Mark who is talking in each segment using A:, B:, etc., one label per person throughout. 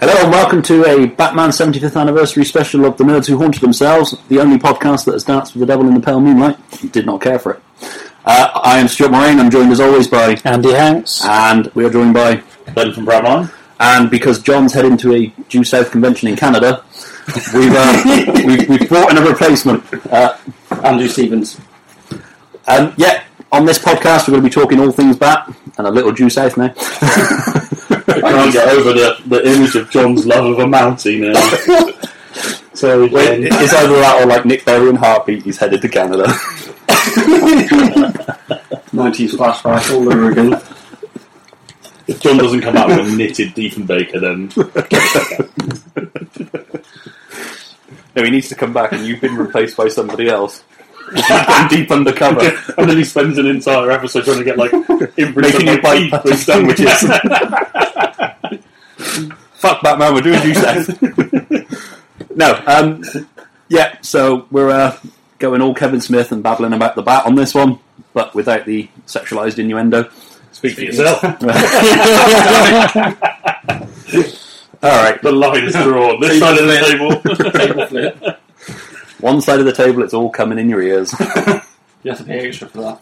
A: Hello and welcome to a Batman 75th anniversary special of The Nerds Who Haunted Themselves, the only podcast that starts with the devil in the pale moonlight. Did not care for it. Uh, I am Stuart Moraine, I'm joined as always by,
B: Andy Hanks.
A: and we are joined by,
C: Ben from Bradline.
A: and because John's heading to a due south convention in Canada, we've, uh, we've, we've brought in a replacement. Uh,
C: Andrew Stevens.
A: um, yeah, on this podcast we're going to be talking all things Bat, and a little due south now.
C: I can't get over the, the image of John's love of a eh? Mountie now. so,
A: Wait,
C: um,
A: it's either that or like Nick Berry and Heartbeat, he's headed to Canada.
D: 90s flashback all over again.
C: if John doesn't come out with a knitted Diefenbaker, then
A: No, he needs to come back, and you've been replaced by somebody else. deep undercover,
C: and then he spends an entire episode trying to get like imprints
A: making
C: on
A: you
C: my
A: buy
C: teeth with
A: sandwiches.
C: sandwiches.
A: Fuck Batman, we're doing you said. no, um, yeah. So we're uh, going all Kevin Smith and babbling about the bat on this one, but without the sexualized innuendo.
C: Speak for yourself.
A: All right,
C: The line is drawn. This side of the table.
D: Table flip.
A: one side of the table, it's all coming in your ears.
D: You have to pay extra for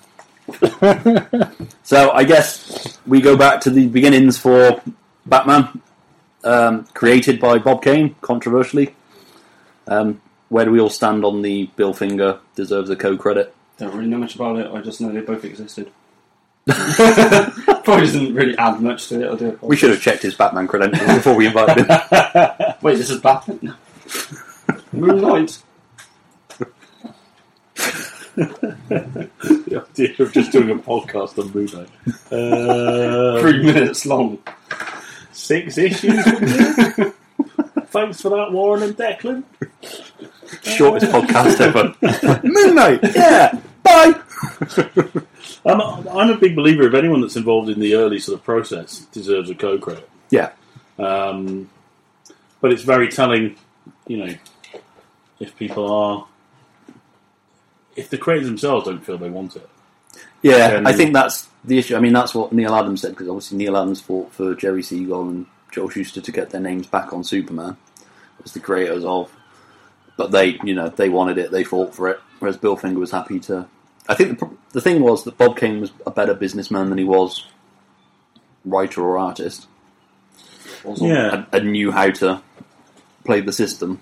D: that.
A: So I guess we go back to the beginnings for Batman, um, created by Bob Kane, controversially. Um, where do we all stand on the Bill Finger deserves a co-credit?
D: Don't really know much about it, I just know they both existed. Probably doesn't really add much to it, I do apologise.
A: We should have checked his Batman credentials before we invited him.
D: Wait, this is Batman? No. Moonlight.
C: the idea of just doing a podcast on Moonlight. Uh,
D: Three minutes long.
C: six issues. Thanks for that, Warren and Declan.
A: Shortest podcast ever. Midnight. Yeah. Bye.
C: I'm, I'm a big believer of anyone that's involved in the early sort of process deserves a co-credit.
A: Yeah.
C: Um, but it's very telling, you know, if people are, if the creators themselves don't feel they want it.
A: Yeah.
C: Um,
A: I think that's the issue. I mean, that's what Neil Adams said because obviously Neil Adams fought for Jerry Siegel and Joel Shuster to get their names back on Superman as the creators of, but they, you know, they wanted it. They fought for it. Whereas Bill Finger was happy to. I think the, pro- the thing was that Bob Kane was a better businessman than he was writer or artist.
D: Also,
C: Yeah,
A: and knew how to play the system.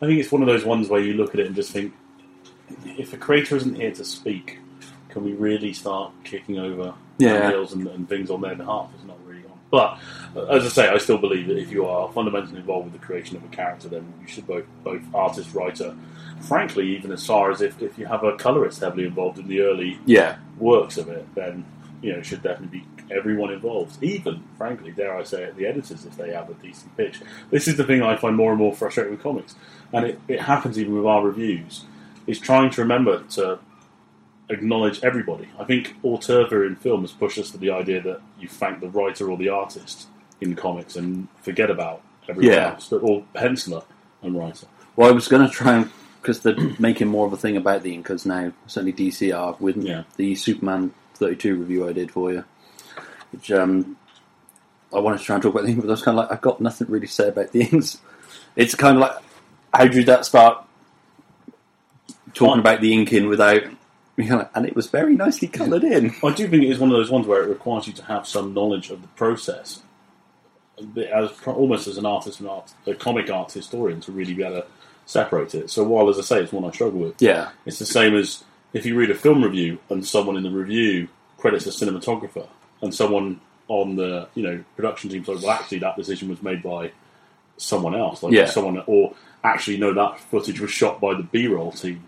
C: I think it's one of those ones where you look at it and just think, if a creator isn't here to speak, can we really start kicking over
A: Yeah.
C: deals and, and things on their behalf? It's not really on. But uh, as I say, I still believe that if you are fundamentally involved with the creation of a character, then you should both both artist, writer, frankly, even as far as if, if you have a colorist heavily involved in the early
A: Yeah.
C: works of it, then you know it should definitely be everyone involved. Even, frankly, dare I say it, the editors if they have a decent pitch. This is the thing I find more and more frustrating with comics, and it, it happens even with our reviews. Is trying to remember to acknowledge everybody. I think Auteur in film has pushed us to the idea that you thank the writer or the artist in comics and forget about everyone
A: Yeah.
C: else, but or penciler and writer.
A: Well, I was going to try and because they're making more of a thing about the Incas now. Certainly DC are with
C: Yeah.
A: the Superman 32 review I did for you, which um, I wanted to try and talk about the Incas, but I was kind of like I've got nothing really to say about the Incas. It's kind of like how did that start talking about the ink in without? you know, And it was very nicely coloured in.
C: I do think it is one of those ones where it requires you to have some knowledge of the process, a bit as pro- almost as an artist and art, a comic art historian, to really be able to separate it. So while, as I say, it's one I struggle with,
A: Yeah,
C: it's the same as if you read a film review and someone in the review credits a cinematographer and someone on the you know production team says, "Well, actually, that decision was made by someone else, like
A: Yeah.
C: someone," or actually, no, that footage was shot by the B-roll team.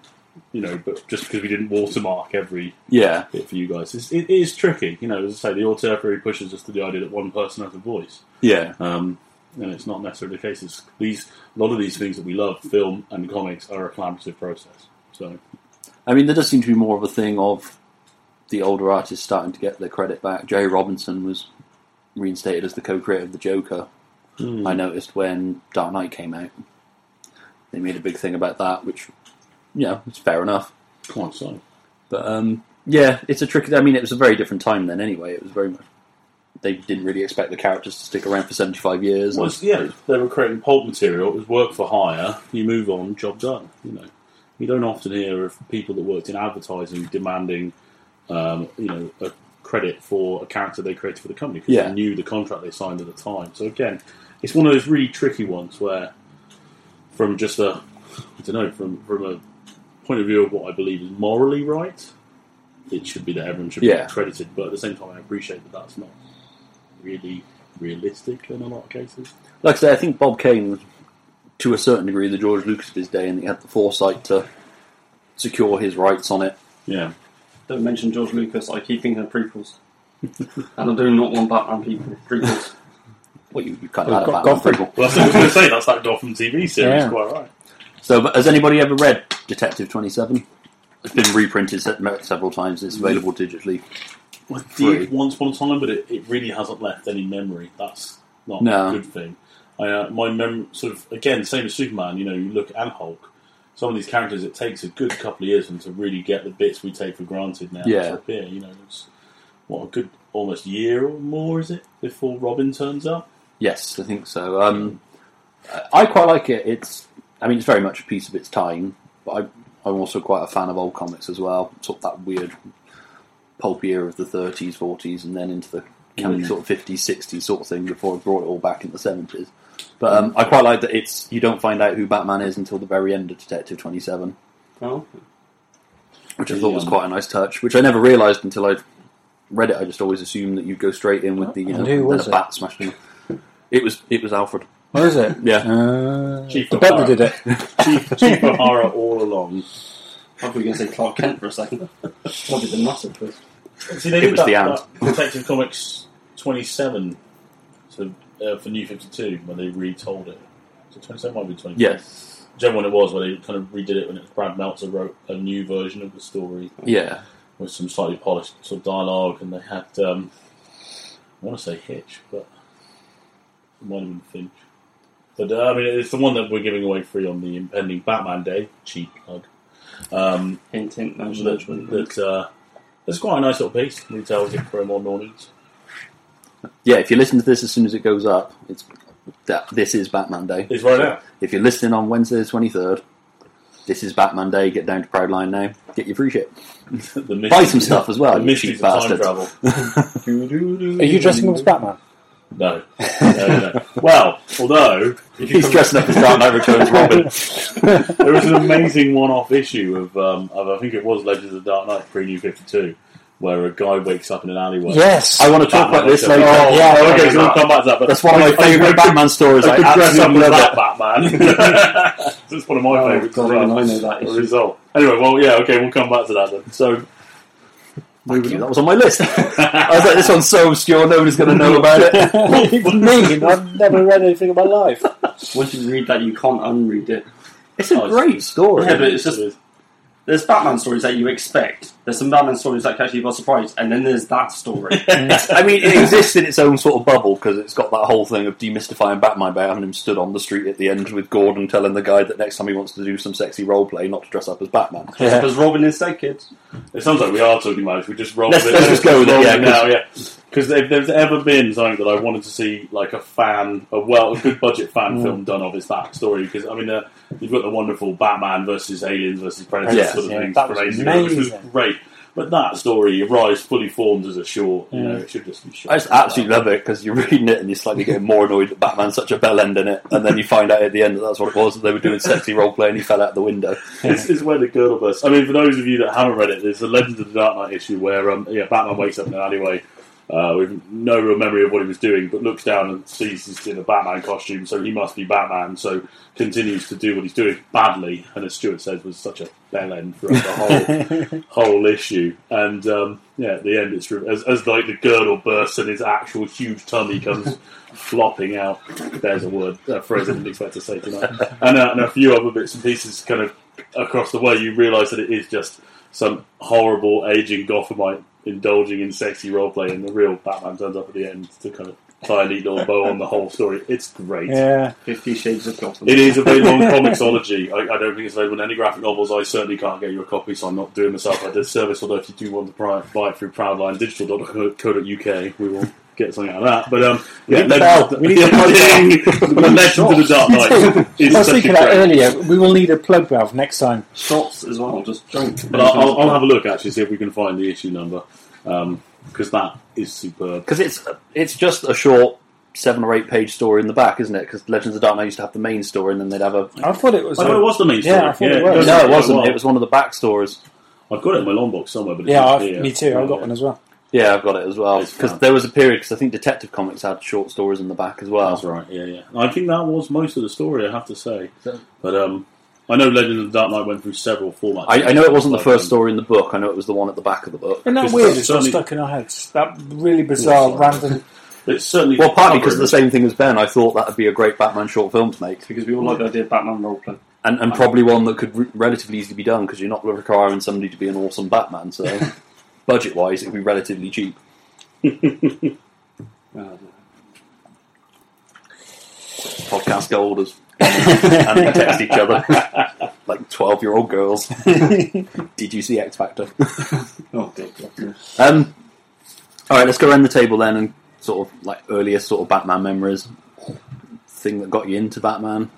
C: You know, but just because we didn't watermark every
A: yeah,
C: bit for you guys. It's, it is tricky, you know. As I say, the auteur theory pushes us to the idea that one person has a voice,
A: yeah,
C: um, and it's not necessarily the case. It's these a lot of these things that we love, film and comics, are a collaborative process. So
A: I mean, there does seem to be more of a thing of the older artists starting to get their credit back. Jerry Robinson was reinstated as the co-creator of the Joker. I noticed when Dark Knight came out, they made a big thing about that, which yeah, it's fair enough.
C: quite so.
A: But um, yeah, it's a tricky. I mean, it was a very different time then. Anyway, it was very much they didn't really expect the characters to stick around for 75 years.
C: Well, it's- yeah, they were creating pulp material. It was work for hire. You move on, job done. You know, you don't often hear of people that worked in advertising demanding, um, you know, a credit for a character they created for the company because
A: Yeah.
C: they knew the contract they signed at the time. So again, it's one of those really tricky ones where, from just a, I don't know, from from a point of view of what I believe is morally right, it should be that everyone should
A: Yeah.
C: be credited. But at the same time, I appreciate that that's not really realistic in a lot of cases.
A: like I say, I think Bob Kane was, to a certain degree, the George Lucas of his day, and he had the foresight to secure his rights on it.
C: Yeah.
D: Don't mention George Lucas. I keep thinking of prequels, and I do not want Batman people prequels.
A: Well, you, you kind
B: Well,
A: of had
B: Go-
A: a Batman
B: Godfrey.
A: prequel.
C: Well, that's what I was going to say. That's that Gotham TV series,
B: Yeah.
C: quite right.
A: So, but has anybody ever read Detective 27? It's been reprinted se- me- several times. It's available digitally.
C: I
A: Three.
C: did once upon a time, but it, it really hasn't left any memory. That's not
A: No.
C: a good thing. I, uh, my mem sort of again, same as Superman. You know, you look at Hulk. Some of these characters, it takes a good couple of years for them to really get the bits we take for granted now.
A: Yeah.
C: to appear. You know, it's what a good almost year or more is it before Robin turns up?
A: Yes, I think so. Um, I- I quite like it. It's, I mean, it's very much a piece of its time, but I, I'm also quite a fan of old comics as well. Sort of that weird pulp era of the 30s, 40s, and then into the kind of sort of 50s, 60s sort of thing before it brought it all back in the 70s. But um, I quite like that it's you don't find out who Batman is until the very end of Detective 27,
D: Well,
A: which I thought was
B: um,
C: Yeah.
A: quite a nice touch, which I never realised until I read it. I just always assumed that you'd go straight in with the you know
B: And who was
A: then
B: Oh, it?
A: a bat smashing. him. It was it was Alfred.
B: What is it?
A: Yeah.
B: Uh,
C: Chief
B: I bet
C: O'Hara.
B: they did it.
C: Chief, Chief O'Hara all along.
D: I thought you were going to say Clark Kent for a second. Probably the massive twist.
C: See, they
A: It
C: did
A: was
C: that,
A: the
C: that Detective Comics 27 so, uh, for New 52 when they retold it. So 27 might be 24.
A: Yes.
C: Whichever one it was, where they kind of redid it when it was Brad Meltzer wrote a new version of the story
A: Yeah.
C: with some slightly polished sort of dialogue, and they had, um, I want to say Hitch, but it might have been Finch. But uh, I mean, it's the one that we're giving away free on the impending Batman Day. Cheap plug. Um,
D: Hint, hint. No,
C: that, that uh, it's quite a nice little piece. Retails it for a modern audience.
A: Yeah, if you listen to this as soon as it goes up, it's that this is Batman Day.
C: It's right out.
A: If you're listening on Wednesday the twenty third, this is Batman Day, get down to Proud Line now. Get your free shit.
C: The mystery,
A: Buy some stuff as well,
C: The
A: you
C: mysteries
A: cheap
C: of time
A: bastards.
C: travel.
B: Are
D: Are
B: you dressing up as Batman?
C: No. no, no, no. Well, although
A: He's dressing up as Dark Knight Returns Robin.
C: there was an amazing one-off issue of, um, of I think it was Legends of the Dark Knight pre New Fifty Two, where a guy wakes up in an alleyway.
B: Yes.
A: I want to talk
C: Batman
A: about this
C: Returns.
A: later.
B: Oh, yeah.
C: Oh, okay, so we'll come back to that. But
A: That's one of my
C: I- I- I
A: favourite
C: could-
A: Batman stories. I,
C: I could dress up
A: absolutely
C: as
A: love
C: that
A: it.
C: Batman. That's one of my
D: Oh,
C: favourites.
D: God,
C: as well.
D: even I know
C: As a
D: that issue.
C: result. Anyway, well, yeah, okay, we'll come back to that then. So,
A: Moving on, That was on my list. I was like, this one's so obscure, nobody's going to know about it.
B: it's mean. I've never read anything in my life.
D: Once you read that, you can't unread it.
A: It's a
C: Oh, it's-
A: great story.
D: Yeah, but it's just- There's Batman stories that you expect. There's some Batman stories that catch you by surprise, and then there's that story.
A: I mean, it exists in its own sort of bubble because it's got that whole thing of demystifying Batman by having him stood on the street at the end with Gordon telling the guy that next time he wants to do some sexy roleplay, not to dress up as Batman.
B: Yeah.
D: Because Robin is dead, kids.
C: It sounds like we are talking about it. We just roll
A: Let's-
C: with it.
A: let's just go with it,
C: roll
A: yeah,
C: now, yeah. Because if there's ever been something that I wanted to see, like a fan, a well, a good budget
A: Mm.
C: fan film done of, it's that story. Because I mean, uh, you've got the wonderful Batman versus aliens versus predators
A: Yeah.
C: sort of
B: Yeah,
C: things
B: that
C: from
B: was
C: ages ago, which was
B: amazing.
C: great. But that story arrives fully formed as a short. You know,
A: Mm.
B: Yeah.
C: it should just be short.
A: I just absolutely love it because you're reading it and you're slightly getting more annoyed that Batman's such a bell end in it, and then you find out at the end that that's what it was that they were doing sexy roleplay and he fell out the window.
C: this is where the girdle bursts. I mean, for those of you that haven't read it, there's the Legend of the Dark Knight issue where um, yeah, Batman wakes up in an alleyway uh, with no real memory of what he was doing, but looks down and sees he's in a Batman costume, so he must be Batman. So continues to do what he's doing badly, and as Stuart says, was such a bell end throughout the whole whole issue. And um, yeah, at the end, it's re- as, as like the girdle bursts and his actual huge tummy comes. Flopping out, there's a word, a phrase I didn't expect to say tonight, and, uh, and a few other bits and pieces kind of across the way, you realise that it is just some horrible aging Gothamite indulging in sexy roleplay, and the real Batman turns up at the end to kind of tie a neat little bow on the whole story. It's great.
B: Yeah.
D: Fifty Shades of Gotham.
C: It is available on Comicsology. I, I don't think it's available in any graphic novels. I certainly can't get you a copy, so I'm not doing myself a disservice. Although, if you do want to buy, buy it through proudlinedigital.co.uk, we will get something out of that. But um, yeah,
B: need to
C: Legend,
B: tell. We need to tell.
C: the Legend of the Dark Knight is
B: I was
C: such a
B: thinking that
C: great-
B: earlier. We will need a plug valve next time.
D: Shots as well, just drink.
C: But I'll, I'll, I'll have a look actually see if we can find the issue number because that is superb.
A: because it's it's just a short seven or eight page story in the back, isn't it? Because Legends of Dark Knight used to have the main story, and then they'd have a
B: I thought it was.
C: I thought it was the main story.
B: Yeah, I thought it was.
A: no, it wasn't. It was one of the back stories.
C: I've got it in my long box somewhere, but it's
B: yeah,
C: not
B: I've,
C: here.
B: me too. I've got one as well.
A: Yeah, I've got it as well
C: It's
A: because
C: fun.
A: there was a period because I think Detective Comics had short stories in the back as well.
C: That's right. Yeah, yeah. I think that was most of the story. I have to say,
A: So-
C: but um, I know Legend of the Dark Knight went through several formats.
A: I, I know it wasn't the first
C: Um,
A: story in the book. I know it was the one at the back of the book.
B: Isn't that
C: It's
B: weird? It's all
C: certainly-
B: stuck in our heads. That really bizarre,
C: sorry.
B: random.
C: It's certainly
A: Well, partly because of the same thing as Ben, I thought that would be a great Batman short film to make,
D: because we all like the idea of Batman roleplay.
A: and, and probably one that could re- relatively easily be done because you're not requiring somebody to be an awesome Batman. So, budget-wise, it'd be relatively cheap.
D: Uh,
A: podcast gold as and they text each other like 12 year old girls did you see X Factor
D: oh, dear God.
A: um, alright let's go around the table then and sort of like earliest sort of Batman memories thing that got you into Batman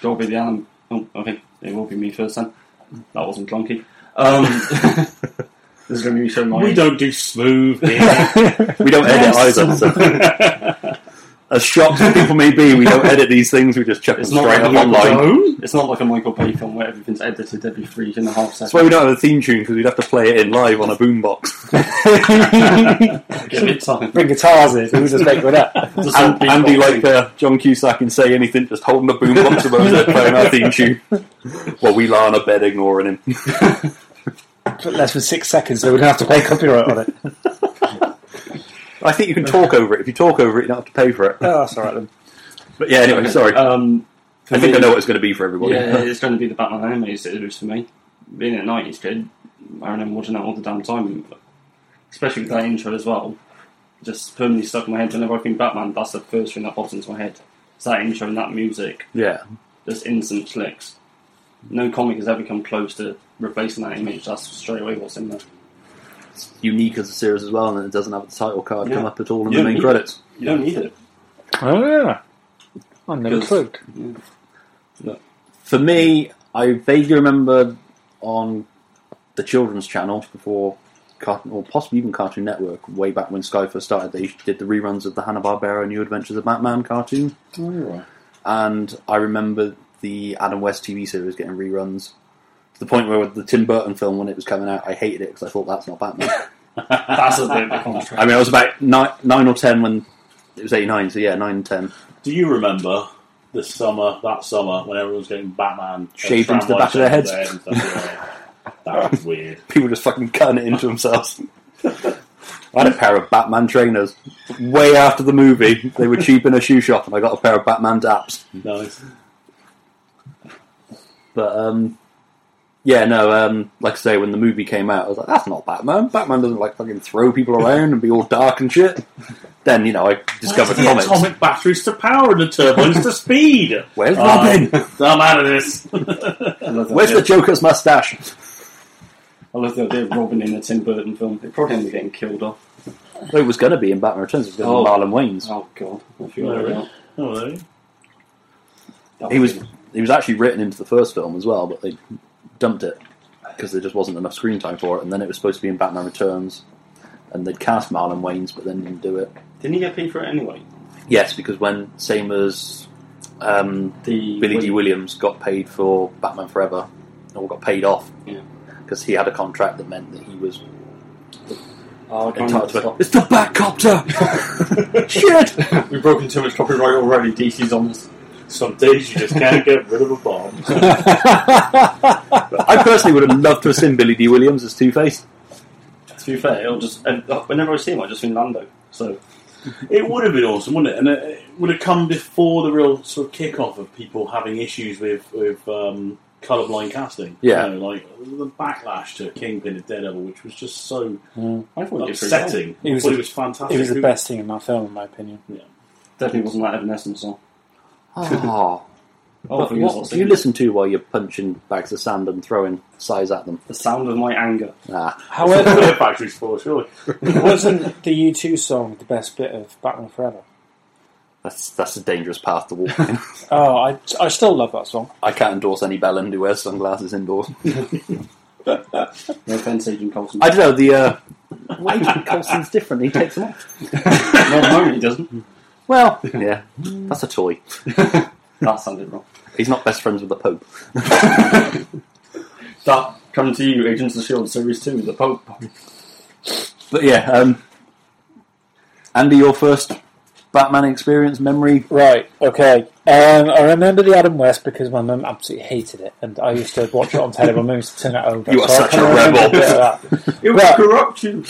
D: Gotta be the Alan. Oh, okay. It will be me first then. That wasn't clunky. Um, this is going to be so my.
C: we don't do smooth. Here.
A: we don't edit
D: Yes.
A: either so as shocked as people may be we don't edit these things we just chuck them
D: It's not
A: straight up
D: like a
A: online
C: no,
D: It's not like a Michael Bay film where everything's edited every three and a half seconds.
A: that's why we don't have a theme tune because we'd have to play it in live on a boombox
D: Give it time.
B: Bring guitars in. We just make one up.
D: Just
A: and,
D: some
A: Andy
D: beatboxing.
A: like uh, John Cusack and say anything, just holding the boombox above his head playing our theme tune. Well, we lie on a bed ignoring him.
B: But less than six seconds, so we don't have to pay copyright on it.
A: I think you can talk over it. If you talk over it, you don't have to pay for it.
B: Oh, that's all right then.
A: But yeah, anyway, sorry.
D: Um, for
A: I think
D: me-
A: I know what it's going to be for everybody.
D: Yeah, it's going to be the Batman animated series for me. Being a 90s kid, I remember watching that all the damn time, especially with that intro as well. Just permanently stuck in my head whenever I think Batman, that's the first thing that pops into my head. It's that intro and that music.
A: yeah.
D: just instant clicks. No comic has ever come close to replacing that image. That's straight away what's in there.
A: It's unique as a series as well, and it doesn't have the title card
D: Yeah.
A: come up at all in
D: Yeah,
A: the main
D: me-
A: credits.
D: You don't need it.
B: Oh yeah. I'm never
D: Because-
B: clued.
A: For me, I vaguely remember on the children's channel before, Cartoon, or possibly even Cartoon Network, way back when Sky first started, they did the reruns of the Hanna Barbera New Adventures of Batman cartoon.
B: Oh,
A: and I remember the Adam West TV series getting reruns to the point where with the Tim Burton film when it was coming out, I hated it because I thought that's not Batman.
D: That's a bit of a contrast.
A: I mean, I was about nine, nine or ten when it was eighty nine, so yeah, nine, ten.
C: Do you remember the summer? That summer when everyone was getting Batman uh,
A: Shaved into the
C: tramline
A: back of their
C: shaved
A: heads.
C: into their head and stuff, yeah. That was weird.
A: People just fucking cutting it into themselves. I had a pair of Batman trainers. Way after the movie, they were cheap in a shoe shop, and I got a pair of Batman daps.
C: Nice.
A: But um, yeah, no, um, like I say, when the movie came out, I was like, that's not Batman. Batman doesn't like fucking throw people around and be all dark and shit. Then you know, I discovered
C: Where's the
A: comics.
C: atomic batteries to power and the turbines to speed.
A: Where's
C: Uh,
A: Robin?
C: I'm out of this.
D: I love, that
A: Where's the
D: idea.
A: Joker's mustache?
D: I love the idea of Robin in a Tim Burton film. They probably end up getting killed off.
A: It was going to be in Batman Returns. It was going to
D: Oh.
A: be Marlon Wayne's.
D: Oh god, I feel
C: No,
D: like
C: really? Oh, there you
D: that.
A: He was he was actually written into the first film as well, but they dumped it because there just wasn't enough screen time for it. And then it was supposed to be in Batman Returns, and they'd cast Marlon Wayne's, but then didn't do it.
D: Didn't he get paid for it anyway?
A: Yes, because when same as um,
D: The
A: Billy D. Williams got paid for Batman Forever, or got paid off,
D: Yeah.
A: because he had a contract that meant that he was
D: Oh, I can't
A: entitled to it.
D: remember.
A: It's the Batcopter! Shit!
D: We've broken too much copyright already. DC's on us.
C: Some days you just can't get rid of a bomb.
A: I personally would have loved to have seen Billy D. Williams as Two Face.
D: To be fair, it'll just. And uh, whenever I see him, I just think Lando. So
C: It would have been awesome, wouldn't it? And it, it would have come before the real sort of kick-off of people having issues with with um, colorblind casting.
A: Yeah.
C: you know, like the backlash to Kingpin and Daredevil, which was just so
D: I thought he did pretty well.
C: upsetting.
B: He was
C: but
B: the-
C: it was fantastic.
B: It was the
C: Who-
B: best thing in that film, in my opinion.
D: Definitely wasn't that Evanescence song.
A: Oh.
D: Oh,
A: But
D: for yours, I'll
A: what do
D: sing
A: you
D: it.
A: listen to while you're punching bags of sand and throwing size at them?
D: The sound of my anger.
A: Ah,
B: However,
C: Factory's for surely.
B: wasn't the U2 song the best bit of Batman Forever?
A: that's that's a dangerous path to walk. down.
B: Oh, I, I still love that song.
A: I can't endorse any bellend who wears sunglasses indoors.
D: No offense, Agent Coulson.
A: I don't know the. Uh, well, Agent Coulson's different. He takes them off.
D: no, no, he doesn't.
A: Well, yeah, that's a toy.
D: That sounded wrong.
A: He's not best friends with the Pope.
D: That coming to you, Agents of Shield E Series Two, the Pope.
A: But yeah, um, Andy, your first Batman experience memory.
B: Right, okay. Um, I remember the Adam West because my mum absolutely hated it, and I used to watch it on telly. My mum used to turn it over.
A: You are
B: I
A: such
B: kinda
A: a
B: remember
A: rebel.
B: bit of that.
D: It
B: was Right.
D: corruption.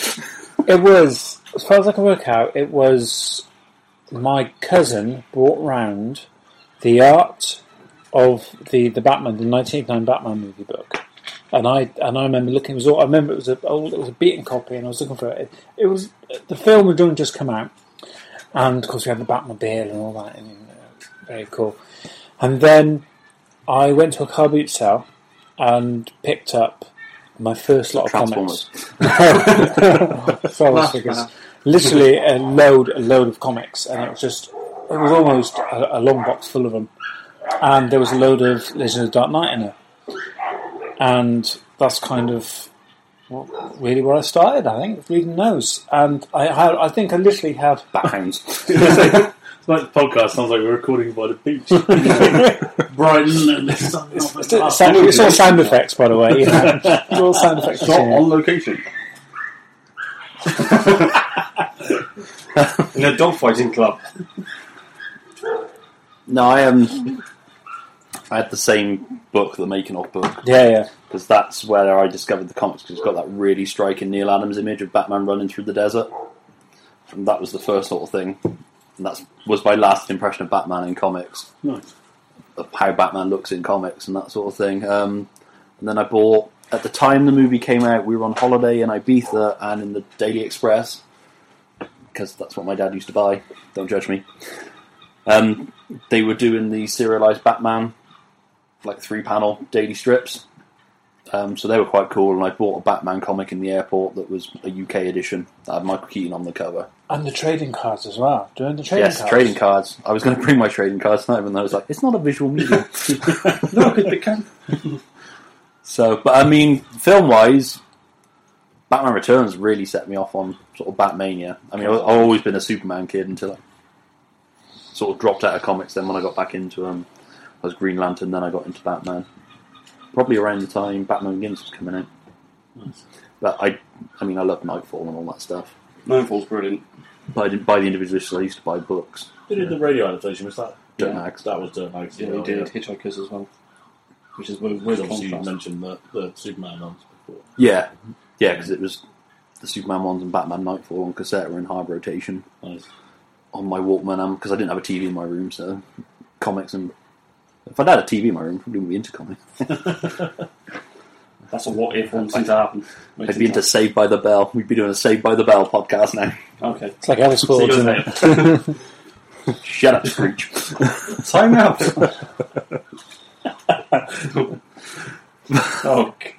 B: It was, as far as I can work out, it was my cousin brought round the art of the, the Batman, the 1989 Batman movie book. And I and I remember looking. It was all, I remember it was a old, it was a beaten copy, and I was looking for it. It, was the film had done just come out, and of course we had the Batmobile and all that, and uh, very cool. And then I went to a car boot sale and picked up my first lot of comics.
A: Transformers.
B: Star Wars figures. Literally a load, a load of comics, and it was just, it was almost a, a long box full of them. And there was a load of Legend of the Dark Knight in it. And that's kind of what, really where I started, I think, reading those. And I, I, I think I literally had
A: Bathounds.
C: It's like the podcast sounds like we're recording by the beach. Brighton and there's something off
B: It's, all sound, it's all sound effects, by the way. you know. It's all sound effects.
D: Shot
B: yeah.
D: on location. In a dogfighting club.
A: No, I um, I had the same book, the making of book,
B: Yeah, yeah.
A: because that's where I discovered the comics. Because it's got that really striking Neil Adams image of Batman running through the desert, and that was the first sort of thing. And that was my last impression of Batman in comics,
C: Nice.
A: of how Batman looks in comics and that sort of thing. Um, and then I bought at the time the movie came out. We were on holiday in Ibiza and in the Daily Express because that's what my dad used to buy. Don't judge me. Um, they were doing the serialized Batman, like three panel daily strips. Um, so they were quite cool, and I bought a Batman comic in the airport that was a UK edition that had Michael Keaton on the cover.
B: And the trading cards as well. Doing the trading
A: yes,
B: cards.
A: trading cards. I was going to bring my trading cards tonight, even though I was like, it's not a visual medium.
D: Look, it became.
A: So, but I mean, film wise, Batman Returns really set me off on sort of Batmania. I mean, I- I've always been a Superman kid until I sort of dropped out of comics. Then when I got back into um, I was Green Lantern. Then I got into Batman. Probably around the time Batman Begins was coming out. But I, I mean, I love Nightfall and all that stuff.
D: Nightfall's brilliant.
A: But I didn't buy the individual issues. I used to buy books.
C: They did the radio adaptation, was that?
A: Don't
D: Yeah.
A: know, 'cause
C: That was Dirt Mags.
D: Yeah, he did Hitchhikers as well. Which is weird,
C: Because
D: weird
C: obviously you
D: contrast.
C: mentioned the, the Superman ones before.
A: Yeah, yeah, because it was the Superman ones and Batman Nightfall on cassette were in hard rotation.
C: Nice.
A: on my Walkman because I didn't have a TV in my room, so comics and if I'd had a TV in my room, I probably wouldn't be into comics.
D: That's a what if one thing to happen.
A: I'd be into Saved by the Bell. We'd be doing a Saved by the Bell podcast now.
D: Okay.
B: It's like Alice
D: See
B: Ward,
D: you
B: isn't it?
D: later.
A: Shut up, Screech.
D: Time out. oh, c-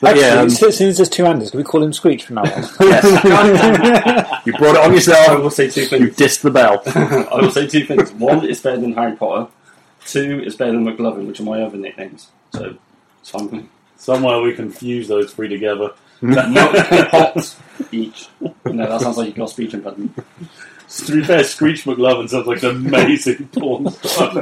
A: But
B: Actually,
A: yeah, um,
B: since since there's two Anders, can we call him Screech from now on?
A: yes. you brought it on
D: I
A: yourself.
D: will say two
A: You
D: things.
A: dissed the bell.
D: I will say two things. One is better than Harry Potter. Two is better than McLovin, which are my other nicknames. So it's fine. with me.
C: Somewhere we can fuse those three together.
D: Muck, pot, each. No, that sounds like you got a speech impediment.
C: To be fair, Screech McLovin sounds like an amazing porn star.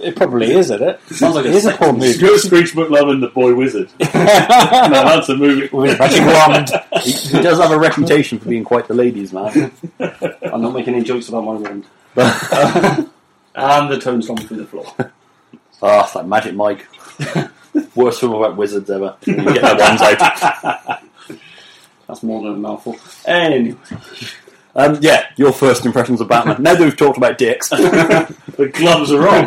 B: It probably is, isn't it?
D: Sounds like
B: It
D: a
B: is a
D: sex
B: porn movie.
C: Screech Screech McLovin, the boy wizard. no, that's a movie.
B: With a magic wand.
A: He, he does have a reputation for being quite the ladies' man.
D: I'm not making any jokes about my wand. and the tone's gone through the floor.
A: Ah, it's like Magic Mike. Worst film about wizards ever. You get their wands out.
D: That's more than a mouthful. Anyway,
A: Um, yeah, your first impressions of Batman. Now that we've talked about dicks.
C: The gloves are on.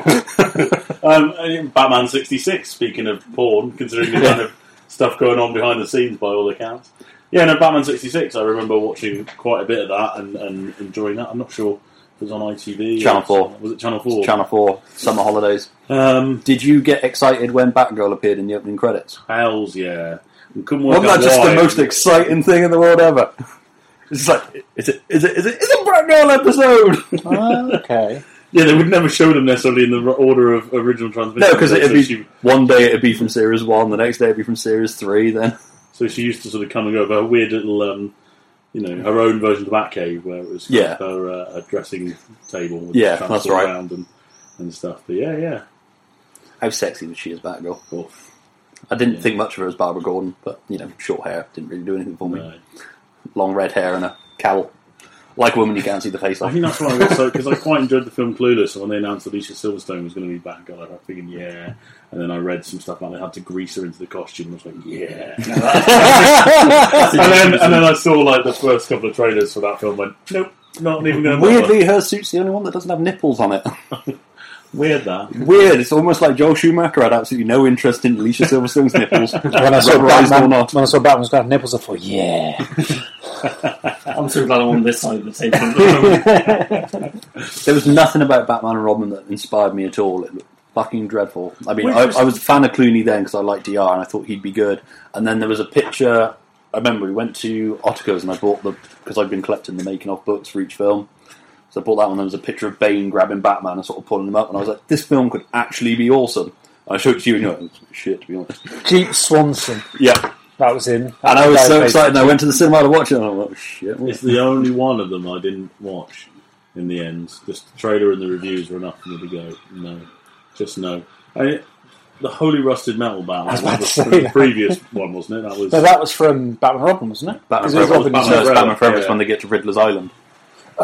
C: um, and Batman 66, speaking of porn, considering the kind of stuff going on behind the scenes by all accounts. Yeah, no, Batman 66, I remember watching quite a bit of that and, and enjoying that. I'm not sure was on ITV.
A: Channel
C: or-
A: 4.
C: Was it Channel 4?
A: Channel Four Summer Holidays.
C: Um,
A: Did you get excited when Batgirl appeared in the opening credits?
C: hells yeah. We couldn't work
A: Wasn't that
C: out
A: just
C: why.
A: the most exciting thing in the world ever? It's like, is it is it is it is it Batgirl episode?
B: Ah, okay.
C: Yeah, they would never show them necessarily in the r- order of original transmission.
A: no, because
C: so
A: it'd be
C: she,
A: one day it'd be from series one, the next day it'd be from series three. Then
C: so she used to sort of come and go with her weird little, um, you know, her own version of Batcave, where it was kind
A: Yeah.
C: of her, uh, her dressing table. With
A: Yeah,
C: the
A: that's
C: all
A: right.
C: Around and, and stuff. But yeah, yeah.
A: how sexy was she as Batgirl?
C: Well,
A: I didn't
C: Yeah.
A: think much of her as Barbara Gordon, but you know, short hair didn't really do anything for me.
C: no.
A: Long red hair and a cowl, like a woman you can't see the face
C: I
A: of.
C: think that's why I got so because I quite enjoyed the film Clueless. And when they announced Alicia Silverstone was going to be back, I was like, thinking, yeah. And then I read some stuff about they had to grease her into the costume. And I was like, yeah. and then and then I saw like the first couple of trailers for that film. Went, nope, not even going to
A: Weirdly, her suit's the only one that doesn't have nipples on it.
C: weird that.
A: Weird. It's almost like Joel Schumacher had absolutely no interest in Alicia Silverstone's nipples,
B: When I saw
A: rubberized or
B: Batman,
A: not.
B: when I saw Batman's got nipples, I thought, yeah.
D: I'm so glad I'm on this side of the table.
A: There was nothing about Batman and Robin that inspired me at all. It looked fucking dreadful. I mean,
C: Which
A: I,
C: was-
A: I was a fan of Clooney then because I liked DR and I thought he'd be good. And then there was a picture. I remember we went to Otto's and I bought the because I'd been collecting the making of books for each film. So I bought that one. There was a picture of Bane grabbing Batman and sort of pulling him up, and I was like, "This film could actually be awesome." I showed it to you, and you went, "Shit," to be honest.
B: Jeep Swanson.
A: Yeah,
B: That was him.
A: and I was so excited. and I went to the cinema to watch it, and I went, "Oh shit!"
C: It's the only one of them I didn't watch in the end. Just the trailer and the reviews were enough for me to go, no, just no. I, the Holy Rusted Metal Battle.
B: was
C: that
B: about
C: was
B: to say
C: the
B: that.
C: previous one, wasn't it? That was
B: So that was from Batman Robin, wasn't it?
A: Batman
B: Because it was
A: Forever.
B: Robin
A: Batman,
B: who
A: no,
B: said-
A: it's Batman Forever
C: yeah.
A: is when they get to Riddler's Island.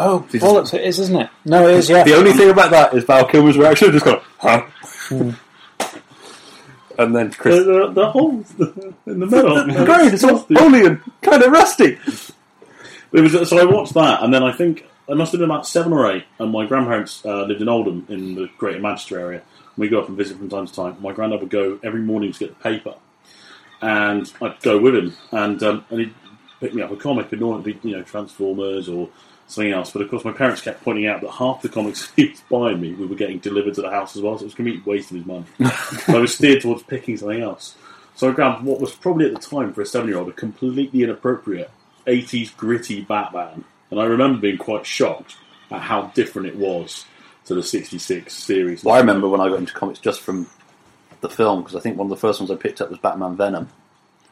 B: Oh, bollocks, it is, isn't it? No, it is, yeah.
A: The only thing about that is Val Kilmer's reaction just going, huh? and then
C: the,
A: Chris.
C: the, the hole in the middle.
A: Great, it's all holy and kind of rusty.
C: It was so I watched that, and then I think I must have been about seven or eight, and my grandparents uh, lived in Oldham in the Greater Manchester area. We go up and visit from time to time. My granddad would go every morning to get the paper, and I'd go with him, and um, and he'd pick me up a comic, and normally it'd be you know Transformers or something else. But of course, my parents kept pointing out that half the comics he was buying me we were getting delivered to the house as well, so it was going to be wasting his money. so I was steered towards picking something else. So I grabbed what was probably at the time for a seven-year-old a completely inappropriate 80s gritty Batman. And I remember being quite shocked at how different it was to the 66 series.
A: Well, I remember when I got into comics just from the film, because I think one of the first ones I picked up was Batman Venom.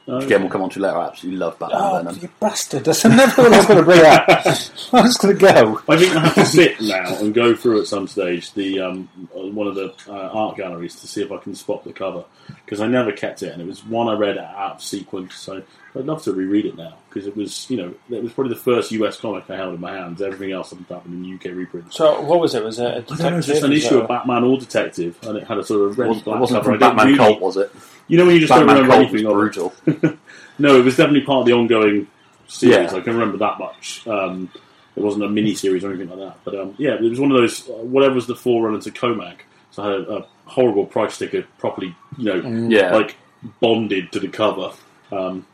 C: Oh,
A: Again, we'll come on to later. I absolutely love Batman
B: Oh,
A: Venom.
B: you bastard. That's another one I was going to bring up. I was going to go.
C: I think I have to sit now and go through at some stage the um, one of the uh, art galleries to see if I can spot the cover because I never kept it and it was one I read out of sequence. So I'd love to reread it now because it was you know it was probably the first US comic I held in my hands. Everything else had happened in UK reprints.
B: So, what was it? Was it a
C: I
B: detective?
C: don't know, it's just an
B: Was
C: issue
B: it
C: of Batman or Detective, and it had a sort of red
A: It
C: black
A: wasn't
C: cover. I
A: from
C: didn't
A: Batman
C: really-
A: Cult, was it?
C: You know when you just don't
A: Batman
C: remember
A: Cult was
C: anything of it?
A: brutal.
C: No, it was definitely part of the ongoing series.
A: Yeah.
C: I can remember that much. Um, it wasn't a mini series or anything like that. But um, yeah, it was one of those uh, whatever was the forerunner to Comac. So I had a, a horrible price ticker, properly you know,
A: Yeah.
C: like bonded to the cover. Um,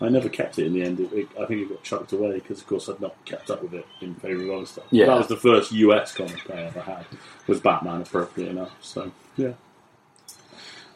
C: I never kept it in the end. It, it, I think it got chucked away because, of course, I'd not kept up with it in favour of other stuff.
A: Yeah.
C: That was the first US comic I ever had. Was Batman appropriate enough? So yeah.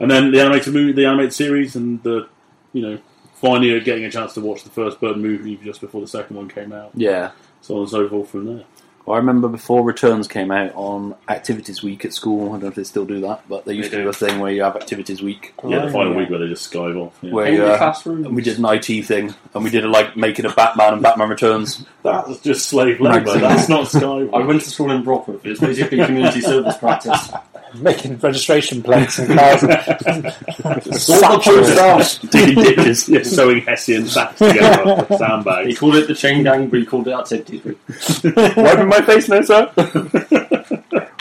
C: And then the animated movie, the animated series, and the you know finally getting a chance to watch the first Bird movie just before the second one came out,
A: Yeah.
C: so on and so forth from there.
A: I remember before returns came out on activities week at school. I don't know if they still do that, but they used
D: They
A: to do
D: do.
A: a thing where you have activities week.
C: Yeah,
B: Oh,
C: the final
B: yeah.
C: week where they just skive off. Yeah.
A: Where
D: In
A: you,
D: the
A: uh,
D: classroom.
A: and we did an IT thing, and we did a, like making a Batman and Batman Returns.
C: That's just slave labour.
A: Maximum.
C: That's not skive.
D: I went to school in Brockwood. It's basically community service practice.
B: Making registration plates and cars. and- Satchels.
A: digging ditches.
C: yeah, sewing Hessian sacks together,
D: He
C: sandbags.
D: called it the chain gang, but he called it activities group.
A: Wiping my face now, sir.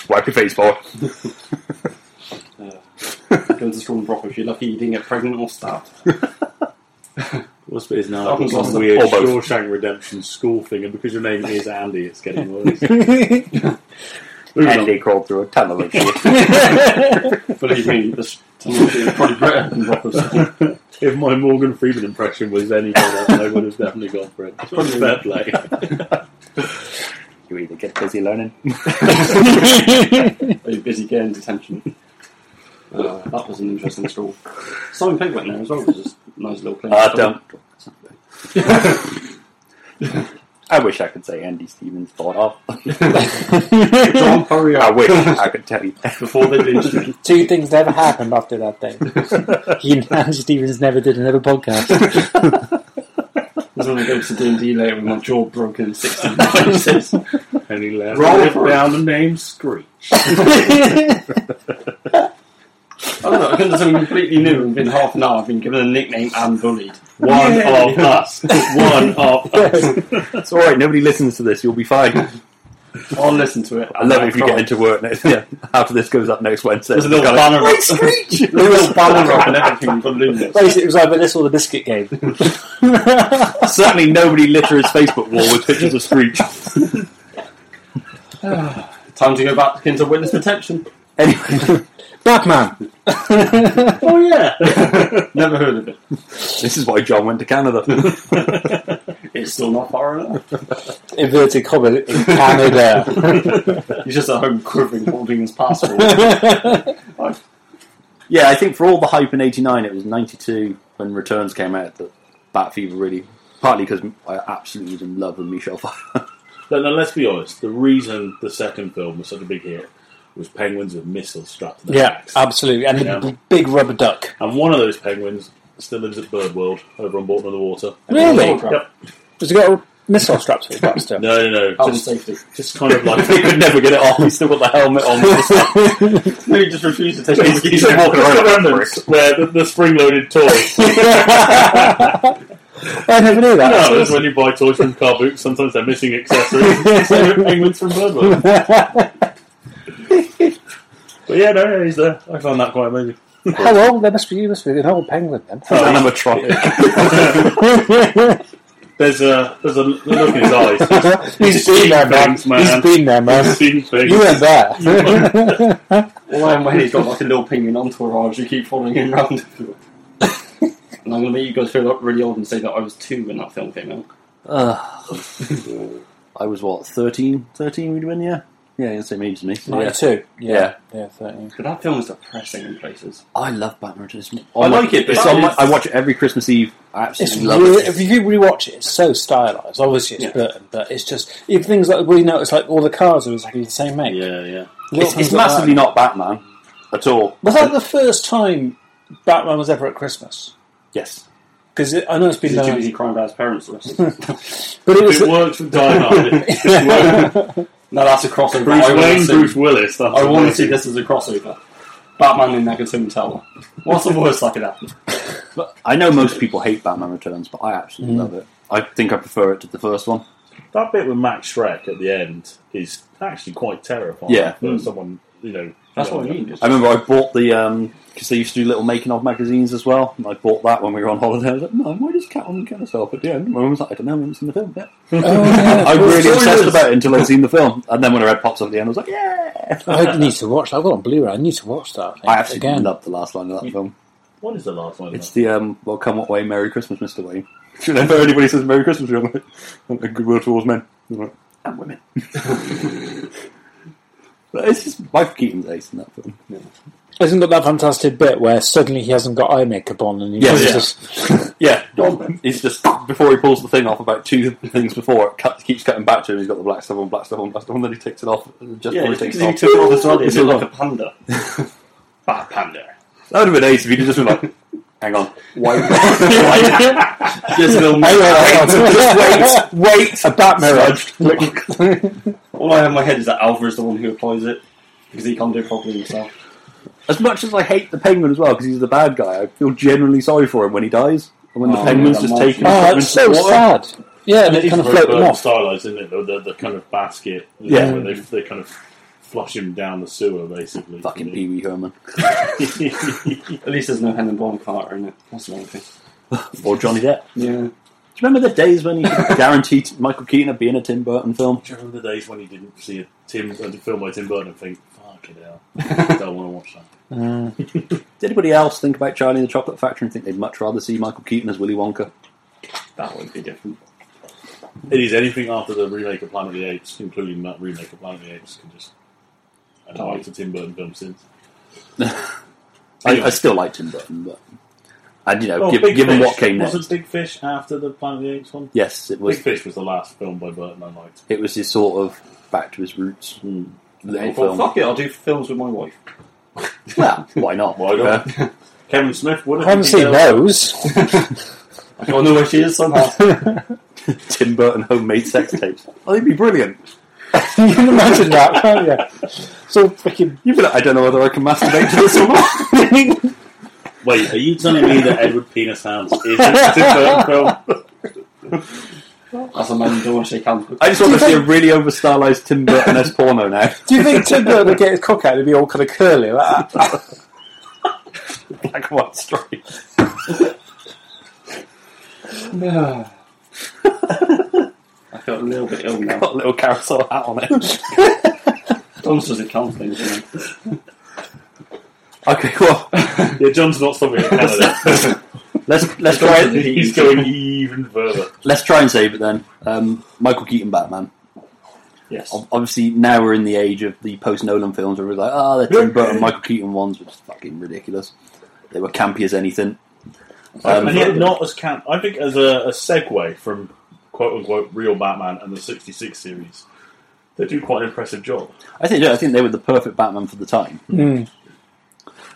A: Wipe your face, boy.
D: Uh, Going to school in Brockwood. You're lucky you didn't get pregnant or stabbed.
C: What's it is now?
D: That
C: It's
D: was
C: some
D: awesome.
C: weird
A: Or both.
C: Shawshank Redemption school thing, and because your name is Andy, it's getting worse. Moving on.
A: And they crawled through a tunnel of shit.
D: Believe me, this technology is probably better than Brockwood. school.
C: If my Morgan Freeman impression was any better, I would have definitely gone for it. Fair play.
A: You either get busy learning.
D: Are you busy getting detention? Uh, that was an interesting school. Simon Pegg went there as well, which is a nice little place.
A: I Uh, don't. I wish I could say Andy Stevens thought of.
D: John, hurry
A: I
D: up.
A: wish I could tell you.
D: Before they lynched me.
B: Two things never happened after that day. he and Andy Stevens never did another podcast.
D: That's when I go to D&D later with my jaw broken 16 times.
C: And he left.
D: Roll
C: Wrote
D: for it.
C: down the name Screech.
D: I don't know, I've done something completely new and been half an hour. I've been given a nickname and bullied.
C: One of us. One of us.
A: It's all right. Nobody listens to this. You'll be fine.
D: I'll listen to it.
A: I love it if you get into work next. Yeah, after this goes up next Wednesday.
D: There's a little
A: Kinda-
D: banner up.
A: Screech!
D: There's a little banner up and everything for Loomis.
B: Basically, it was either this or the biscuit game.
A: Certainly nobody litter his Facebook wall with pictures of Screech.
D: Time to go back into witness protection.
B: Anyway, Batman.
C: Oh, yeah.
D: Never heard of it.
A: This is why John went to Canada.
D: It's still not far enough.
B: Inverted comma in Canada.
D: He's just at home quivering, holding his passport.
A: yeah, I think for all the hype in '89, it was '92 when Returns came out that Bat Fever really. Partly because I absolutely was in love with Michelle Pfeiffer.
C: But now, let's be honest. The reason the second film was such a big hit was penguins with missiles strapped to their
B: yeah,
C: backs.
B: absolutely. And the
C: Yeah.
B: b- big rubber duck.
C: And one of those penguins still lives at Bird World over on Bolton on the Water.
B: Really?
C: Yep.
B: Has it got a missile strapped to it, Baxter?
C: No, no, no.
D: Health and
C: Just,
D: safety.
C: just kind of like
A: he could never get it off. He's still got the helmet on.
D: No, he just refused to take
C: He's, he's
A: Just
C: walking
A: walking around
C: around
A: like a
C: remnants where the, the spring-loaded toys. you
B: I never knew that.
C: know,
A: er
C: that's when you buy toys from car boots, sometimes they're missing accessories. so they're penguins from Birdwood. but yeah, no, yeah, he's there. I found that quite amazing.
B: How old? They must be, you must be an old er penguin then.
A: animatronic.
C: There's a there's a look in his eyes.
B: He's been there, man.
C: Thanks, man.
B: He's been there,
C: He's
B: man.
C: seen things.
B: You weren't there.
D: All I am when he's got like a little penguin entourage who keep following him around. and I'm going to make you guys feel like really old and say that I was two when that film came out.
A: I was what 13? 13 we'd win, yeah. Yeah, the same age as me. So, yeah.
B: 92.
A: Yeah.
B: Yeah, 13.
D: But that film is depressing in places.
A: I love Batman Returns.
D: I like it, but
A: It's
D: that
A: on my,
D: is-
A: I watch it every Christmas Eve. I
B: It's
A: absolutely love
B: really,
A: it.
B: if you rewatch it, it's so stylized. Obviously, it's
D: Yeah.
B: Burton, but it's just even things like we notice, like all the cars are exactly the same make.
C: Yeah, yeah.
B: Little
A: It's,
B: things
A: it's
B: like that.
A: massively not Batman at all.
B: Was that the first time Batman was ever at Christmas?
A: Yes.
B: Because I know it's been
D: He's too
B: done,
D: busy crying about his parents' list.
B: but it was
C: If it works with Die Hard, it- it works.
D: No, that's a crossover.
C: Bruce
D: I wanna
C: Wayne,
D: see-
C: Bruce Willis. That's
D: I want to
C: amazing.
D: see this as a crossover. Batman in Nakatomi Tower. What's the worst that could happen?
A: I know most people hate Batman Returns, but I
D: Mm.
A: absolutely love it. I think I prefer it to the first one.
C: That bit with Max Shrek at the end is actually quite terrifying.
A: Yeah.
C: for someone you know.
D: Mm. That's
C: you know,
D: what I mean. Just
A: I remember I bought the um 'cause because they used to do little making of magazines as well. And I bought that when we were on holiday. I was like, Mum, why does Catwoman kill herself at the end? My mum was like, I don't know, I haven't seen the film yet. I was really obsessed about it until I'd seen the film. And then when I read Pops up at the end, I was like, yeah.
B: I need to watch. that. I've got it on Blu-ray. I need to watch that. think,
A: I absolutely
B: again.
A: love the last line of that film.
C: What is the last one?
A: It's the um, well, come what way, Merry Christmas, Mister Wayne. Whenever anybody says Merry Christmas, you're like, a good word towards men I'm like, and women. but it's just Michael Keaton's ace in that film.
B: Isn't that that fantastic bit where suddenly he hasn't got eye makeup on and he
A: Yes,
B: was
A: yeah.
B: just
A: Yeah, he's just before he pulls the thing off about two things before it cut, keeps cutting back to him. He's got the black stuff on, black stuff on, black stuff on. Then he takes it off. Just
D: yeah,
A: before he
D: it's
A: takes
D: because
A: it
D: he
A: off.
D: took it off his body.
A: It's
D: It's
A: all
D: like a
A: on.
D: panda. Bat panda.
A: That would have been ace if he'd just been like, "Hang on, why?" why-
D: Just a little
A: just wait, wait, a bat mirage.
D: All I have in my head is that Alva is the one who applies it because he can't do it properly himself.
A: As much as I hate the penguin as well, because he's the bad guy, I feel generally sorry for him when he dies. And when the
D: Oh,
A: penguin's
D: yeah,
A: just
D: that
A: taken
B: oh,
A: and
B: it's
A: thrown
B: so
A: into the water.
B: sad. Yeah, and
C: It
B: it
C: is
B: kind of
C: very
B: float them
C: Burton
B: off.
C: stylized, isn't it? The, the, the kind of basket. you
A: Yeah.
C: know, where they, they kind of flush him down the sewer, basically.
A: Fucking Pee Wee Herman.
D: At least there's no Hen and Bon Carter in it. That's the main thing.
A: Or Johnny Depp.
D: Yeah.
A: Do you remember the days when he guaranteed Michael Keaton would be in a Tim Burton film?
C: Do you remember the days when you didn't see a Tim a film by Tim Burton and think, "Fuck it hell, I don't want to watch that."
A: Did anybody else think about Charlie and the Chocolate Factory and think they'd much rather see Michael Keaton as Willy Wonka?
D: That would be different.
C: It is anything after the remake of Planet of the Apes, including that remake of Planet of the Apes, can just. I don't like the Tim Burton film since.
A: I, I still like Tim Burton, but and you know,
C: Well,
A: giv
C: Oh, Big
A: given
C: Fish.
A: what came next,
C: was it Big Fish after the Planet of the Apes one?
A: yes, it was
C: Big Fish was the last film by Burton I liked.
A: it was his sort of back to his roots little
D: Well,
A: film.
D: fuck it, I'll do films with my wife.
A: Well, why not? Uh,
C: Why not? Kevin Smith would
B: I haven't seen those.
D: I don't know where she is somehow.
A: Tim Burton homemade sex tapes. Oh, they'd be brilliant.
B: you can imagine that, can't you? So freaking.
A: You'd be like, I don't know whether I can masturbate to this or not.
C: Wait, are you telling me that Edward Penis Hands is a Tim Burton film?
D: That's a man you don't want to shake hands with.
A: I just want to see a really over stylized Tim Burton as porno now.
B: Do you think Tim Burton would get his cock out? It'd be all kind of curly like that.
A: Black and white stripes.
B: No.
D: I felt a little bit ill now.
A: Got a little carousel hat on it.
D: Thomas doesn't count things, you know.
A: Okay, well,
C: Yeah, John's not stopping at Canada.
A: let's let's try
C: He's
A: it.
C: going even further.
A: Let's try and save it then. Um, Michael Keaton Batman.
D: Yes.
C: Um,
A: Ob- Obviously, now we're in the age of the post Nolan films where we're like, ah, the Tim Burton, Michael Keaton ones were just fucking ridiculous. They were campy as anything. Um,
C: and yet not as camp. I think as a, a segue from quote unquote real Batman and the '66 series, they do quite an impressive job.
A: I think yeah, I think they were the perfect Batman for the time.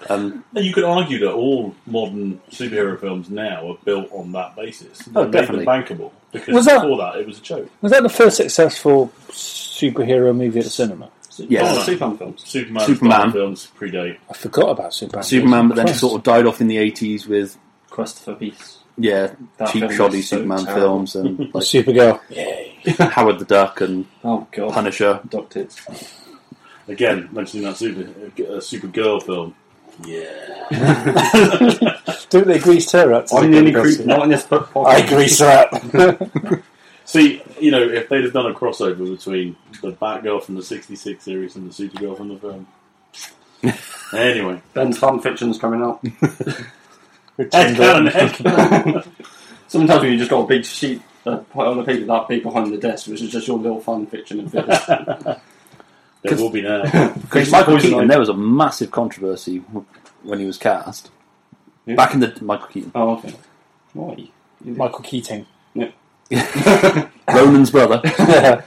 A: Um,
C: And you could argue that all modern superhero films now are built on that basis. They
A: Oh,
C: make
A: definitely.
C: them bankable because
B: Was that-
C: before that it was a joke.
B: Was that the first successful superhero movie at the cinema?
A: Yeah.
D: Oh, Superman films.
C: Superman,
A: Superman.
C: Batman films predate.
B: I forgot about Superman.
A: Superman, but then it
B: Christ.
A: sort of died off in the eighties with
D: Quest for Peace.
A: yeah
D: That
A: cheap
D: film
A: shoddy
D: was so
A: Superman
D: terrible.
A: films and like
B: Supergirl.
A: Howard the Duck and
D: Oh, God.
A: Punisher.
D: Ducked it.
C: Again, mentioning that super uh, Supergirl film. Yeah,
B: Didn't they grease her up? to
D: I'm the only
B: Supergirl
D: creep
B: suit?
D: not in this book.
B: I grease her up.
C: See, you know, if they'd have done a crossover between the Batgirl from the '66 series and the Supergirl from the film. anyway,
D: Ben's fan fiction's coming out.
C: Ed Cannon, Ed Cannon.
D: Sometimes when you just got a big sheet uh, put on a paper that big behind the desk, which is just your little fan fiction of this.
C: There will be now.
A: Because Michael Keaton, there was a massive controversy w- when he was cast
D: Who?
A: back in the Michael Keaton,
D: oh, okay. Why?
B: Michael Keating.
A: Ronan's brother,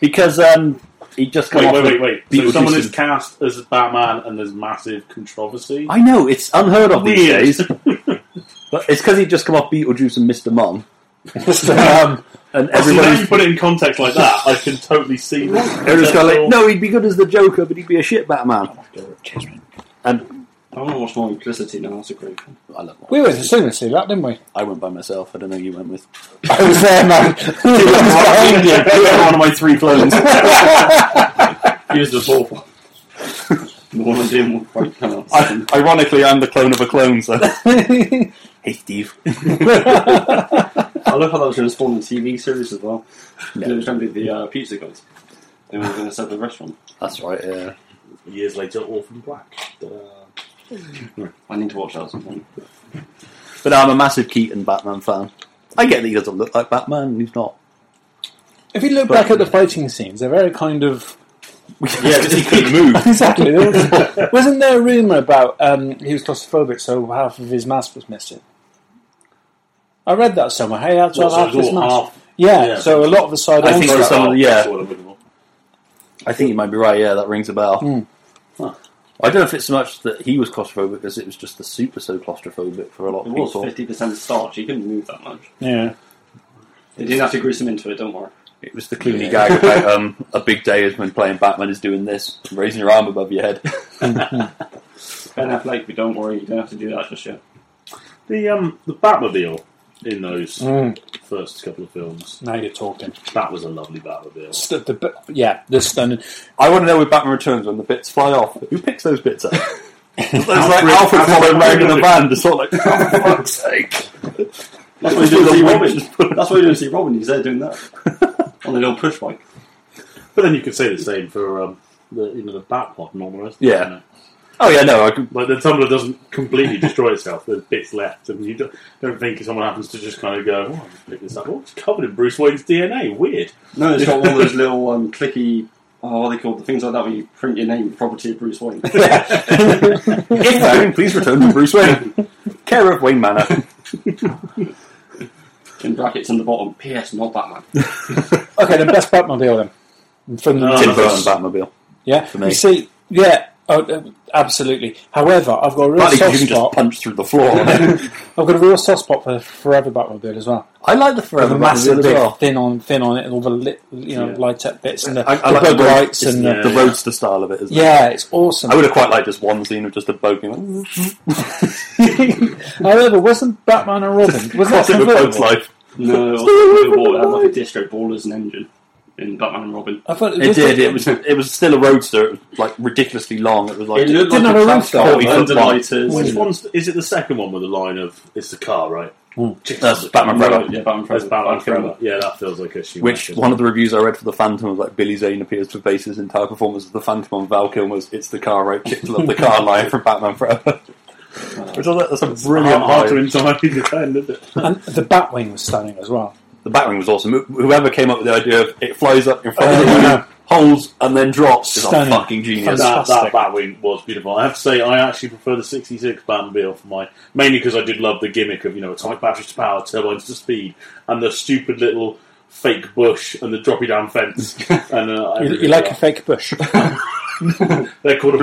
A: because um, he just come
C: Wait,
A: off the
C: wait, wait, wait. So
A: Beetlejuice
C: someone is
A: and-
C: cast as Batman and there's massive controversy.
A: I know it's unheard of these
C: Weird.
A: days, but it's because he'd just come off Beetlejuice and Mr. Mom,
B: Mr. Um,
A: and
C: See, now
A: everybody's
C: you put it in context like that, I can totally see that.
A: everyone's going like, no, he'd be good as the Joker, but he'd be a shit Batman. And
D: I want to watch more implicity now, that's a great one.
A: I love
B: we went to the cinema to see that, didn't we?
A: I went by myself. I don't know who you went with.
B: I was there, man. behind you.
A: one of my three clones.
D: Here's the fourth one. the one I didn't want quite come out.
A: Ironically, I'm the clone of a clone. So, hey, Steve.
D: I love how that was going to spawn the TV series as well.
A: No.
D: It was going to be the uh, pizza guys. They were going to set up a restaurant.
A: That's right. Yeah.
C: Years later, Orphan Black. Uh,
D: I need to watch that sometime.
A: But I'm a massive Keaton Batman fan. I get that he doesn't look like Batman. He's not.
B: If you look
A: But-
B: back at the fighting scenes, they're very kind of
A: Yeah, because he couldn't move.
B: exactly. There was, wasn't there a rumor about um, he was claustrophobic, so half of his mask was missing? I read that somewhere. Hey, that's
C: What, so
B: half
C: it
B: of
C: was
B: his
C: all
B: mask.
C: half?
B: yeah,
C: Yeah.
B: so a lot of the side.
A: I think
B: arms
A: so,
B: were
A: some of
B: out.
A: the- yeah.
C: that's what I'm looking for.
A: I think you might be right. Yeah, that rings a bell. I don't know if it's so much that he was claustrophobic as it was just the suit was so claustrophobic for a lot
D: It
A: of
D: was
A: people.
D: 50% starch, you couldn't move that much.
B: Yeah.
D: They didn't have to grease him into it, don't worry.
A: It was the Clooney gag about um, a big day is when playing Batman is doing this, raising your arm above your head.
D: Ben Affleck, but don't worry, you don't have to do that just yet.
C: The, um, the Batmobile in those
B: Mm.
C: first couple of films,
B: Now you're talking.
C: that was a lovely Batmobile.
B: St- the, bit- yeah, the stunning.
A: I want to know with Batman Returns when the bits fly off. Who picks those bits up? It's like
C: Alfred-
A: Alfred following
C: Alfred-
A: around in a van, just sort of like, oh, for fuck's sake.
D: That's why you didn't see Robin. That's why you didn't see Robin. He's there doing that on the little push bike.
C: But then you could say the same for um, the, you know, the Batpod and all the rest. of it,
A: Yeah.
C: you know.
A: Oh yeah, no, I could,
C: Like the tumbler doesn't completely destroy itself. There's bits left, and you don't, don't think someone happens to just kind of go, "Oh, I'll just pick this up. Oh, it's covered in Bruce Wayne's DNA. Weird."
D: No, it's got all those little um, clicky. Oh, what are they called? The things like that where you print your name, property of Bruce Wayne.
A: if found, please return to Bruce Wayne. Care of Wayne Manor.
D: In brackets on the bottom. P.S. Not Batman.
B: Okay, the best Batmobile then. From the
C: Oh,
A: Tim
C: no.
A: Burton Batmobile.
B: yeah,
A: me.
B: you see, yeah, oh, uh, absolutely. However, I've got a real
A: Partly
B: soft
A: because you can just
B: spot.
A: punch through the floor.
B: I've got a real soft spot for the Forever Batmobile as well.
A: I like the Forever Batmobile
B: The massive,
A: as
B: big,
A: well.
B: thin on thin on it, and all the lit, you know,
C: Yeah.
B: light up bits, and the,
A: I, I
B: the
A: like the
B: bug
A: road-
B: lights,
A: it's
B: and
A: the,
B: the,
A: the roadster style of it as well.
B: yeah, it's awesome.
A: I would have quite liked just one scene of just a boat being like, "Mm,
B: However, wasn't Batman and Robin? Was that
A: crossing with boat's
B: convertible?
A: life.
D: No,
A: Still
D: it
A: remember
D: had like a
A: mine.
D: disco ball as an engine in Batman and Robin.
B: I thought
A: It did. It was it was still a roadster. It was like ridiculously long. It was like
D: It looked
B: didn't
D: like
B: have a
D: a
B: roof,
D: transformer
A: though.
D: under lighters.
C: Which
D: and-
C: one's is it? The second one with the line of "It's the car, right?"
A: that's Batman Forever.
D: Yeah, Batman
C: That's
D: Forever.
C: Batman Forever. Yeah, that feels like a shoe.
A: Which one of the reviews I read for the Phantom was like Billy Zane appears to base his entire performance of the Phantom on Val Kilmer's "It's the Car" right kicked love the car line from Batman Forever. Which I was like, that's a brilliant
C: Hard, hard to
A: line.
C: entirely defend, isn't it?
B: and the Batwing was stunning as well.
A: The Batwing was awesome. Wh- Whoever came up with the idea of it flies up in front of
B: Oh,
A: you,
B: yeah.
A: holds and then drops is a
B: Stunning.
A: fucking genius.
C: that,
B: Fantastic.
C: that Batwing was beautiful. I have to say, I actually prefer the '66 Batmobile for my mainly because I did love the gimmick of you know atomic batteries to power, turbines to speed, and the stupid little fake bush and the droppy down fence. and uh, I
B: You,
C: really
B: you like a
C: love-
B: fake bush?
C: they're called a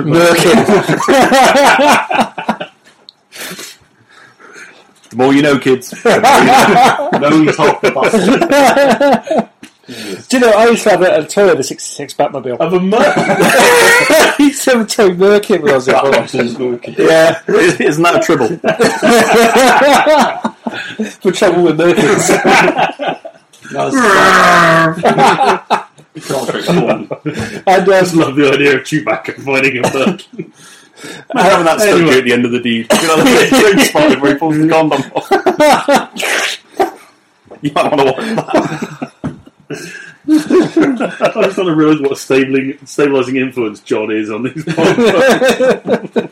A: the more you know, kids.
D: Lone top bus.
B: Do you know, I used to have a, a toy of the 66 Batmobile.
C: of a murder.
B: I used to have a toy Mercury when I was a boy. Yeah.
A: Isn't that a triple?
B: For trouble with Mercury's. Ah. And,
C: I just
B: um,
C: love the idea of Chewbacca fighting a bird.
A: Having that stuck
C: Anyway.
A: at the end of the deed. You know, the joke spotted where he pulls the condom off. you might want to watch that.
C: I just want to realise what stabling, stabilising influence John is on these podcasts.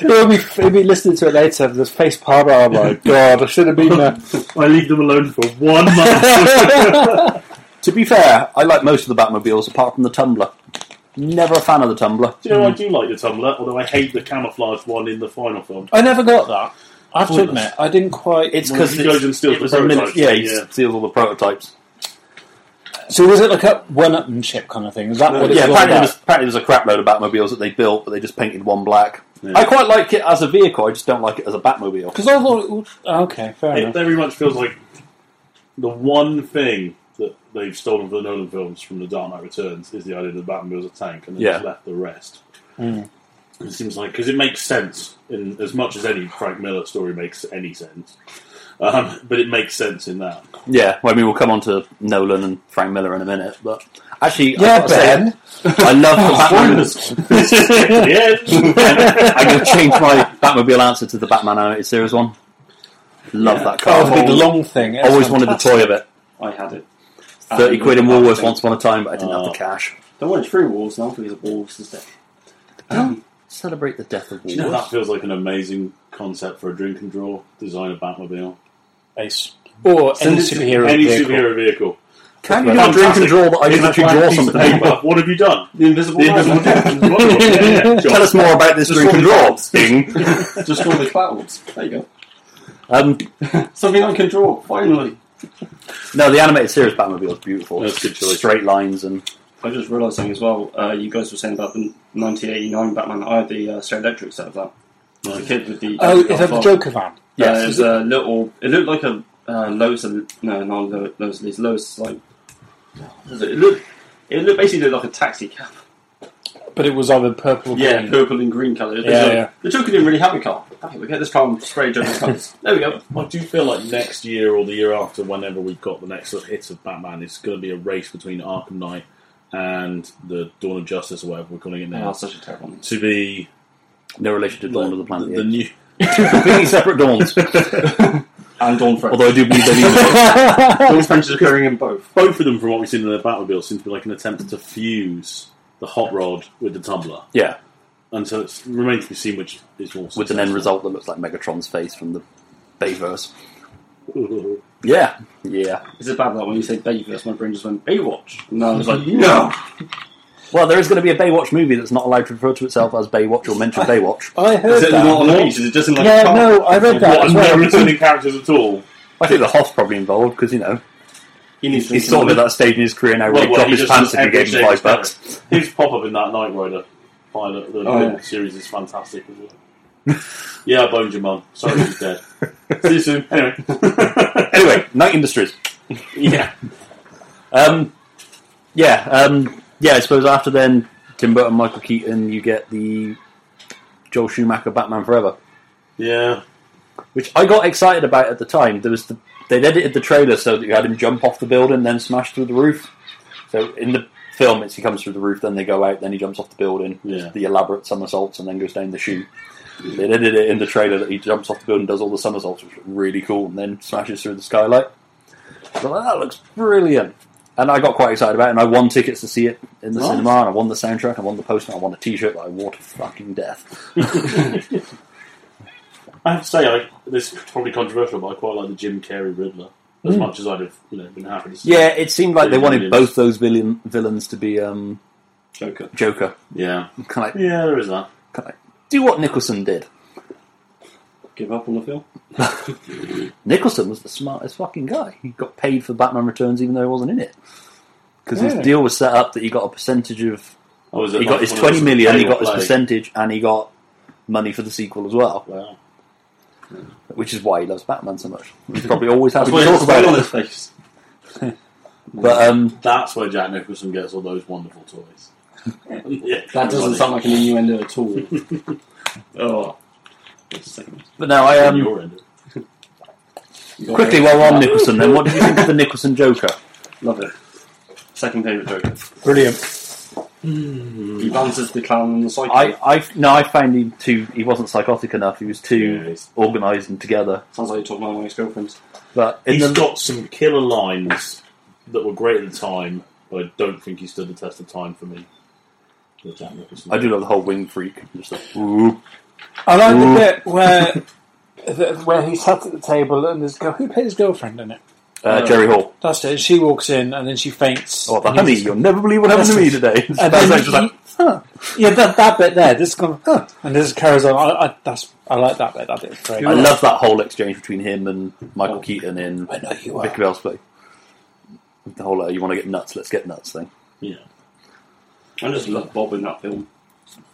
B: he'll, be, he'll be listening to it later. The face palm. Oh my god, I should have been there.
C: I leave them alone for one month.
A: To be fair, I like most of the Batmobiles apart from the Tumbler. Never a fan of the Mm. Tumbler.
C: Do you know I do like the tumbler, although I hate the camouflage one in the final film.
B: I never got that. I have to
C: Pointless.
B: admit, I didn't quite.
A: It's
C: Well,
A: because
C: he goes and steals
A: it
C: the
A: was a mini-
C: prototypes,
A: Yeah, he
C: yeah.
A: steals all the prototypes.
B: so was it like a one-upmanship kind of thing? Is that what it's
A: yeah,
B: all
A: apparently there,
B: about?
A: was, apparently there was a crap load of Batmobiles that they built, but they just painted one black.
C: Yeah.
A: I quite like it as a vehicle. I just don't like it as a Batmobile.
B: Because I thought, it was- oh, okay, fair
C: It
B: enough.
C: very much feels like the one thing that they've stolen from the Nolan films from The Dark Knight Returns is the idea that the Batmobile's a tank and then
A: Yeah. Mm.
C: just left the rest. It seems like, because it makes sense in as much as any Frank Miller story makes any sense. Um, but it makes sense in that.
A: Yeah, well, I mean, we'll come on to Nolan and Frank Miller in a minute, but actually, I
B: Yeah,
A: gotta say,
B: Ben.
A: I love the Batmobile.
C: yeah.
A: I'm going to change my Batmobile answer to the Batman animated series one. Love that car.
B: Oh, the big long thing. It's
A: Always wanted the
B: fantastic.
A: toy of it.
D: I had it.
A: 30 quid in Woolworths once upon a time, but I didn't
C: Oh.
A: have the cash.
D: There weren't three wolves now because of wolves instead.
A: Celebrate the death of
C: Do
A: Woolworths.
C: you know, that feels like an amazing concept for a drink and draw design of Batmobile.
B: Ace. Or any superhero.
C: Any
B: vehicle.
C: superhero vehicle.
A: Can you do a drink and draw that I
C: In
A: can
C: a
A: actually
C: black
A: draw
C: piece of
A: something?
C: paper. What have you done?
D: The invisible.
C: The invisible Yeah, yeah,
A: Tell
C: John.
A: us more about this drink and draw thing.
D: Just draw the clouds. There you go.
A: Um,
D: Something I can draw. Finally.
A: no, the animated series Batmobile is beautiful.
C: That's a good choice.
A: Straight lines and
D: I just realised something as well. Uh, you guys were saying about the 1989 Batman. I had the uh, Sir Electric set of that. The kid with the
B: Oh, is that the Joker van?
D: Yeah,
A: Yes.
D: it was a little. It looked like a uh, Lowe's. No, not Lo- Lowe's. It's Lowe's. Like what is it It looked. It looked basically looked like a taxi cab.
B: But it was either purple or
D: Yeah,
B: green.
D: purple and green colour. It was
B: Yeah,
D: a-
B: yeah.
D: The Joker didn't really have a car. Okay, we get this car and spray Joker's colours. there we go.
C: I do feel like next year or the year after, whenever we've got the next sort of hits of Batman, it's going to be a race between Arkham Knight and the Dawn of Justice, or whatever we're calling it now,
D: Oh, such a terrible name.
C: to be
A: no relation to Dawn
C: like,
A: of Uh-huh. the Planet.
C: the,
A: of
C: the
A: the Apes.
C: new.
A: Completely separate dawns.
D: And Dawn French.
A: Although I do believe they need
D: Dawn French is occurring in both.
C: Both of them, from what we've seen in the Batmobile, seem to be like an attempt to fuse the hot rod with the tumbler.
A: Yeah.
C: And so it remains to be seen which is more
A: with an end
C: successful.
A: result that looks like Megatron's face from the Bayverse. Yeah, yeah.
D: Is it bad that when you said Bayverse, my brain just went Baywatch? And I was like, no!
A: Well, there is going to be a Baywatch movie that's not allowed to refer to itself as Baywatch or mention Baywatch.
B: I heard
D: Is it
B: that.
D: not on the beach? Is it just in like
B: yeah,
D: a park?
B: no, I read that
C: What,
B: as
C: and no
B: well.
C: returning characters at all.
A: I think the Hoth's probably involved because you know
D: He needs to
A: he's sort of at that stage in his career now where
C: Well,
A: he
C: well,
A: drop
C: he
A: his
C: just
A: pants
C: does
A: if you gave
C: everything
A: him five
C: better.
A: bucks.
C: His pop up in that Knight Rider pilot, the
D: Oh,
C: the
D: yeah.
C: series is fantastic as well. yeah, I boned your mum. Sorry she's dead. See you soon. Anyway.
A: Anyway, Night Industries.
C: yeah.
A: Um, yeah, um, yeah. I suppose after then, Tim Burton, Michael Keaton, you get the Joel Schumacher Batman Forever,
C: Yeah.
A: which I got excited about at the time. There was the they'd edited the trailer so that you had him jump off the building, then smash through the roof. So in the film, it's he comes through the roof, then they go out, then he jumps off the building, does
C: Yeah.
A: the elaborate somersaults, and then goes down the chute. They edited it in the trailer that he jumps off the building, does all the somersaults, which is really cool, and then smashes through the skylight. So that looks brilliant. And I got quite excited about it, and I won tickets to see it in the
C: Nice.
A: cinema, and I won the soundtrack, I won the poster, I won a t-shirt that I wore to fucking death.
C: I have to say, I, this is probably controversial, but I quite like the Jim Carrey Riddler. As much as I'd have you know, been happy to see
A: Hmm. Yeah, it seemed like they wanted
C: Brilliant.
A: both those villain, villains to be um,
D: Joker.
A: Joker.
C: Yeah.
A: Can I,
C: Yeah, there is that.
A: can I do what Nicholson did?
D: Give up on the film?
A: Nicholson was the smartest fucking guy. He got paid for Batman Returns even though he wasn't in it. Because
B: Yeah.
A: his deal was set up that he got a percentage of.
C: I was
A: He got his 20 million, he got his percentage, and he got money for the sequel as well.
C: Wow.
A: Which is why he loves Batman so much. He's probably always happy
D: That's
A: to
D: why
A: talk
D: it's
A: about
D: still on
A: it.
D: his face.
A: But um,
C: That's where Jack Nicholson gets all those wonderful toys. yeah.
D: That doesn't sound like an innuendo at all. oh. Just a second.
A: but no, I
C: On
A: um,
C: your end.
D: You got
A: quickly
D: it.
A: while we're on
D: Love-
A: Nicholson, then what did you think of the Nicholson Joker?
D: Love it. Second favourite Joker.
B: Brilliant.
D: He balances the clown and the psycho.
A: I, I no, I found him too. He wasn't psychotic enough. He was
C: Yeah,
A: too
C: he's-
A: organised and together.
D: Sounds like you're talking about my ex-girlfriend.
A: But in
C: He's
A: the,
C: got some killer lines that were great at the time, but I don't think he stood the test of time for me. The Jack Nicholson.
A: I do love the whole wing freak. Uh, Just like, ooh.
B: I like
A: Ooh.
B: the bit where the, where he sat at the table and there's go who played his girlfriend in it. Oh.
A: Uh, Jerry Hall.
B: That's it. And she walks in and then she faints.
A: Oh, the
B: And he's-
A: honey! You'll never believe what happened to me today.
B: And
A: That's
B: then
A: actually like,
B: he- Yeah, that, that bit there. This kind of, huh, and this carries on. I, I, that's I like that bit. That bit. was Great.
A: I love that whole exchange between him and Michael Keaton in
B: Oh. I know you are.
A: Vicky Bell's play. The whole uh, "you want to get nuts, let's get nuts" thing.
C: Yeah.
D: I just love Bob in that film.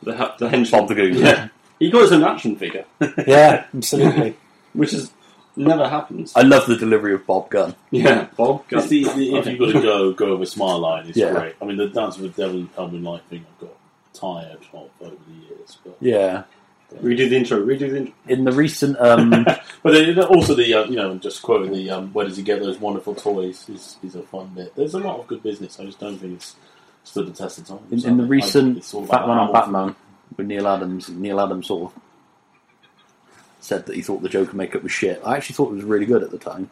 D: The, ha- the henchman.
A: Bob the Goon.
D: Yeah. He got his own action figure,
B: Yeah, absolutely.
D: which is never happens.
A: I love the delivery of Bob Gunn.
D: yeah, Bob. go.
C: It's the, the, if you've got to go, go with a smile line, it's
A: Yeah.
C: great. I mean, the Dance with the Devil and Helmet Light thing I've got tired of over the years. But,
A: Yeah.
D: Redo the intro. Redo the intro.
A: In the recent, um,
C: but then also the, uh, you know, just quoting the, um, where does he get those wonderful toys is, is a fun bit. There's a lot of good business. I just don't think it's stood the test of time.
A: in,
C: So
A: in
C: I-
A: the
C: I-
A: recent
C: it's all about
A: Batman on
C: how-
A: Batman with Neil Adams, Neil Adams sort of said that he thought the Joker makeup was shit. I actually thought it was really good at the time.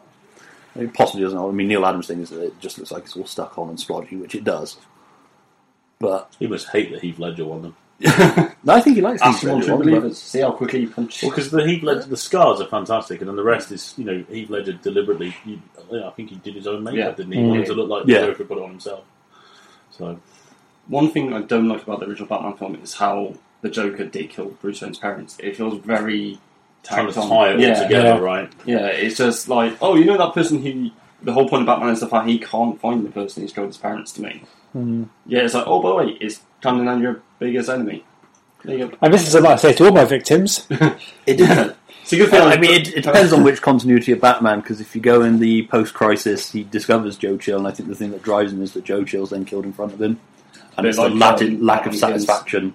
A: It possibly doesn't. I mean, Neil Adams' thing is that it just looks like it's all stuck on and splodgy, which it does. But
C: He must hate that Heath Ledger won them.
A: no, I think he likes
D: Ask
A: these
D: him on
A: really
D: True
A: well, but-
D: Believers. See how quickly he punches.
C: Well, because the Heath Ledger, the scars are fantastic, and then the rest is, you know, Heath Ledger deliberately. You, I think he did his own makeup,
D: Yeah.
C: didn't he? He wanted
D: Mm.
C: to look like
A: Yeah.
C: the Joker put it on himself. So
D: One thing I don't like about the original Batman film is how the Joker did kill Bruce Wayne's parents. It feels very
C: trying to
D: tacked on.
C: tie it all
D: yeah,
C: together,
B: Yeah.
C: right?
D: yeah. It's just like, oh, you know that person who. The whole point of Batman is the fact he can't find the person who's killed his parents. To me,
B: Mm.
D: yeah, it's like, oh, by the way, it's turning down your biggest enemy. There you go.
B: And this is what I say to all my victims.
A: It did.
D: It's a good film.
A: I mean, it, it depends on which continuity of Batman, because if you go in the post-crisis, he discovers Joe Chill, and I think the thing that drives him is that Joe Chill's then killed in front of him, and
D: Bit
A: it's
D: like
A: the lack,
D: Batman-
A: lack of
D: Batman Begins.
A: satisfaction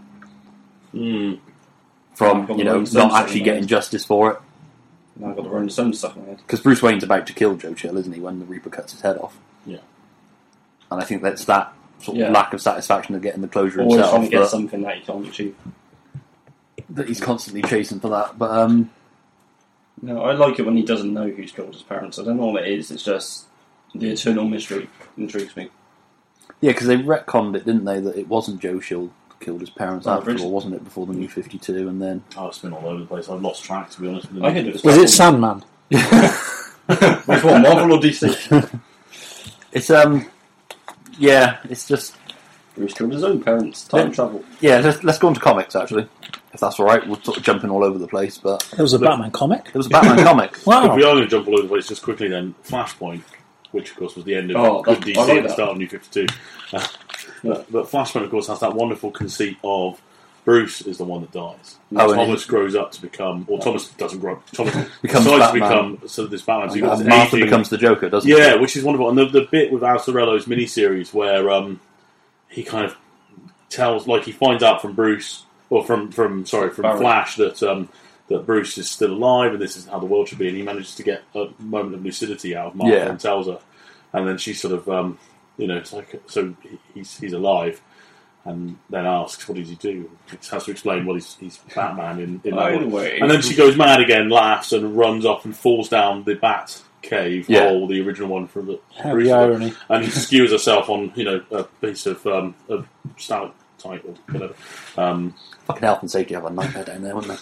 C: Mm.
A: from
D: Batman
A: you know
D: Begins,
A: not
D: Batman
A: actually
D: Begins.
A: getting justice for it.
D: Now I've got the Rolling Stones stuck in my head.
A: Because Bruce Wayne's about to kill Joe Chill, isn't he? When the Reaper cuts his head off.
C: Yeah.
A: And I think that's that sort of
D: Yeah.
A: lack of satisfaction of getting the closure
D: Always trying
A: himself
D: to get
A: that,
D: something that you can't achieve.
A: that he's constantly chasing for that. But um,
D: No, I like it when he doesn't know who's killed his parents. I don't know what it is. It's just the eternal mystery intrigues me.
A: yeah, because they retconned it, didn't they? That it wasn't Joe Chill killed his parents
D: Oh,
A: after all,
D: Bridgerton.
A: wasn't it? Before the New Fifty Two, and then
C: Oh, it's been all over the place. I've lost track, to be honest with you.
D: I could do this.
B: Was it Sandman?
D: Which one, Marvel or DC?
A: it's um, yeah, it's just
D: Bruce killed his own parents. Time
A: Yeah.
D: travel.
A: yeah. Let's, let's go on to comics actually, if that's all right. We're sort of jumping all over the place, but
B: It was a Batman comic.
A: it was a Batman comic.
C: If we
B: Wow.
C: are going to jump all over the place, just quickly then, Flashpoint, which of course was the end of
D: Oh,
C: good
D: I- I
C: DC
D: like
C: and the
D: that.
C: start of New 52. Uh,
D: Yeah.
C: but Flashpoint, of course, has that wonderful conceit of Bruce is the one that dies.
A: Oh, and
C: Thomas grows up to become, or Thomas doesn't grow up, Thomas
A: Becomes Batman.
C: decides to become so this Batman. So you've got
A: And
C: this
A: Martha
C: aging-
A: becomes the Joker, doesn't she?
C: Yeah, which is wonderful. And the, the bit with Al Sorello's miniseries where um, he kind of tells, like, he finds out from Bruce, or from, from sorry, from
D: Barry.
C: Flash that um, that Bruce is still alive and this is how the world should be. And he manages to get a moment of lucidity out of Martha
A: Yeah.
C: and tells her. And then she sort of, um, you know, it's like, so he- he's, he's alive. And then asks, "What does he do?" It has to explain what he's, he's Batman in. in that
D: By the
C: one.
D: way.
C: And then she goes mad again, laughs, and runs off and falls down the bat cave
A: Yeah.
C: hole, the original one from the
B: How
C: Bruce
B: the
C: one,
B: irony.
C: and skewers herself on you know a piece of um, of stalactite or whatever. Um,
A: Fucking health and safety have a nightmare down there, wouldn't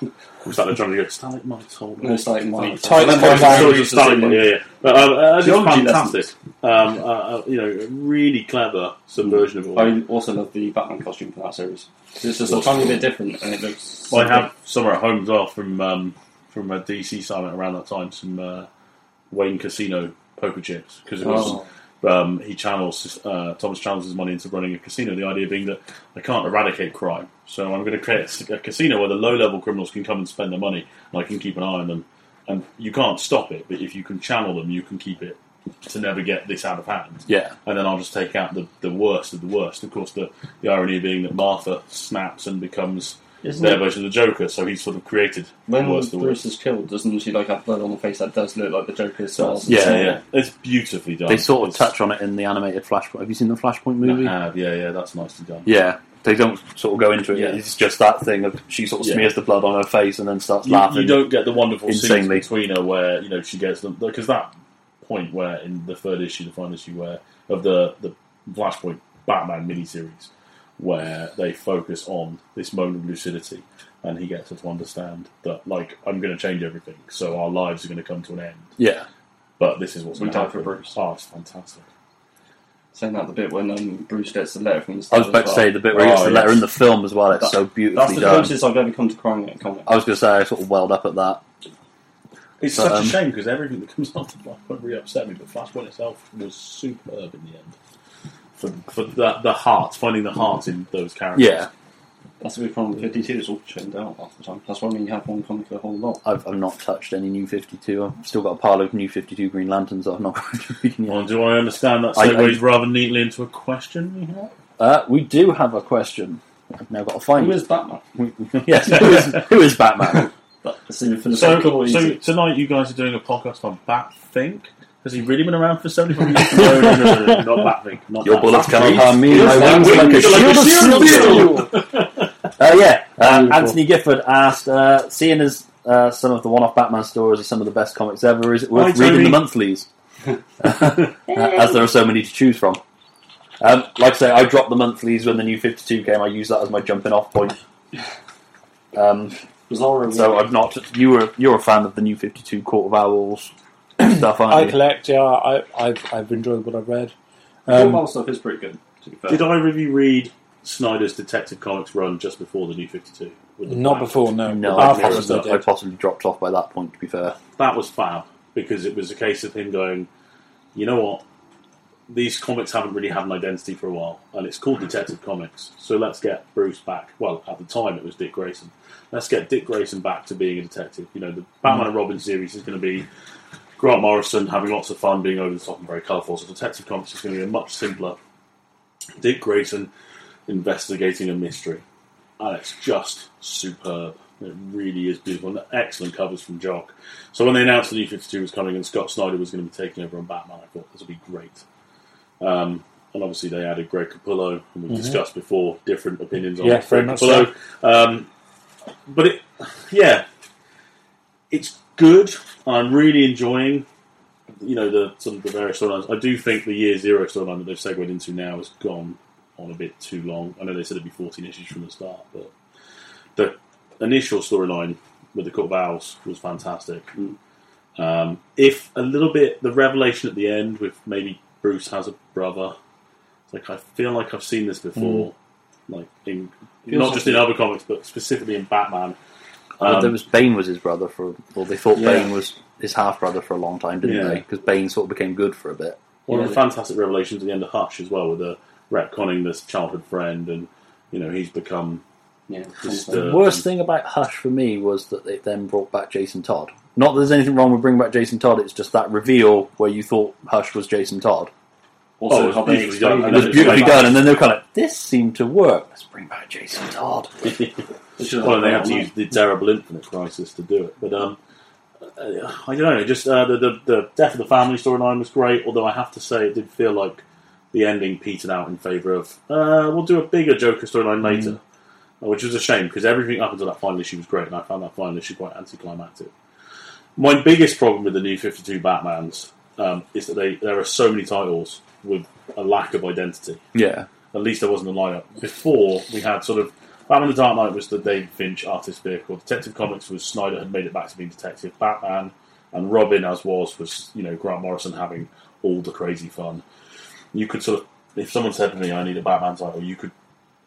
A: they?
C: was that the trying to go stalagmite hole?
D: No, it's like my
B: Tight
D: Remember
B: tight
D: I
C: Sorry,
D: used to
C: stalagmite, yeah,
D: say-
C: yeah. But, um, uh, it's
D: Geology
C: fantastic. Um, uh, uh, you know, really clever subversion of it all.
D: I also love the Batman costume for that series. 'Cause It's just a tiny bit different, and it looks.
C: Well, I have some at home as well from um, from a DC summit around that time. Some uh, Wayne Casino poker chips because it was
D: Oh.
C: um, he channels uh, Thomas channels his money into running a casino. The idea being that I can't eradicate crime, so I'm going to create a casino where the low level criminals can come and spend their money, and I can keep an eye on them. And you can't stop it, but if you can channel them, you can keep it to never get this out of hand
A: Yeah,
C: and then I'll just take out the, the worst of the worst. Of course, the, the irony being that Martha snaps and becomes
D: Isn't
C: their
D: it-
C: version of the Joker, so he's sort of created
D: When
C: the worst of the
D: Bruce
C: worst.
D: is killed, doesn't she like have blood on the face that does look like the Joker's cells?
C: Yeah, yeah, it's beautifully done.
A: they sort of
C: It's-
A: touch on it in the animated Flashpoint. Have you seen the Flashpoint
C: I
A: movie?
C: have, yeah, yeah, that's nicely done.
A: Yeah, they don't sort of go into it.
C: Yeah.
A: It's just that thing of she sort of
C: Yeah.
A: smears the blood on her face and then starts
C: You,
A: laughing.
C: you don't get the wonderful scenes
A: Insanely.
C: between her where you know she gets them because that point where in the third issue, the final issue, where of the the Flashpoint Batman miniseries, where they focus on this moment of lucidity, and he gets her to understand that like I'm going to change everything, so our lives are going to come to an end.
A: Yeah,
C: But this is what's
D: We
C: going to
D: die
C: happen.
D: for Bruce.
C: Oh, it's fantastic.
D: Saying that the bit when um, Bruce gets the letter from the
A: I was about to say the bit where he gets
C: Oh,
A: the letter
C: yes.
A: in the film as well. It's
D: That-
A: so
D: That's
A: beautifully
D: the
A: done.
D: closest I've ever come to crying at a comic.
A: I was going to say I sort of welled up at that.
C: It's
A: But,
C: such
A: um,
C: a shame because everything that comes after Flashpoint really upset me, but Flashpoint itself was superb in the end. For, for the, the heart, finding the heart in those characters.
A: Yeah,
D: That's the big problem with 52, it's all churned out half the time. That's why when you have one comic a whole lot.
A: I've, I've not touched any New Fifty Two. I've still got a pile of New Fifty Two Green Lanterns. I've not reading yet.
C: Well, do I understand that
A: I-
C: segues rather neatly into a question we have?
A: Uh, we do have a question. I've now got to find
D: Who
A: it.
D: is Batman?
A: yes, who is, who is Batman?
D: But it's even for the
C: So,
D: sake of all
C: so
D: easy.
C: tonight you guys are doing a podcast on Batfink. Has he really been around for 75 years? no, no, no, no, no, not Batfink. Not
A: Your
C: that.
A: bullets cannot
C: Batfink.
A: harm me. My
D: Yes,
A: wings are like a
C: wings are
A: shield
C: like
A: of
C: a shield of
A: steel. Uh, yeah, uh,
B: Beautiful.
A: Anthony Gifford asked, uh, seeing as uh, some of the one-off Batman stories are some of the best comics ever, is it worth
C: Hi,
A: reading
C: Tony.
A: the monthlies? Uh, as there are so many to choose from. Um, like I say, I dropped the monthlies when the new 52 came. I used that as my jumping off point. Um,
D: Bizarro.
A: so I've not. You were you're a fan of the new 52 Court of Owls stuff,
B: I
A: aren't you?
B: collect. Yeah, I, I've I've enjoyed what I've read.
D: Your
B: Um,
D: Marvel stuff is pretty good, to be fair.
C: Did I really read Snyder's Detective Comics run just before the New 52? With the
B: not
C: Batman?
B: before, no.
A: No, I
B: After
C: Afterwards,
A: possibly,
B: I
A: I
B: did.
A: possibly dropped off by that point. To be fair,
C: that was fab because it was a case of him going, you know what, these comics haven't really had an identity for a while, and it's called Detective Comics, so let's get Bruce back. Well, at the time it was Dick Grayson. Let's get Dick Grayson back to being a detective. You know, the Batman and Robin series is going to be Grant Morrison having lots of fun, being over the top and very colourful. So Detective Comics is going to be a much simpler Dick Grayson investigating a mystery. And it's just superb. It really is beautiful. And excellent covers from Jock. So when they announced the new 52 was coming and Scott Snyder was going to be taking over on Batman, I thought this would be great. Um, and obviously they added Greg Capullo, and we've discussed before different opinions on
B: Mm-hmm. Yeah, very
C: Greg
B: much
C: Capullo. Um, but it, yeah, it's good. I'm really enjoying, you know, the sort of the various storylines. I do think the Year Zero storyline that they've segued into now is gone on a bit too long. I know they said it'd be 14 issues from the start, but the initial storyline with the Court of Owls was fantastic. Um, if a little bit, the revelation at the end with maybe Bruce has a brother. It's like I feel like I've seen this before, like in
D: Feels
C: not just in other comics, but specifically in Batman.
A: Uh,
C: Um,
A: there was Bane was his brother for, well, they thought
C: Yeah.
A: Bane was his half brother for a long time, didn't
C: Yeah.
A: they? Because Bane sort of became good for a bit.
C: One of
D: Yeah.
C: the fantastic revelations at the end of Hush as well, with the retconning this childhood friend, and you know he's become
D: Yeah.
C: Just,
A: The
C: uh,
A: worst thing about Hush for me was that they then brought back Jason Todd. Not that there's anything wrong with bringing back Jason Todd. It's just that reveal where you thought Hush was Jason Todd.
D: also,
C: oh,
D: how they
C: easily
D: explain
A: It
C: done. And
A: was
C: then it's
A: beautifully
C: like-
A: done, and then they were kind of this seemed to work. Let's bring back Jason Todd.
C: well, they had to use the terrible Infinite Crisis to do it. But um, uh, I don't know. Just uh, the, the the death of the family storyline was great, although I have to say it did feel like the ending petered out in favour of uh, we'll do a bigger Joker storyline later, Uh, which was a shame because everything up until that final issue was great, and I found that final issue quite anticlimactic. My biggest problem with the new Fifty Two Batman's um, is that they there are so many titles with a lack of identity
A: Yeah,
C: at least there wasn't a lineup. Before we had sort of Batman: The Dark Knight was the David Finch artist vehicle. Detective Comics was Snyder had made it back to being Detective Batman, and Robin, as was, was you know Grant Morrison having all the crazy fun. You could sort of, if someone said to me, "I need a Batman title," you could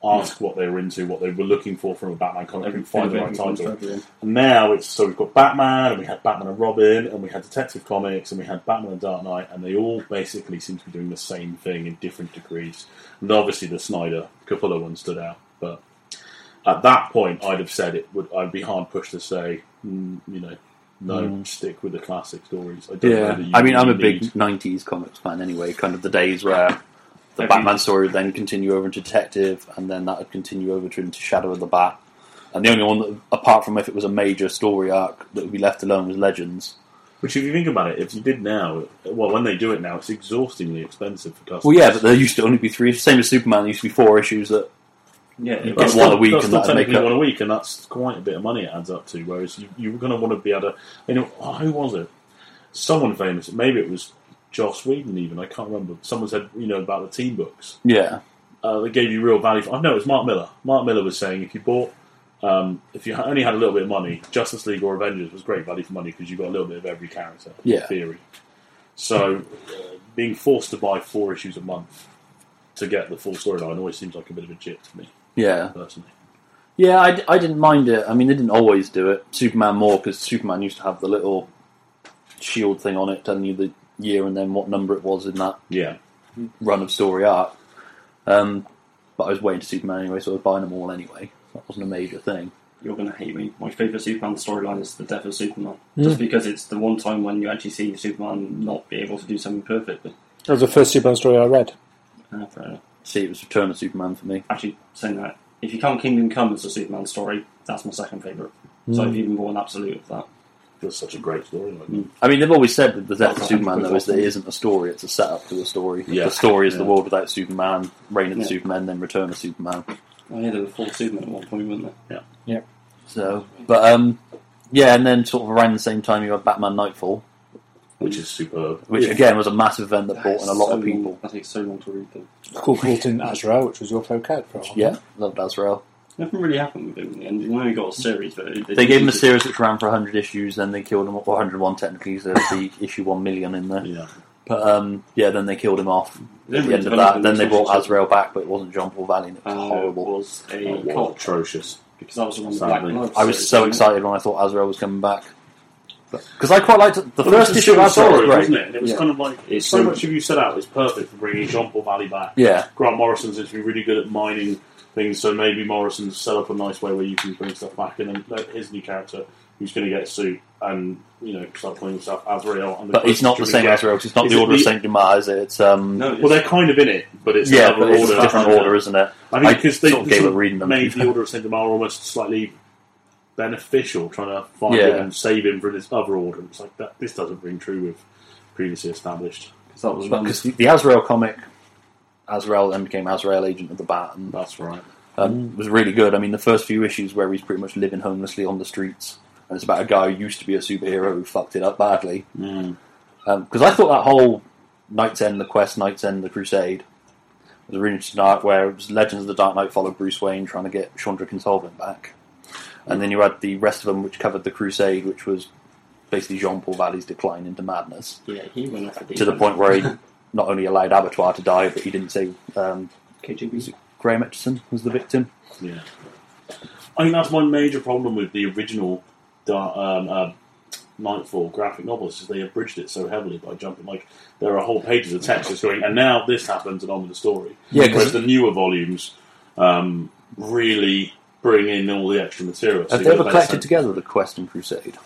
C: ask what they were into, what they were looking for from a Batman comic, and find the right title. And now it's so we've got Batman and we had Batman and Robin and we had Detective Comics and we had Batman and Dark Knight and they all basically seem to be doing the same thing in different degrees. And obviously the Snyder Capullo one stood out, but at that point I'd have said it would I'd be hard pushed to say mm, you know no stick with the classic stories. I don't know that you
A: Mm. I mean, I'm a
C: really
A: big
C: need-
A: '90s comics fan anyway. Kind of the days where the
D: Have
A: Batman story would then continue over into Detective, and then that would continue over to into Shadow of the Bat. And the only one, that, apart from if it was a major story arc that would be left alone, was Legends.
C: Which if you think about it, if you did now, well when they do it now, it's exhaustingly expensive for customers.
A: Well, yeah, but there used to only be three. Same as Superman, there used to be four issues that
D: Yeah,
A: That's
C: still-
A: one a week
C: that's
A: and
C: still
A: that'd make
C: technically
A: up-
C: one a week, and that's quite a bit of money it adds up to. Whereas you, you're going to want to be able to, you know, oh, who was it? Someone famous. Maybe it was Joss Whedon. Even I can't remember. Someone said, you know, about the team books.
A: Yeah,
C: Uh, they gave you real value. For, I know it was Mark Miller. Mark Miller was saying if you bought, um, if you ha- only had a little bit of money, Justice League or Avengers was great value for money because you got a little bit of every character.
A: Yeah.
C: In theory. So uh, being forced to buy four issues a month to get the full storyline always seems like a bit of a jit to me
A: yeah,
C: personally.
A: yeah. I, d- I didn't mind it. I mean, they didn't always do it. Superman more because Superman used to have the little shield thing on it telling you the year and then what number it was in that
C: Yeah.
A: run of story arc. Um, but I was waiting for Superman anyway, so I was buying them all anyway. So that wasn't a major thing.
D: you're going to hate me. My favourite Superman storyline is the death of Superman, just because it's the one time when you actually see Superman not be able to do something perfectly.
B: That was the first Superman story I read.
D: Uh, fair enough.
A: See, it was Return of Superman for me.
D: Actually, saying that, if you count Kingdom Come as a Superman story, that's my second favourite. So
A: Mm.
D: I've even more an absolute of that.
C: That's such a great story. Like,
A: I mean, they've always said that the death of
D: That's
A: Superman
D: actually
A: though is that it
D: awesome.
A: isn't a story; it's a setup to a story.
C: Yeah.
A: The story is the
C: Yeah.
A: world without Superman, Reign of the
D: Yeah.
A: Superman, then Return of Superman.
D: I hear there were four Superman at one point, weren't there?
A: So, but um, yeah, and then sort of around the same time you had Batman Nightfall,
C: Which is superb.
A: which again was a massive event that brought in a lot of
D: So long-
A: people.
D: That takes so long to read them.
B: Called Written Azrael, which was your folk out for a while.
A: Yeah, loved Azrael.
D: Nothing really happened with him in the end. He only got a series, but it-
A: They gave him a series which ran for 100 issues, then they killed him off. 101 technically, so there's the issue 1 million in there.
C: yeah.
A: But um, yeah, then they killed him off at
D: They didn't
A: the end
D: really
A: of that.
D: develop
A: Then
D: him
A: they brought
D: as much.
A: Azrael back, but it wasn't John Paul Valley, and it was
D: Uh,
A: horrible.
D: Was a
C: Oh, wow,
D: cult
C: atrocious.
D: because that was the one with
C: Sadly.
D: Black Love.
A: I was so excited when I thought Azrael was coming back. Because I quite liked the first issue of
C: was
A: Azrael, was great.
C: wasn't it? It was
A: Yeah.
C: kind of like
D: It's
C: so
D: so-
C: much of you set out is perfect for bringing Jean Paul Valley back.
A: Yeah,
C: Grant Morrison seems to be really good at mining things, so maybe Morrison's set up a nice way where you can bring stuff back in and let his new character who's going to get a suit and you know start calling himself Azrael. And
A: but it's not the
C: closest you're
A: same
C: gonna
A: Azrael, 'cause it's not
C: Is
A: the
C: it
A: Order of
C: the-
A: Saint Dumas, is it? It's, um,
D: No,
C: get- Well, they're kind of in it, but it's
A: yeah,
C: another
A: but it's a
C: order.
A: different order, isn't it?
C: I mean,
A: I
C: because they
A: sort of gave up reading them.
C: made the Order of Saint Damar almost slightly beneficial, trying to find
A: Yeah.
C: him and save him from this other order. It's like that. This doesn't ring true with previously established.
D: because that was
A: Because the, the Azrael comic, Azrael then became Azrael Agent of the Bat, and
C: That's right.
A: um, was really good. I mean, the first few issues where he's pretty much living homelessly on the streets, and it's about a guy who used to be a superhero who fucked it up badly. Um, Because I thought that whole Night's End, the Quest, Night's End, the Crusade was a really interesting arc where it was Legends of the Dark Knight followed Bruce Wayne trying to get Chandra Consolvent back. And then you had the rest of them, which covered the Crusade, which was basically Jean Paul Valley's decline into madness
D: Yeah, he went off the
A: to the
D: deep
A: point
D: end.
A: where he not only allowed Abattoir to die, but he didn't say um,
D: KGB.
A: Graham Etchison was the victim.
C: Yeah. I think that's one major problem with the original Dark, um, uh, Nightfall graphic novels is they abridged it so heavily by jumping. Like there are whole pages of text that's going, and now this happens, and on with the story.
A: Yeah, 'cause-
C: Whereas the newer volumes um, really bring in all the extra material.
A: Have they ever collected together the Quest and Crusade?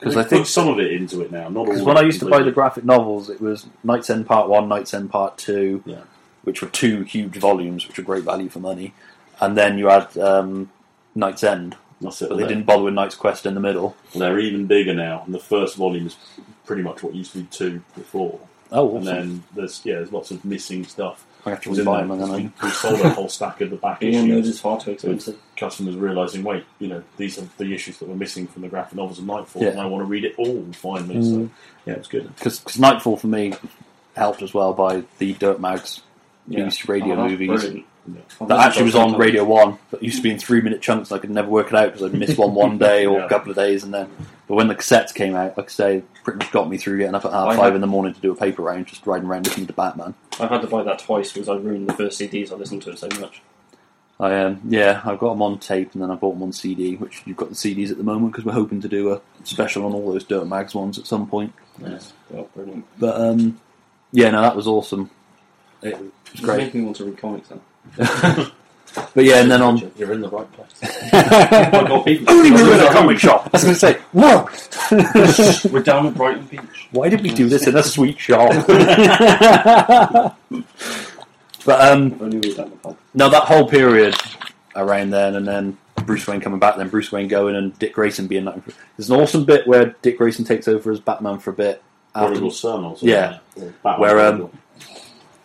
C: Because I think some of it into it now. Not all.
A: Because
C: of
A: when
C: it
A: I used to buy the
C: completely.
A: graphic novels, it was Night's End Part 1, Night's End Part 2,
C: Yeah.
A: which were two huge volumes, which were great value for money. And then you had um, Night's End,
C: That's it.
A: but they
C: they're-
A: didn't bother with Night's Quest in the middle.
C: They're even bigger now, and the first volume is pretty much what used to be two before.
A: Oh,
C: And then there's yeah, there's lots of missing stuff.
A: I have to
C: was in
A: buy
C: there.
A: them and then I...
C: We sold a whole stack of the back
D: Being those
C: issues.
D: is far too
C: With
D: expensive.
C: customers realizing, wait, you know, these are the issues that were missing from the graphic novels of Nightfall,
A: Yeah. Mm.
C: and I want to read it all finally. So yeah, it's good.
A: Because Nightfall, for me, helped as well by the Dirt Mags
D: Yeah.
A: Beast radio
D: that's
A: movies.
D: brilliant. Oh,
A: that
D: that's
A: actually was
D: awesome.
A: on Radio 1, but it used to be in three-minute chunks, and I could never work it out because I'd miss one one day or
C: Yeah.
A: a couple of days, and then... But when the cassettes came out, like I say, it pretty much got me through getting up at half
D: I
A: five
D: know.
A: in the morning to do a paper round, just riding around listening to Batman.
D: I've had to buy that twice because I ruined the first CDs I listened to so much.
A: I um, yeah, I've got them on tape, and then I bought them on CD. Which you've got the CDs at the moment because we're hoping to do a special on all those Dirt Mags ones at some point.
D: Yes. Oh, brilliant.
A: But um, yeah, no, that was awesome. It was
D: It's
A: great.
D: making me want to read comics now.
A: But yeah, and then on
D: You're in the right place.
B: I
D: I've got people.
A: we're in a comic shop.
B: was going to say, no!
D: We're down at Brighton Beach.
A: Why did we do this in a sweet shop? but um,
D: If only we were down the pub.
A: no, that whole period around then, and then Bruce Wayne coming back, then Bruce Wayne going, and Dick Grayson being that. There's an awesome bit where Dick Grayson takes over as Batman for a bit. after-
C: Prodigal Son also.
A: Yeah.
C: Batman
A: Where, um,
C: Prodigal.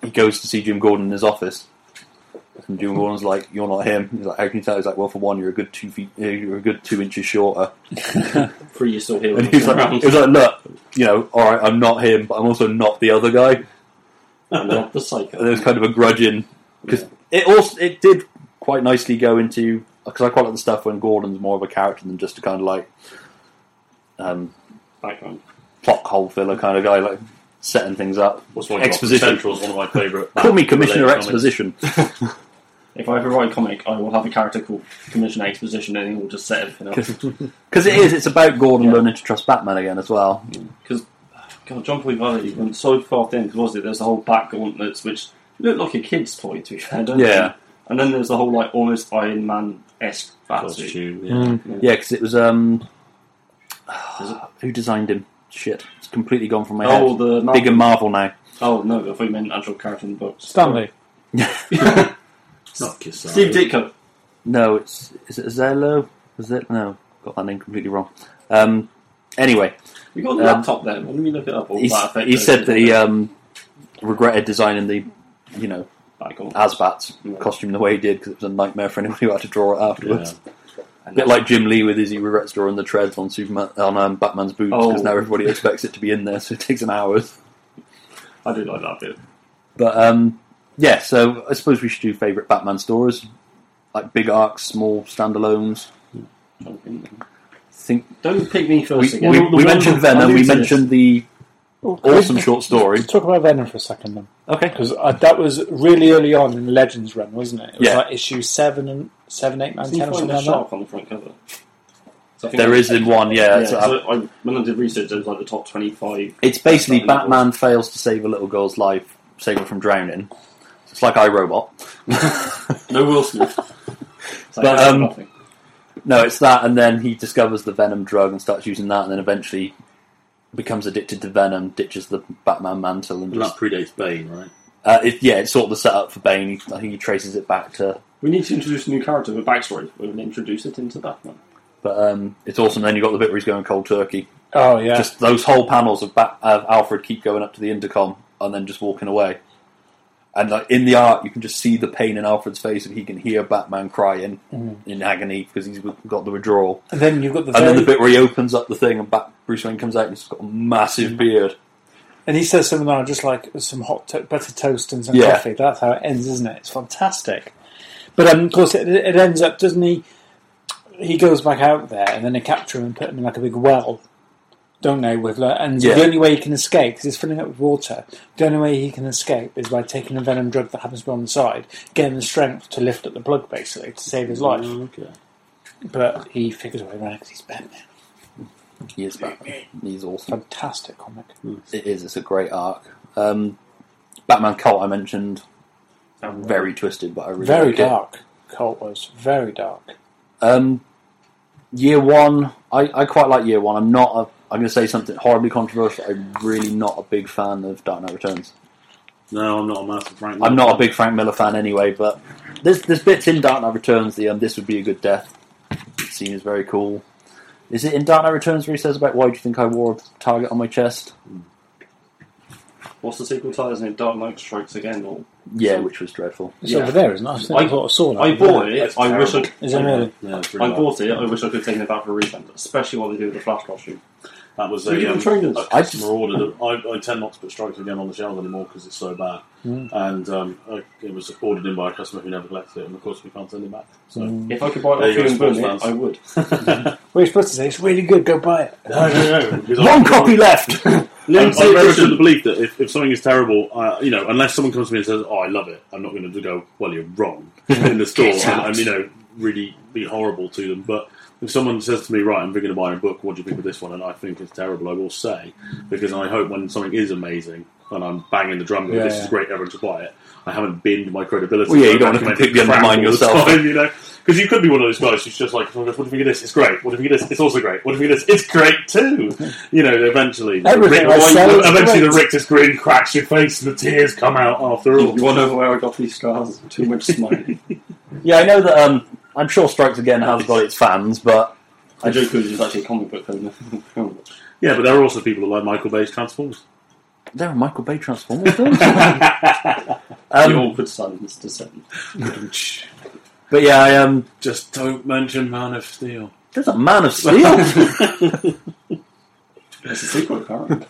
A: he goes to see Jim Gordon in his office. And Jim Gordon's like, "You're not him." He's like, "How can you tell?" He's like, "Well, for one, you're a good two feet, uh, you're a good two inches shorter."
D: Three years still here.
A: And he's like, "He's like, look, you know, all right, I'm not him, but I'm also not the other guy." And there
D: not the
A: was
D: psycho.
A: kind of a grudging because it also it did quite nicely go into because I quite like the stuff when Gordon's more of a character than just a kind of like um,
D: Background.
A: plot hole filler kind of guy, like setting things up.
C: What's one of my-
A: Exposition.
C: Central is one of my favourite.
A: Call me Commissioner
C: related comics.
A: Exposition.
D: If I ever write a comic, I will have a character called Commissioner Exposition and he will just set everything up.
A: Because it is, it's about Gordon
D: Yeah.
A: learning to trust Batman again as well.
D: God, John Paul Valley went so far in, because was it? There's the whole back gauntlets, which look like a kid's toy, to be fair, don't
A: Yeah.
D: they? And then there's the whole, like, almost Iron Man esque battle suit.
C: Costume, yeah.
B: Mm.
A: Yeah, because it was um,
D: Is it-
A: who designed him? Shit, it's completely gone from my
D: Oh,
A: head.
D: the.
A: Big and Marvel now.
D: Oh, no, I thought you meant actual character in the books.
B: Stanley.
C: Not Kisaro.
D: Steve Ditko.
A: No, it's is it Zello? Is it no? Got that name completely wrong. Um, anyway,
D: We got a
A: Um,
D: laptop there. Why don't we look it up? All
A: he,
D: that effect
A: he said that he um, regretted designing the you know
D: Back
A: uh,
D: on.
A: Asbats
D: Yeah.
A: costume the way he did because it was a nightmare for anyone who had to draw it afterwards.
D: And
A: A bit like Jim Lee with his he regrets drawing the treads on Superman on um, Batman's boots because
D: Oh.
A: now everybody expects it to be in there, so it takes an hour.
D: I do like that bit.
A: But um, yeah, so I suppose we should do favourite Batman stories, like big arcs, small standalones. Think
D: Don't pick me
A: we,
D: first again.
A: we,
D: The
A: we
D: one-
A: mentioned Venom.
D: I'm
A: We
D: new to
A: mentioned the awesome short story.
B: Let's talk about Venom for a second then.
A: Okay,
B: Because uh, that was really early on in the Legends run, wasn't it? It was
A: Yeah.
B: like issue 7, and seven, eight, nine,
D: this. Can you
B: 10 or
D: find
B: something
D: the
B: like that.
D: shark on the front cover? So I think
A: there
D: I-
A: is in one. Yeah,
D: Yeah,
A: so I-
D: so I, when I did research, it was like the top 25.
A: it's basically
D: Batman
A: Batman fails to save a little girl's life, save her from drowning. It's like iRobot.
D: No Will Smith. So
A: But,
D: that's
A: um,
D: nothing.
A: No, it's that, and then he discovers the Venom drug and starts using that, and then eventually becomes addicted to Venom, ditches the Batman mantle, and
C: And that
A: just,
C: predates Bane, right?
A: uh, it, yeah, it's sort of the setup for Bane. I think he traces it back to,
D: we need to introduce a new character with a backstory. We're going to introduce it into Batman.
A: but um, it's awesome. Then you have got the bit where he's going cold turkey.
B: Oh, yeah.
A: Just those whole panels of, Bat- of Alfred keep going up to the intercom and then just walking away. And like, in the art, you can just see the pain in Alfred's face, and he can hear Batman crying
B: Mm-hmm.
A: in agony because he's got the withdrawal.
B: and then you've got the
A: And
B: very... Mm-hmm.
A: then the bit where he opens up the thing and Bat- Bruce Wayne comes out and he's got a massive beard.
B: And he says something like, just like some hot to- butter toast and some
A: Yeah.
B: coffee. That's how it ends, isn't it? It's fantastic. But um, of course, it, it ends up, doesn't he? He goes back out there and then they capture him and put him in like a big well, don't they? With like, and
A: Yeah.
B: the only way he can escape because he's filling up with water. The only way he can escape is by taking a venom drug that happens to be on the side, getting the strength to lift up the plug basically to save his life.
A: Mm,
C: Okay.
B: But he figures a way around because he's Batman.
A: He is Batman. He's awesome.
B: Fantastic comic.
A: It is. It's a great arc. Um, Batman Cult I mentioned. Very twisted, but I really
B: Very
A: liked it.
B: dark. Colt was very dark.
A: Um, year one, I, I quite like year one. I'm not a. I'm going to say something horribly controversial. I'm really not a big fan of Dark Knight Returns.
C: No, I'm not a massive Frank.
A: I'm
C: Miller
A: not a big Frank Miller fan anyway, but there's there's bits in Dark Knight Returns. The um, this would be a good death scene is very cool. Is it in Dark Knight Returns where he says about why do you think I wore a target on my chest?
D: What's the sequel title? Isn't it Dark Knight Strikes Again? Or
A: Yeah, which was dreadful.
B: It's
D: Yeah.
B: over there, isn't it? I, think
D: I-
B: I, thought I saw that.
D: I bought it.
C: That's
D: I wish I.
C: terrible.
B: Is it really?
C: fan. Yeah, it's
D: I
C: really bad.
D: bought it. I wish I could have taken it back for a refund, especially what they do with the Flash costume.
C: That was
D: We
C: a,
D: didn't
C: um,
D: train them.
C: a
A: I just-
C: customer ordered. it. I, I tend not to put strikes again on the shelves anymore because it's so bad.
B: Mm.
C: And um, I, it was ordered in by a customer who never collected it, and of course we can't send it back. So
D: If I could buy
C: There
D: it
C: you
D: off you
C: go,
D: and burn
C: sports
D: it, I
C: fans.
D: would.
B: We're supposed to say it's really good. Go buy it.
C: no, no, no. because I-
A: One copy left.
C: I'm,
A: Limited
C: I'm very much
A: edition.
C: of the belief that if, if something is terrible, uh, you know, unless someone comes to me and says, "Oh, I love it," I'm not going to go. Well, you're wrong in the store, and,
B: Get out.
C: and, you know, really be horrible to them. But if someone says to me, "Right, I'm thinking of buying a book. What do you think of this one?" and I think it's terrible, I will say because I hope when something is amazing and I'm banging the drum, going,
B: Yeah,
C: "This
B: yeah.
C: is great, everyone should buy it." I haven't binned my credibility.
A: Well, yeah, you
C: so I
A: don't wanna
C: recommend
A: completely
C: crap
A: undermine
C: all the
A: yourself.
C: time, you know. Because you could be one of those guys who's just like, someone goes, "What do you think of this? It's great. What do you think of this? It's also great. What do you think of this? It's great too." You know, eventually, the
B: Everything
C: Rick-
B: I sell is
C: eventually
B: great.
C: the Rictus grin cracks your face and the tears come out after all.
D: You want to know where I got these scars? Too much smiling.
A: Yeah, I know that. Um, I'm sure Strikes Again has got its fans, but
D: I joke because it's actually a comic book film.
C: Yeah, but there are also people who like Michael Bay's Transformers.
A: there are Michael Bay Transformers films. Um,
D: the awkward silence to send.
A: But yeah, I, um,
C: Just don't mention Man of Steel.
A: there's a Man of Steel.
D: It's a sequel, apparently.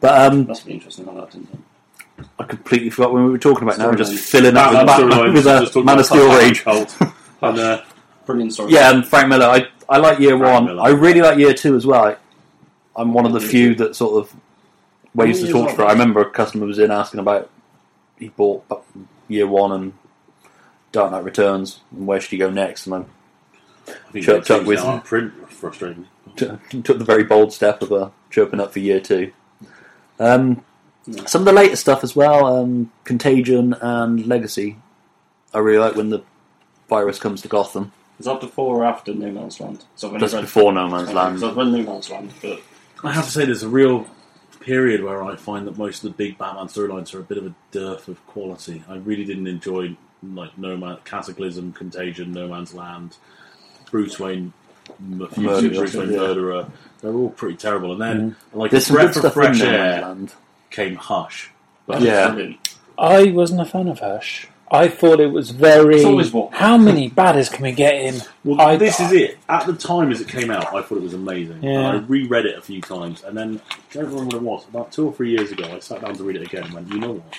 A: but um,
D: Must be interesting on that, didn't it?
A: I completely forgot when we were talking about. Now I'm just
D: Storyline.
A: filling up with,
C: Batman
A: Batman,
C: storyline,
A: with
C: just
A: a
C: talking
A: Man of
C: about
A: Steel
C: Batman
A: rage.
C: cult. and uh,
D: Brilliant story.
A: Yeah, and Frank Miller. I, I like year
C: Frank
A: one.
C: Miller.
A: I really like year two as well. I, I'm one of the few that sort of waves the
D: Years
A: torch
D: on.
A: for. it. I remember a customer was in asking about he bought bu- year one and Dark Knight Returns and where should he go next, and I
C: I think
A: Chuck- Chuck
C: things
A: Wizard.
C: now are print frustrating.
A: t- took the very bold step of uh, chirping up for year two. Um, some of the later stuff as well, um, Contagion and Legacy. I really like when the virus comes to Gotham.
D: Is that before or after No Man's Land? So I've only
A: That's
D: read-
A: before No Man's
D: Okay,
A: Land.
D: So I've read No Man's Land, but
C: I have to say, there's a real period where I find that most of the big Batman storylines are a bit of a dearth of quality. I really didn't enjoy like No Man, Cataclysm, Contagion, No Man's Land, Bruce Wayne, m-
A: Murder,
C: fugitive Bruce Wayne
A: yeah. Mm-hmm.
C: Murderer. They're all pretty terrible. And then, like,
A: There's
C: a
A: some good
C: breath of
A: stuff in
C: fresh
A: No Man's
C: air
A: Land.
C: came Hush.
D: but
A: Yeah.
D: brilliant.
B: I wasn't a fan of Hush. I thought it was very.
D: It's always what?
B: How many baddies can we get in?
C: Well,
B: I-
C: this is it. At the time as it came out, I thought it was amazing. And
B: Yeah.
C: I reread it a few times, and then I don't remember when it was. About two or three years ago, I sat down to read it again and went, you know what?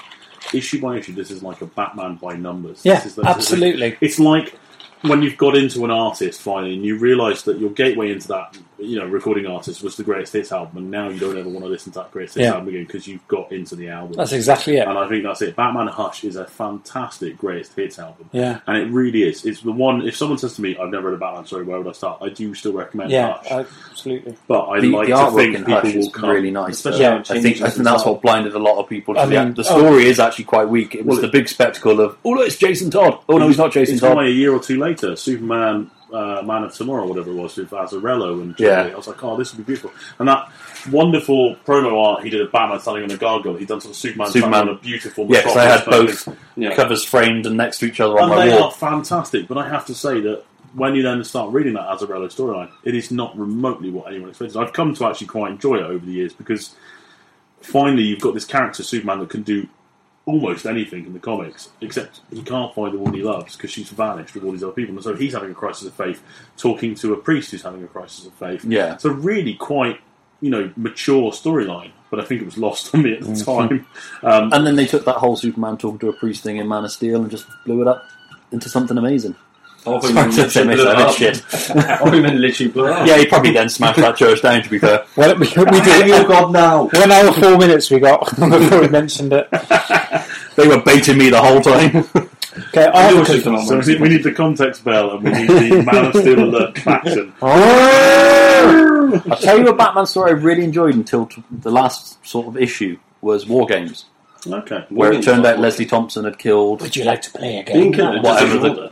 C: Issue by issue, this is like a Batman by numbers.
B: Yeah,
C: this is, this is-
B: absolutely.
C: it's like when you've got into an artist finally and you realise that your gateway into that you know recording artist was the greatest hits album, and now you don't ever want to listen to that greatest hits
B: Yeah.
C: album again because you've got into the album.
B: That's exactly it.
C: And I think that's it. Batman Hush is a fantastic greatest hits album.
B: Yeah.
C: And it really is. It's the one, if someone says to me, I've never read a Batman story, where would I start? I do still recommend
B: Yeah,
C: Hush.
B: I- absolutely.
C: but I
A: uh, The,
C: like
A: the
C: to
A: artwork
C: think
A: in
C: people
A: Hush
C: will
A: is
C: come.
A: really nice. though.
D: Especially how it
A: I think
D: changes
A: I
D: as
A: think that's
D: well.
A: what blinded a lot of people. To
B: I
A: the,
B: mean,
A: the
B: oh.
A: story is actually quite weak. It was
C: Well,
A: the
C: it-
A: big spectacle of oh no, it's Jason Todd. Oh no, he's not Jason
C: It's
A: Todd.
C: why a year or two later, Superman, uh, Man of Tomorrow, whatever it was, with Azzarello and Charlie,
A: Yeah.
C: I was like, oh, this would be beautiful. And that wonderful promo art he did of Batman standing on a gargoyle, he'd done sort of Superman,
A: Superman.
C: standing on a beautiful
A: Yeah, because I had
C: metropolis.
A: both
D: Yeah.
A: covers framed and next to each other on
C: and
A: my
C: they
A: wall.
C: are fantastic. But I have to say that when you then start reading that Azarello storyline, it is not remotely what anyone expected. I've come to actually quite enjoy it over the years because finally you've got this character Superman that can do almost anything in the comics, except he can't find the one he loves because she's vanished with all these other people, and so he's having a crisis of faith, talking to a priest who's having a crisis of faith.
A: Yeah.
C: so really quite you know mature storyline, but I think it was lost on me at the time. Um,
A: And then they took that whole Superman talking to a priest thing in Man of Steel and just blew it up into something amazing.
D: Iron Man
A: They made
D: blew
A: that
D: it up.
A: shit.
D: Iron Man literally blew it up.
A: Yeah, he probably then smashed that church down. To be fair,
B: Well, we, we did.
D: your god now.
B: One hour, four minutes we got before we mentioned it.
A: they were baiting me the whole time.
B: Okay, I have a
D: also
B: question.
D: come
C: so we need, we need the context bell, and we need the Man of Steel alert clapton.
B: Oh!
A: I'll tell you a Batman story I really enjoyed until t- the last sort of issue was War Games,
C: Okay,
A: where it
D: Games,
A: turned out
D: okay.
A: Leslie Thompson had killed
B: Would you like to play again?
D: Being killed.
A: Whatever the-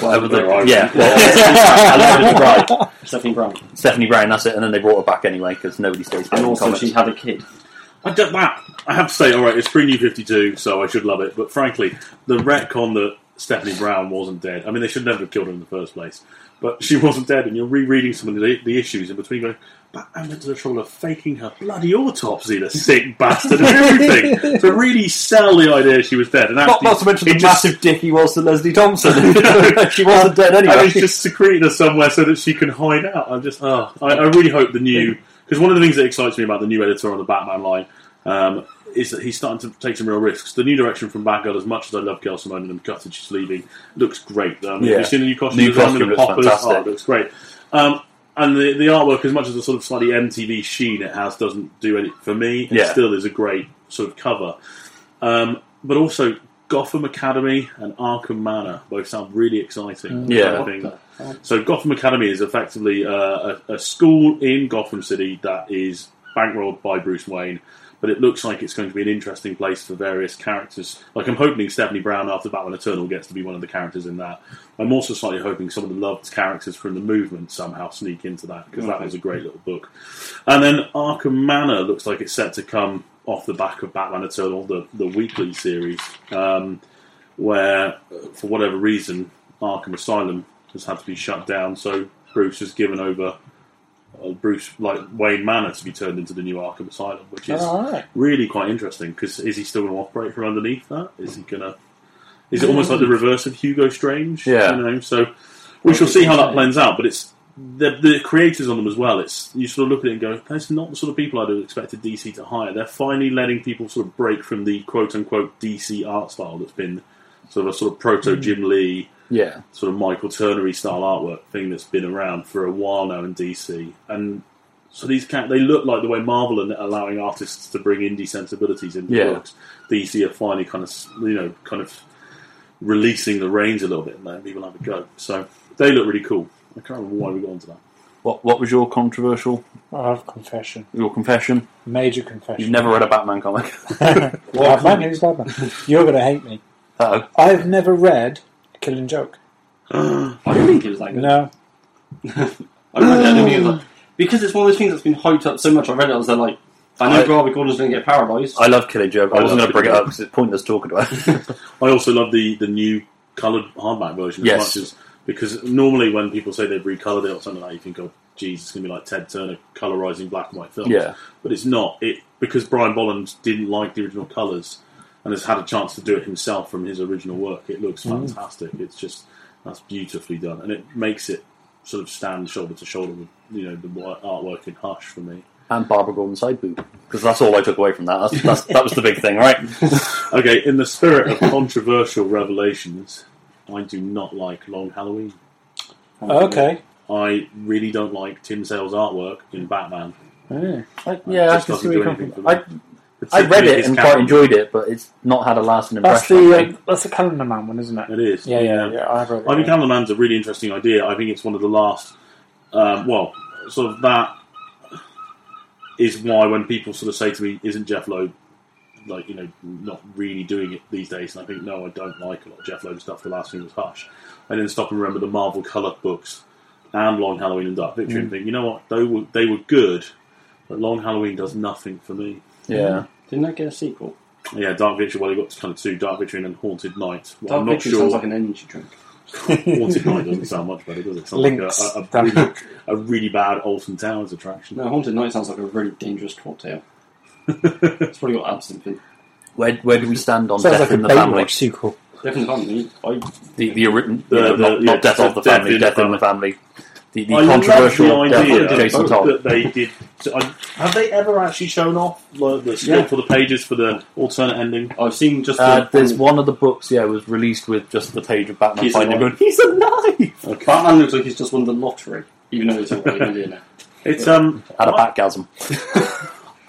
A: whatever the
D: Right.
A: yeah, well, right.
D: Stephanie Brown.
A: Stephanie Brown. That's it, and then they brought her back anyway because nobody stays back
D: And
A: in
D: also
A: comics.
D: she had a kid.
C: I don't. Wow. I have to say, all right, it's pre New Fifty Two, so I should love it. But frankly, the retcon that Stephanie Brown wasn't dead. I mean, they should never have killed her in the first place. But she wasn't dead, and you're rereading some of the, the issues in between, going, "Batman went to the trouble of faking her bloody autopsy, the sick bastard, and everything to really sell the idea she was dead." And
A: Not,
C: actually,
A: not to mention
C: it
A: the
C: just-
A: massive dick he was to Leslie Thompson. she wasn't dead anyway.
C: And it's Um, just secreted her somewhere so that she can hide out. I'm just, oh, I, I really hope the new, because one of the things that excites me about the new editor on the Batman line um, is that he's starting to take some real risks. The new direction from Batgirl, as much as I love Gail Simone and I'm gutted she's leaving, looks great. Um,
A: Yeah.
C: Have you seen the new costume?
A: New
C: design
A: costume looks
C: with the poppers?
A: fantastic.
C: Oh, it looks great. Um, and the, the artwork, as much as the sort of slightly MTV sheen it has, doesn't do any for me. It
A: Yeah.
C: still is a great sort of cover. Um, but also, Gotham Academy and Arkham Manor both sound really exciting.
A: Yeah.
C: I think. So Gotham Academy is effectively uh, a, a school in Gotham City that is bankrolled by Bruce Wayne, but it looks like it's going to be an interesting place for various characters. Like I'm hoping Stephanie Brown after Batman Eternal gets to be one of the characters in that. I'm also slightly hoping some of the loved characters from the movement somehow sneak into that because that was a great little book. And then Arkham Manor looks like it's set to come off the back of Batman Eternal, the, the weekly series, um, where, for whatever reason, Arkham Asylum has had to be shut down. So Bruce has given over uh, Bruce, like Wayne Manor, to be turned into the new Arkham Asylum, which is
B: Alright.
C: really quite interesting because is he still going to operate from underneath that? Is he going to. Is it almost like the reverse of Hugo Strange?
A: Yeah.
C: You know, so we shall see how that plans out, but it's the, the creators on them as well. It's you sort of look at it and go, "That's not the sort of people I'd have expected DC to hire." They're finally letting people sort of break from the quote unquote DC art style that's been sort of a sort of proto Jim Lee,
A: yeah.
C: sort of Michael Turnery style artwork thing that's been around for a while now in DC. And so these can they look like the way Marvel are allowing artists to bring indie sensibilities into
A: Yeah.
C: books. DC are finally kind of you know kind of releasing the reins a little bit and letting people have a go. So they look really cool. I can't remember why we got onto that.
A: What What was your controversial?
B: I have a confession.
A: Your confession?
B: Major
A: You've
B: confession.
A: never read a Batman comic.
B: Batman, who's Batman? You're going to hate me.
A: Oh,
B: I've never read Killing Joke.
D: I don't think it was that good.
B: No.
D: I don't know. I don't think it was like, because it's one of those things that's been hyped up so much. I read it. I was there like, I know
A: I-
D: Grant Gordon's going to get paralysed.
A: I love Killing Joke. I,
C: I
A: wasn't
C: love
A: going to bring it
C: Killing
A: up because it's pointless talking about. it.
C: I also love the the new coloured hardback version
A: Yes.
C: as much as because normally when people say they've recolored it or something like that, you think, oh, geez, it's going to be like Ted Turner colorizing black and white films.
A: Yeah.
C: but it's not. It because Brian Bolland didn't like the original colours and has had a chance to do it himself from his original work. It looks
A: Mm.
C: fantastic. It's just that's beautifully done, and it makes it sort of stand shoulder to shoulder with you know the wi- artwork in Hush for me.
A: and Barbara Gordon side boob because that's all I took away from that. That's, that's, that was the big thing, right?
C: Okay, in the spirit of controversial revelations, I do not like Long Halloween.
A: Oh,
B: Oh, Okay.
C: I really don't like Tim Sale's artwork in Batman.
A: Hmm.
B: Yeah.
A: yeah, I
C: Just
A: can
C: doesn't
A: see where
C: do
A: you come
C: anything
A: from.
C: for me.
A: I, I read
C: Particularly
A: it
C: his
A: and
C: character.
A: quite enjoyed it, but it's not had a lasting
B: That's
A: impression.
B: the
A: I think.
B: uh, that's the calendar man one, isn't it?
C: It is.
B: Yeah, yeah, yeah. I've read it.
C: I think
B: yeah.
C: Calendar Man's a really interesting idea. I think it's one of the last. Um, well, sort of that is why when people sort of say to me, "Isn't Jeff Loeb like you know not really doing it these days?" and I think, "No, I don't like a lot of Jeff Loeb stuff." The last thing was Hush. I then stop and remember the Marvel coloured books and Long Halloween and Dark Victory, and
D: Mm.
C: think, you know what? They were they were good, but Long Halloween does nothing for me.
A: yeah,
D: Didn't that get a sequel?
C: Yeah, Dark Victory. Well, they got kind of two: Dark Victory and then Haunted Night. Well,
D: Dark
C: I'm not
D: Victory
C: sure.
D: sounds like an energy drink.
C: Haunted Night doesn't sound much better, does it? Sounds
B: Links.
C: like a, a, a, really, a really bad Alton Towers attraction.
D: No, Haunted Night sounds like a really dangerous cocktail. it's probably got absinthe in.
A: where where do we stand on
B: Sounds
A: Death
B: like a
A: in the Family?
B: Baywatch sequel.
D: Definitely can't be. I
A: The the, ori-
C: The-
A: you know,
C: the-
A: not, not
C: yeah,
A: Death of the
C: Death
A: Family,
C: in the
A: Death in the Family. The, the
C: I
A: controversial
C: love the
A: death
C: idea
A: of Jason Todd.
C: that they did. So, I, have they ever actually shown off the, the script or the pages for the alternate ending?
D: I've seen just
A: Uh,
D: the,
A: there's one of the books, yeah, was released with just the page of Batman
D: He's
A: finding
D: alive.
A: him. He's alive.
D: Batman looks like he's just won the lottery, even though he's already a millionaire.
C: It's um,
A: Had a
C: I,
A: backgasm.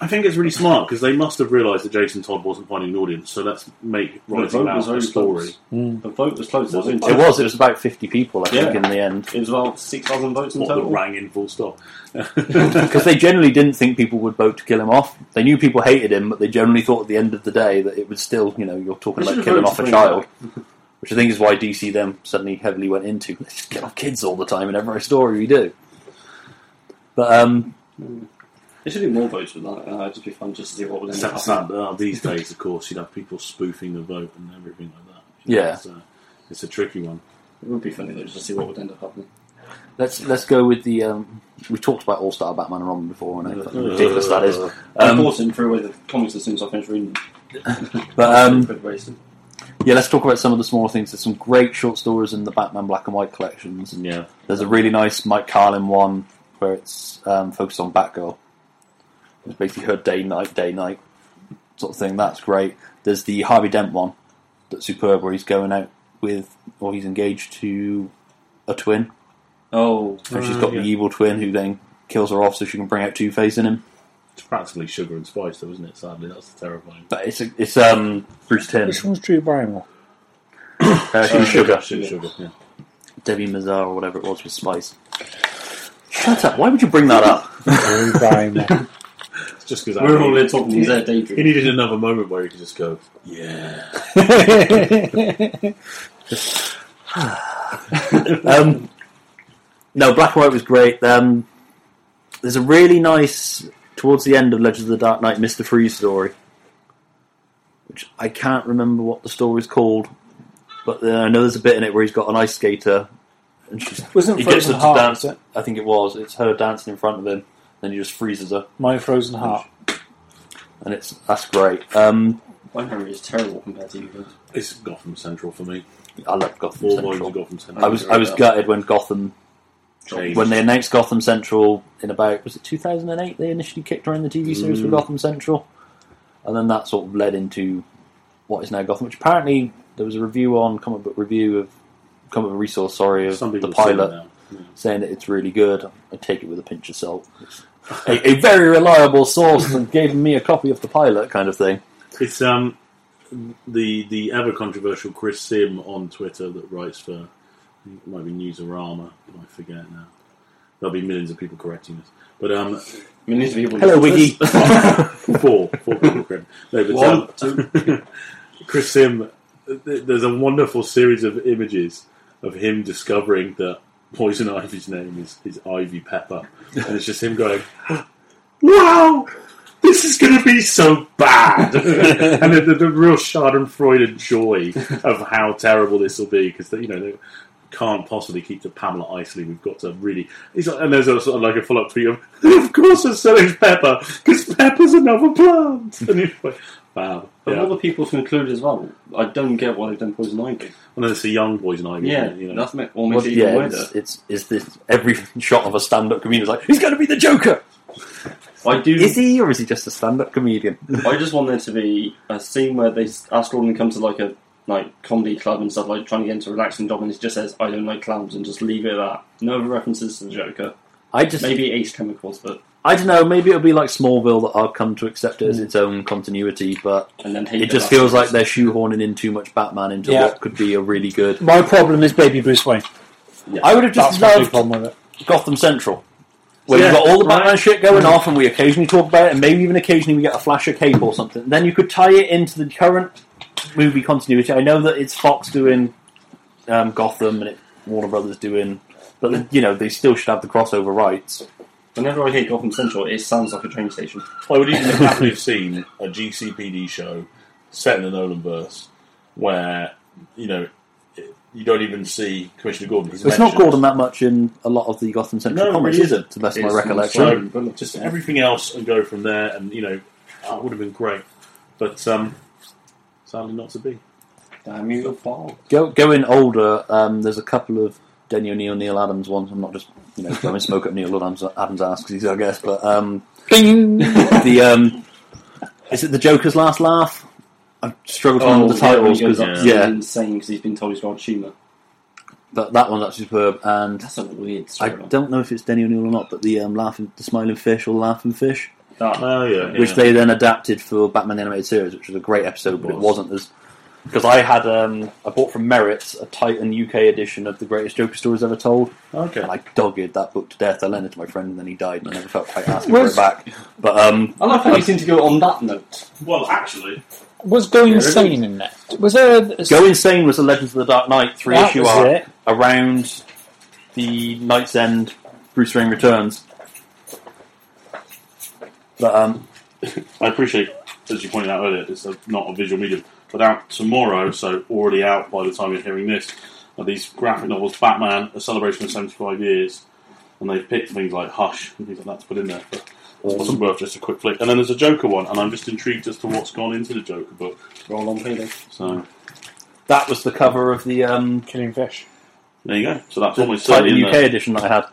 C: I think it's really smart because they must have realised that Jason Todd wasn't finding an audience, so let's make
D: vote
C: writing
D: was
C: out
D: very
C: a story.
D: close. The vote was close. There was
A: It was. It was about fifty people, I think,
D: Yeah.
A: in the end,
D: It was about six thousand votes in
C: What that
D: total.
C: rang in full stop.
A: because they generally didn't think people would vote to kill him off. They knew people hated him, but they generally thought at the end of the day that it was still, you know, you're talking
D: They
A: about
D: should've
A: killing
D: voted
A: off a
D: for him.
A: child, which I think is why DC then suddenly heavily went into let's just kill off kids all the time in every story we do. But um,
D: There should be more votes with that. Uh, it'd just be fun just to see what would end
C: Sad,
D: up.
C: sad. Oh, these days, of course, you'd have people spoofing the vote and everything like that.
A: Yeah.
C: It's, uh, it's a tricky one.
D: It would be funny though, just to see what would end up happening.
A: let's let's go with the. Um, we talked about All Star Batman and Robin before, and how fucking ridiculous that
C: Uh,
A: is.
D: I
A: Um,
D: bought him through with the comics as soon as I finished reading. them.
A: but um,
D: Good wasted.
A: yeah, let's talk about some of the smaller things. There's some great short stories in the Batman Black and White collections.
C: Yeah.
A: There's a really nice Mike Carlin one where it's um, focused on Batgirl. It's basically her day night day night sort of thing. That's great. There's the Harvey Dent one that's superb where he's going out with or he's engaged to a twin
D: Oh,
A: and she's
C: Uh,
A: got
C: yeah.
A: the evil twin who then kills her off so she can bring out Two Face in him.
C: It's practically sugar and spice, though, isn't it? Sadly, that's terrifying.
A: But it's a, it's um Bruce Tim.
B: Which one's Drew Barrymore?
A: Uh, she was sugar.
C: Sugar, sugar, yeah.
A: Debbie Mazar or whatever it was with Spice. Shut up! Why would you bring that up?
B: Drew Barrymore.
C: It's just because
D: we're all here talking to their
C: He
D: daydream.
C: needed another moment where he could just go, yeah.
A: Um, no, Black and White was great. Um, there's a really nice towards the end of Legends of the Dark Knight, Mister Freeze story, which I can't remember what the story's called, but uh, I know there's a bit in it where he's got an ice skater, and she's,
B: Wasn't
A: he gets her
B: Frozen
A: to
B: Heart?
A: dance.
B: was it?
A: I think it was. It's her dancing in front of him, then he just freezes her,
B: My Frozen Heart.
A: and it's that's great. Um,
D: My memory is terrible compared to you guys.
C: It's Gotham Central for me.
A: I love Gotham
C: Four volumes
A: Central.
C: of Gotham Central.
A: I was I was gutted when Gotham
C: Changed.
A: when they announced Gotham Central in about was it 2008 they initially kicked around the TV series for
C: Mm.
A: Gotham Central and then that sort of led into what is now Gotham which apparently there was a review on comic book review of comic book resource sorry of
C: Some
A: the
C: people say that
A: pilot
C: now. Yeah.
A: saying that it's really good I take it with a pinch of salt a, a very reliable source that gave me a copy of the pilot kind of thing
C: It's um the the ever controversial Chris Sim on Twitter that writes for I think it might be Newsarama, I forget now. There'll be millions of people correcting us. But um
D: Millions of people.
A: hello Wiggy
C: four four people correct. No, but um,
D: One, two.
C: Chris Sim th- there's a wonderful series of images of him discovering that Poison Ivy's name is, is Ivy Pepper. And it's just him going, Wow! This is going to be so bad! and the, the, the real schadenfreude and joy of how terrible this will be because, you know, they can't possibly keep to Pamela Isley. We've got to really. It's like, and there's a sort of like a follow up tweet of, Of course, I'm selling Pepper because Pepper's another plant! And it's like, Wow.
D: But all
C: Yeah.
D: the people's concluded as well. I don't get why they've done Poison Ivy.
C: And it's a young Poison Ivy.
D: Yeah,
C: you know.
D: that's me- almost
A: Well,
D: even
A: yeah
D: weirder.
A: it's, it's, it's this every shot of a stand up comedian is like he's going to be the Joker
D: I do.
A: is he or is he just a stand up comedian
D: I just want there to be a scene where they s- ask Gordon to come to like a like comedy club and stuff like trying to get into a relaxing job and he just says I don't like clowns and just leave it at that. No other references to the Joker.
A: I just
D: Maybe Ace Chemicals, but
A: I don't know. Maybe it'll be like Smallville that I've come to accept
B: Hmm.
A: it as its own continuity, but
D: and then hate
A: it
D: the
A: just
D: Batman.
A: feels like they're shoehorning in too much Batman into
B: Yeah.
A: what could be a really good.
B: My problem is Baby Bruce Wayne.
A: I would have
B: That's
A: just
B: my big
A: loved
B: problem with it.
A: Gotham Central, where
C: Yeah,
A: you've got all the Batman
C: right.
A: shit
B: Hmm.
A: going off, and we occasionally talk about it, and maybe even occasionally we get a flash of cape or something. Then you could tie it into the current movie continuity. I know that it's Fox doing um, Gotham and it, Warner Brothers doing, but you know they still should have the crossover rights.
D: Whenever I hear Gotham Central, it sounds like a train station.
C: I would even have happily have seen a GCPD show set in the Nolan verse where, you know, it- you don't even see Commissioner Gordon. He's
A: It's not
C: mentioned.
A: Gordon that much in a lot of the Gotham Central
C: No, it
A: comics,
C: really
A: is it? To the best of my
D: It's-
A: recollection.
D: it's like-
C: Just everything else and go from there, and, you know, that would have been great. But um, sadly, not to be.
D: Damn you, a fool.
A: Go, going older, um, there's a couple of Denny O'Neill, Neil Adams once. I'm not just you know going smoke up Neil Adams, Adams' ass 'cause he's our guest, but um, the um, is it the Joker's last laugh? I struggled to remember the titles because
D: Oh, yeah,
A: yeah,
D: yeah. insane because he's been told he's got a tumour.
A: but that one's actually superb. And
D: That's a weird
A: I
D: story.
A: don't know if it's Denny O'Neill or not, but the um, laughing, the smiling fish or laughing fish.
D: That,
C: Oh yeah, yeah.
A: which they then adapted for Batman the Animated Series, which was a great episode, but it
C: Was.
A: wasn't as because I had um, I bought from Merit a Titan UK edition of the Greatest Joker Stories Ever Told,
C: okay.
A: and I dogged that book to death. I lent it to my friend, and then he died, and I never felt quite asked for
B: Where's-
A: it back. But um,
D: I like how you seem to go on that note.
C: Well, actually,
B: Was Go
C: it is.
B: Insane in that? Was there a,
A: Go Insane was the Legends of the Dark Knight three
B: that
A: issue
B: was
A: arc
B: it.
A: around the Night's End. Bruce Wayne returns. But um,
C: I appreciate, as you pointed out earlier, it's a, not a visual medium, but out tomorrow, so already out by the time you're hearing this, are these graphic novels, Batman, A Celebration of 75 Years, and they've picked things like Hush and things like that to put in there. But it wasn't worth just a quick flick. And then there's a Joker one, and I'm just intrigued as to what's gone into the Joker book.
D: Roll on, Peter.
C: So
A: that was the cover of the, um,
B: Killing Fish.
C: there you go. So that's
A: the
C: almost certainly
A: Titan
C: in
A: UK
C: there.
A: edition that I had.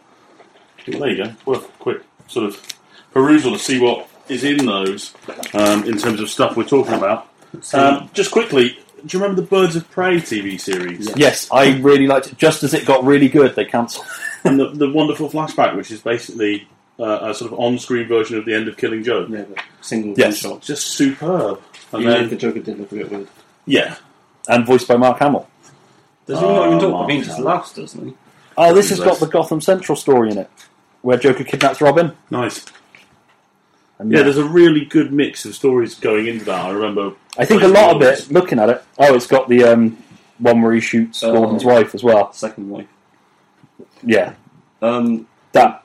C: Well, there you go. Worth a quick sort of perusal to see what is in those um, in terms of stuff we're talking about. Um, just quickly, do you remember the Birds of Prey TV series?
A: Yes, I really liked it. Just as it got really good, they cancelled.
C: And the, the wonderful flashback, which is basically uh, a sort of on screen version of the end of Killing Joke.
D: Yeah, the single
A: Yes.
D: gunshot.
C: Just superb. And
D: Even if the
C: then,
D: Joker did look a bit weird.
C: yeah.
A: And voiced by Mark Hamill.
D: Does
C: he not even talk?
D: I mean, he just laughs, doesn't he?
A: Oh, this has got the Gotham Central story in it, where Joker kidnaps Robin.
C: Nice.
A: And uh,
C: Yeah, there's a really good mix of stories going into that. I remember.
A: I think a lot of it, looking at it, oh, it's got the um, one where he shoots
D: Oh.
A: Gordon's wife as well.
D: Second wife.
A: Yeah,
D: Um,
A: that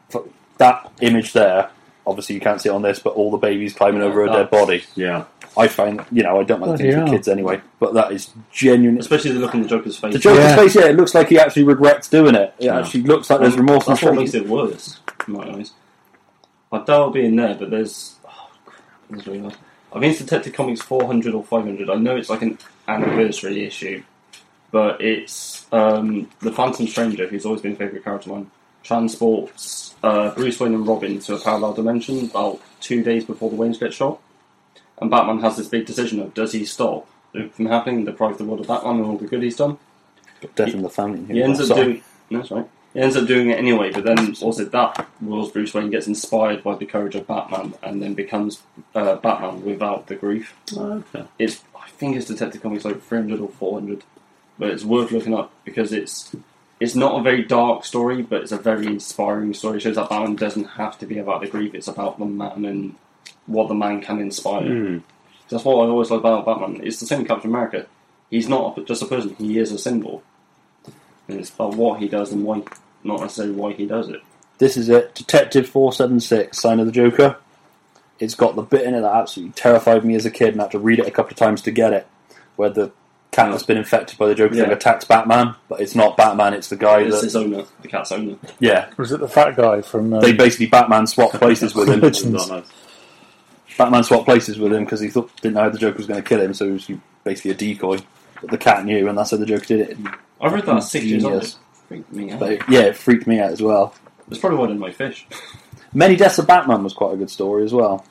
A: that image there. Obviously, you can't see it on this, but all the babies climbing over a dead body.
C: Yeah.
A: I find, you know, I don't like
B: Bloody
A: things with
B: hell.
A: kids anyway, but that is genuine.
D: especially the look on the Joker's face.
A: The Joker's
B: Yeah.
A: face, yeah, it looks like he actually regrets doing it. It
C: Yeah.
A: actually looks like there's remorse.
D: That's
A: in
D: what
A: his
D: makes it worse, in my eyes. I doubt being there, but there's. Oh, crap, that's really hard. I think it's Detective Comics 400 or 500. I know it's like an anniversary issue, but it's um, the Phantom Stranger, who's always been a favourite character of mine, transports uh, Bruce Wayne and Robin to a parallel dimension about two days before the Waynes get shot. And Batman has this big decision of does he stop it from happening, deprive the world of Batman and all the good he's done,
A: Death in the family.
D: he ends up
A: Sorry.
D: doing. No, that's right. He ends up doing it anyway, but then also that Will's Bruce Wayne gets inspired by the courage of Batman and then becomes uh, Batman without the grief.
C: Okay.
D: It's I think it's Detective Comics like 300 or 400, but it's worth looking up because it's it's not a very dark story, but it's a very inspiring story. It shows that Batman doesn't have to be about the grief; it's about the man and what the man can inspire.
C: Mm.
D: That's what I always love about Batman. It's the same with Captain America. He's not just a person; he is a symbol. And it's about what he does and why, not necessarily why he does it.
A: This is it. Detective 476, Sign of the Joker. It's got the bit in it that absolutely terrified me as a kid and I had to read it a couple of times to get it. Where the cat that's been infected by the Joker thing
D: Yeah.
A: attacks Batman, but it's not Batman, it's the guy
D: It's
A: that.
D: his owner, the cat's owner.
A: Yeah.
B: Was it the fat guy from? Um,
A: They basically Batman swapped places with him.
C: That's not nice.
A: Batman swapped places with him because he thought didn't know how the Joker was going to kill him, so he was basically a decoy. But the cat knew, and that's how the Joker did it.
D: I read that at six years old.
A: Genius.
D: It freaked me out.
A: But it- yeah, it freaked me out as well.
D: It's probably one of my fish.
A: Many Deaths of Batman was quite a good story as well.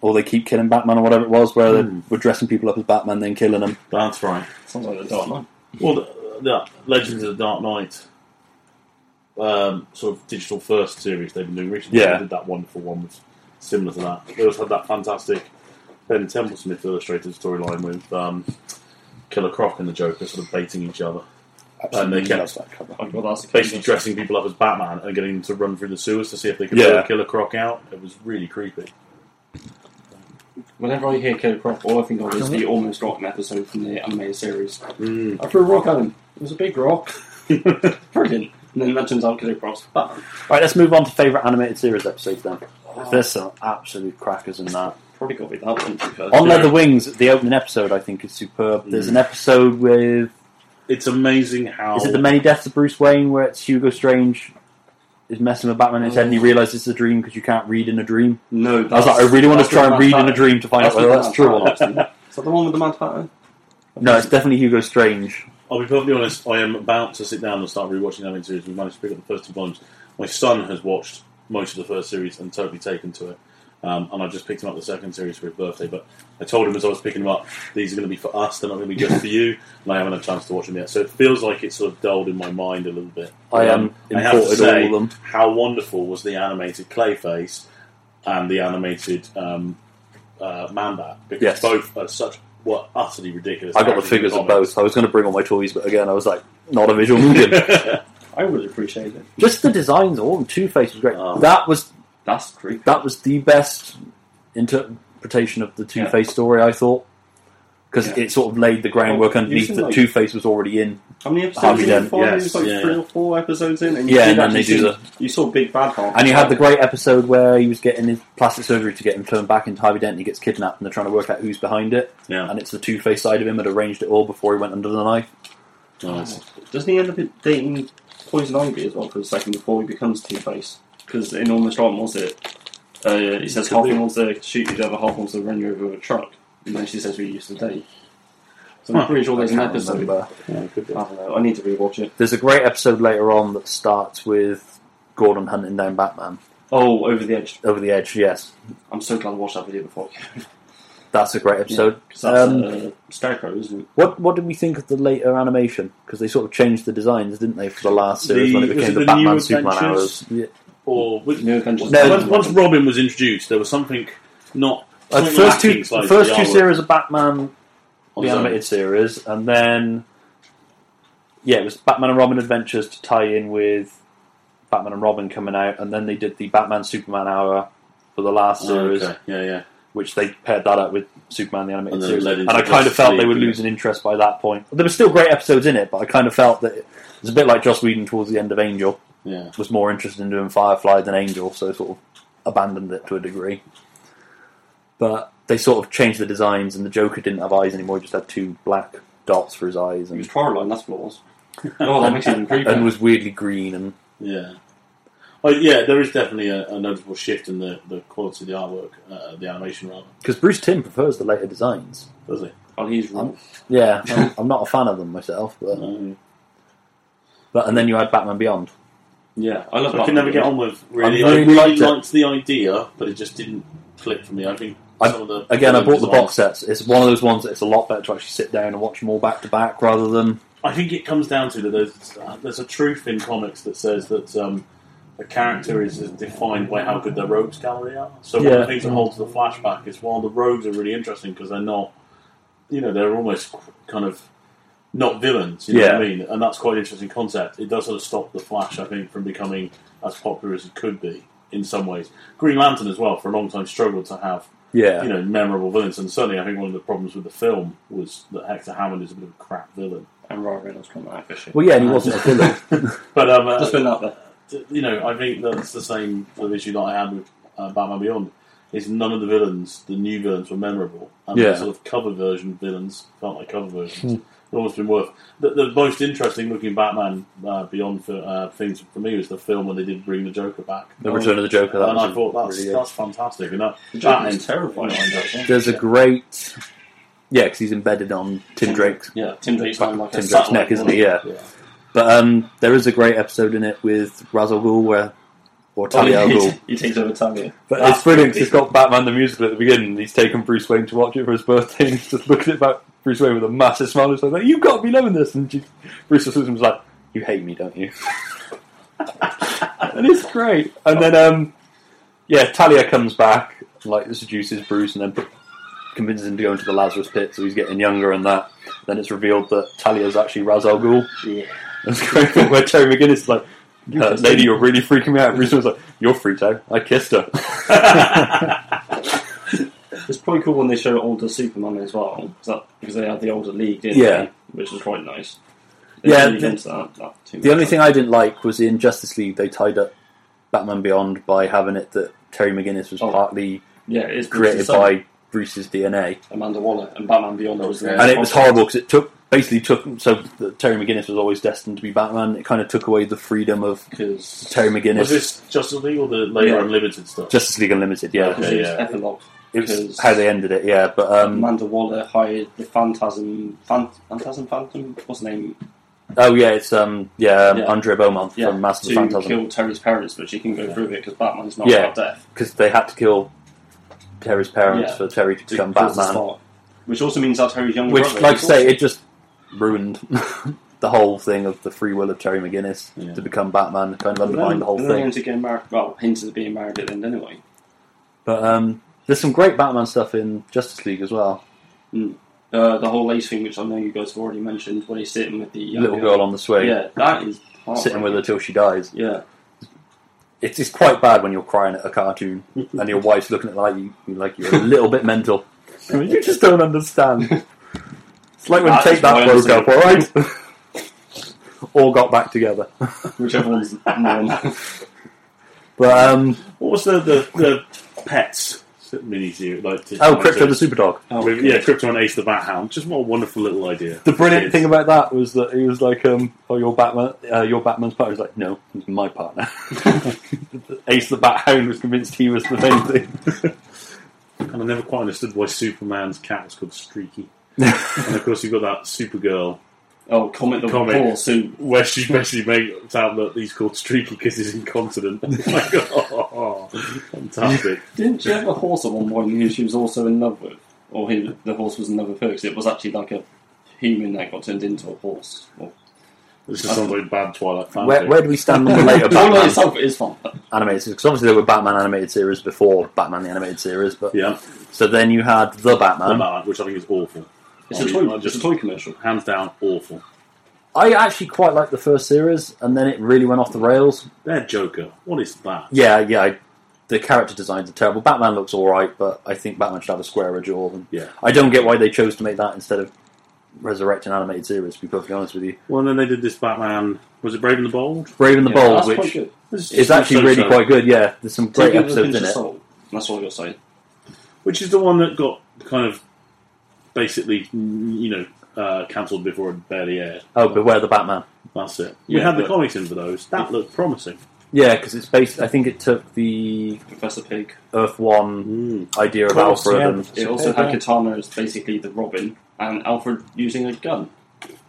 A: Or they keep killing Batman or whatever it was, where
C: Hmm.
A: they were dressing people up as Batman, then killing them.
C: That's right.
D: Sounds like the Dark Knight.
C: Well, the, the Legends of the Dark Knight, um, sort of digital first series they've been doing recently.
A: Yeah.
C: They did that wonderful one was similar to that. They also had that fantastic Ben Templesmith illustrated storyline with um, Killer Croc and the Joker sort of baiting each other, And they kept-
A: loves that cover.
D: I thought that's the
C: basically
D: case.
C: dressing people up as Batman and getting them to run through the sewers to see if they could
A: Yeah.
C: pull Killer Croc out. It was really creepy.
D: Whenever I hear Killer Croc, all I think of is the Almost Rotten episode from the animated series.
A: Mm.
D: I threw a rock at him. It was a big rock. Brilliant. And then that turns out Killer Croc's Batman.
A: Right, let's move on to favourite animated series episodes then.
C: Oh.
A: There's some absolute crackers in that.
D: Probably got to be that one. because-
A: On Leather Wings, the opening episode I think is superb.
C: Hmm.
A: There's an episode with
C: It's amazing how
A: is it the Many Deaths of Bruce Wayne where it's Hugo Strange is messing with Batman in his head
C: Oh.
A: and he realizes it's a dream because you can't read in a dream.
D: No,
A: I was like, I really want to try and read in a dream to find out
D: Oh, That's
A: whether
D: the
A: that's true
D: Mad Hatter.
A: or not.
D: Is that the one with the mad pattern?
A: No, it's definitely Hugo Strange
C: I'll be perfectly honest. I am about to sit down and start rewatching that main series. We managed to pick up the first two volumes. My son has watched most of the first series and totally taken to it. Um, and I just picked him up the second series for his birthday. But I told him as I was picking him up, these are going to be for us. They're not going to be just for you. And I haven't had a chance to watch them yet. So it feels like it's sort of dulled in my mind a little bit. Um,
A: I am
C: I have to
A: imported
C: say,
A: all of them.
C: how wonderful was the animated Clayface and the animated um, uh, Mambat? Because
A: Yes.
C: both are such were utterly ridiculous.
A: I got the
C: parodies
A: figures of
C: comics.
A: both. I was going to bring all my toys, but again, I was like, not a visual medium.
D: I would appreciate it.
A: Just the designs, all of them. Two Face was great.
C: Oh.
A: That was
D: That's creepy.
A: that was the best interpretation of the Two Face story. I thought because
D: Yeah.
A: it sort of laid the groundwork
D: Well, you
A: underneath
D: seem
A: that
D: like-
A: Two Face was already in.
D: How many
A: I'll
D: episodes?
A: be
D: in?
A: done,
D: Five,
C: yes,
D: like
C: yeah,
D: three
C: yeah.
D: or four episodes in, and you
A: Yeah,
D: did
A: and then
D: actually
A: they do
D: see-
A: the-
D: You saw Big Bad Hulk,
A: And you had the great episode where he was getting his plastic surgery to get him turned back into Harvey Dent. and He gets kidnapped, and they're trying to work out who's behind it.
C: Yeah,
A: And it's the Two Face side of him that arranged it all before he went under the knife.
C: nice.
D: Doesn't he end up dating Poison Ivy as well for a second before he becomes Two Face? Because in Almost Right, was it? Uh, he says
C: Could
D: half
C: be.
D: wants to shoot you down, half wants to run you over with a truck. And then she says we used to date. So
C: Huh.
D: I'm pretty sure there's an
A: I can't
D: episode.
A: remember.
C: Yeah, it could be.
D: I don't know. I need to rewatch it.
A: There's a great episode later on that starts with Gordon hunting down Batman
D: Oh, Over the Edge.
A: over the edge. Yes,
D: I'm so glad I watched that video before.
A: that's a great episode.
D: Because that's
A: Um,
D: uh, Scarecrow, isn't it?
A: What what did we think of the later animation? Because they sort of changed the designs, didn't they, for the last series
C: The-
A: when it
C: was
A: became the,
C: it the New
A: Batman Superman
C: Adventures?
A: hours? Yeah.
C: Or was,
D: New Adventures.
A: No.
C: once, once Robin was introduced, there was something not.
A: Uh, the
C: something
A: first two
C: lacking slightly
A: the first
C: to
A: two
C: artwork
A: series of Batman,
C: on
A: the
C: its own.
A: animated series, and then yeah, it was Batman and Robin Adventures to tie in with Batman and Robin coming out, and then they did the Batman Superman hour for the last
C: Oh,
A: series,
C: okay. Yeah, yeah.
A: which they paired that up with Superman the animated
C: And then
A: series,
C: led
A: and
C: into
A: I kind of
C: Justice
A: felt they
C: League,
A: would
C: yeah.
A: lose an interest by that point. There were still great episodes in it, but I kind of felt that it was a bit like Joss Whedon towards the end of Angel.
C: Yeah.
A: was more interested in doing Firefly than Angel, so sort of abandoned it to a degree. But they sort of changed the designs, and the Joker didn't have eyes anymore; he just had two black dots for his eyes,
D: It was
A: and,
D: Coraline, that's what it was. oh, that makes it even
A: and
D: creepier.
A: was weirdly green. And
C: Yeah. Oh, yeah, there is definitely a, a noticeable shift in the, the quality of the artwork, uh, the animation rather,
A: because Bruce Tim prefers the later designs,
C: does it?
D: Oh, he's wrong.
A: yeah, I'm- I'm not a fan of them myself. But,
C: Um,
A: but and then you had Batman Beyond.
D: Yeah, I love
C: I
D: that.
C: can never get on with really.
A: I
C: I
A: really
C: really,
A: liked
C: liked,
A: it.
C: the idea, but it just didn't click for me. I think
A: I-
C: some of the
A: Again, I
C: some
A: bought
C: of
A: the
C: designs-
A: box sets. It's one of those ones that it's a lot better to actually sit down and watch them all back to back rather than
C: I think it comes down to that there's uh, there's a truth in comics that says that um, a character is, is defined by how good their rogues gallery are. So one of
A: Yeah.
C: the things that holds the flashback is while the rogues are really interesting because they're not, you know, they're almost kind of not villains. You know what I mean? And that's quite an interesting concept. It does sort of stop the Flash, I think, from becoming as popular as it could be in some ways. Green Lantern as well for a long time struggled to have
A: yeah.
C: you know, memorable villains. And certainly, I think one of the problems with the film was that Hector Hammond is a bit of a crap villain.
D: And Ryan Reynolds come out fishing.
A: Well, yeah, and he wasn't a villain.
C: But um,
D: Just
C: uh,
D: been out there.
C: you know, I think that's the same sort of issue that I had with uh, Batman Beyond. Is none of the villains, the new villains, were memorable, and
A: Yeah. Hmm.
C: the sort of cover version villains felt like cover versions. It's almost been worth the, the most interesting looking Batman uh, Beyond for, uh, things for me was the film when they did bring the Joker back.
A: The Return of the Joker. That
C: and
A: was
C: I thought that's
A: really good.
C: that's fantastic, and that,
D: The
C: that
D: Joker's
C: is
D: terrifying.
A: There's a great. Yeah, because he's embedded on Tim Drake's
D: Yeah, Tim Drake's
A: Tim
D: line like a
A: Drake's
D: satellite,
A: neck, isn't
D: wasn't
A: he? Yeah.
C: Yeah.
A: But um, there is a great episode in it with Ra's al Ghul where, or
D: Oh,
A: Talia
D: yeah,
A: al
D: he,
A: Ghul.
D: t- he takes over Talia.
A: But
C: That's
A: it's brilliant. 'cause
C: creepy.
A: It's got Batman the musical at the beginning. and He's taken Bruce Wayne to watch it for his birthday, and he's just looking at Bat- Bruce Wayne with a massive smile on his face, like "You've got to be loving this." And she, Bruce Willis was like, "You hate me, don't you?" and it's great. And then, um, yeah, Talia comes back, like seduces Bruce, and then put- convinces him to go into the Lazarus Pit. So he's getting younger, and that. Then it's revealed that Talia's actually Ra's al Ghul.
D: Yeah.
A: That's great. Where Terry McGinnis is like,
D: You
A: uh,
D: kissed
A: "Lady,
D: him."
A: you're really freaking me out." Bruce was like, "You're freaked out. I kissed her."
D: It's probably cool when they show older Superman as well, 'cause that, because they had the older League, didn't
A: Yeah.
D: they? Which was quite nice.
A: Yeah,
D: really
A: the-
D: into that, that too
A: The
D: much.
A: only thing I didn't like was in Justice League they tied up Batman Beyond by having it that Terry McGinnis was
D: Oh.
A: partly
D: yeah, it's
A: created by Bruce's DNA,
D: Amanda Waller and Batman Beyond was there.
A: and it was horrible because it took basically took so that Terry McGinnis was always destined to be Batman. It kind of took away the freedom of
D: because
A: Terry
C: Was
A: McGinnis.
C: this Justice League or the later
D: Yeah.
C: Unlimited stuff?
A: Justice League Unlimited, yeah.
C: Okay.
D: it was
C: yeah.
D: epilogue.
A: It was
D: Because-
A: how they ended it, yeah. But um,
D: Amanda Waller hired the Phantasm, Phant- Phantasm, Phantom. What's the name?
A: oh yeah, it's um, yeah,
D: Yeah.
A: Andre Beaumont
D: Yeah,
A: from Master of
D: to
A: the Phantasm
D: kill Terry's parents, but she can go through it because Batman's not
A: Yeah.
D: about death.
A: because they had to kill Terry's parents
D: Yeah.
A: for Terry to
D: To
A: become
D: cause the
A: Batman,
D: spark. which also means that Terry's younger
A: which,
D: brother.
A: like I
D: is
A: say,
D: also-
A: it just ruined the whole thing of the free will of Terry McGinnis
C: Yeah.
A: to become Batman. Kind of
D: But then-
A: undermined the whole
D: but then
A: thing.
D: ends up getting married. Well, hinted at being married at the end anyway.
A: But um, there's some great Batman stuff in Justice League as well.
D: Uh, the whole lace thing, which I know you guys have already mentioned, when he's sitting with the young
A: Little girl on the swing,
D: Yeah, that is
A: sitting with her
D: it.
A: till she dies.
D: Yeah,
A: It's, it's quite bad when you're crying at a cartoon and your wife's looking at like you like you're a little bit mental. You just don't understand. It's like when
D: That's
A: Take That
D: why
A: broke
D: I'm
A: up, all right? all got back together.
D: whichever one's known.
A: But um,
C: What was the the, the pets mini series? Like to-
A: oh, Crypto the Superdog.
D: Oh,
C: With- yeah, Crypto and Ace the Bat Hound. Just what a wonderful little idea.
A: The brilliant
C: Kids.
A: thing about that was that he was like, um, "Oh, your Batman, uh, your Batman's partner." He was like, "No, he's my partner." Ace the Bat Hound was convinced he was the main thing.
C: And I never quite understood why Superman's cat was called Streaky. and of course, you've got that Supergirl
D: Oh, comment the
C: Comment.
D: poor suit.
C: where she basically makes out that he's called Streaky because he's incontinent. like, oh, fantastic.
D: Didn't she have a horse at one point who she was also in love with? Or he, the horse was in love with her because it was actually like a human that got turned into a horse. Or,
C: This is something bad Twilight fan.
A: Where, where do we stand on the later
D: all that
A: Batman
D: itself is fun.
A: animated series? 'Cause obviously there were Batman animated series before Batman the animated series, but
C: Yeah,
A: so then you had the Batman.
C: Batman, which I think is awful.
D: It's
C: I
A: Oh,
D: a
C: mean,
D: toy.
C: I
D: Just
C: just-
D: a toy commercial.
C: Hands down, awful.
A: I actually quite liked the first series, and then it really went off the rails.
C: They're Joker. What is that?
A: Yeah, yeah, I, the character designs are terrible. Batman looks all right, but I think Batman should have a squarer jaw. Than,
C: Yeah.
A: I don't get why they chose to make that instead of resurrect an animated series. To be perfectly honest with you,
C: Well, then they did this Batman. Was it Brave and the Bold?
A: Brave and the
D: Yeah,
A: Bold,
D: that's
A: which
D: quite good.
C: It's
A: is actually really quite good. Yeah, there's some
D: Take
A: great
D: it with a
A: episodes
D: pinch
A: in
D: of
A: it.
D: salt. That's all you're saying.
C: Which is the one that got kind of basically, you know, uh, cancelled before it barely aired.
A: Oh, Beware the Batman.
C: That's it. We
D: Yeah,
C: had the
D: but-
C: comics in for those. That looked promising.
A: Yeah, because it's based. I think it took the
D: Professor Pig.
A: Earth One idea of,
B: Of course,
A: Alfred
B: yeah.
A: and
D: It also had Katana as basically the Robin and Alfred using a gun.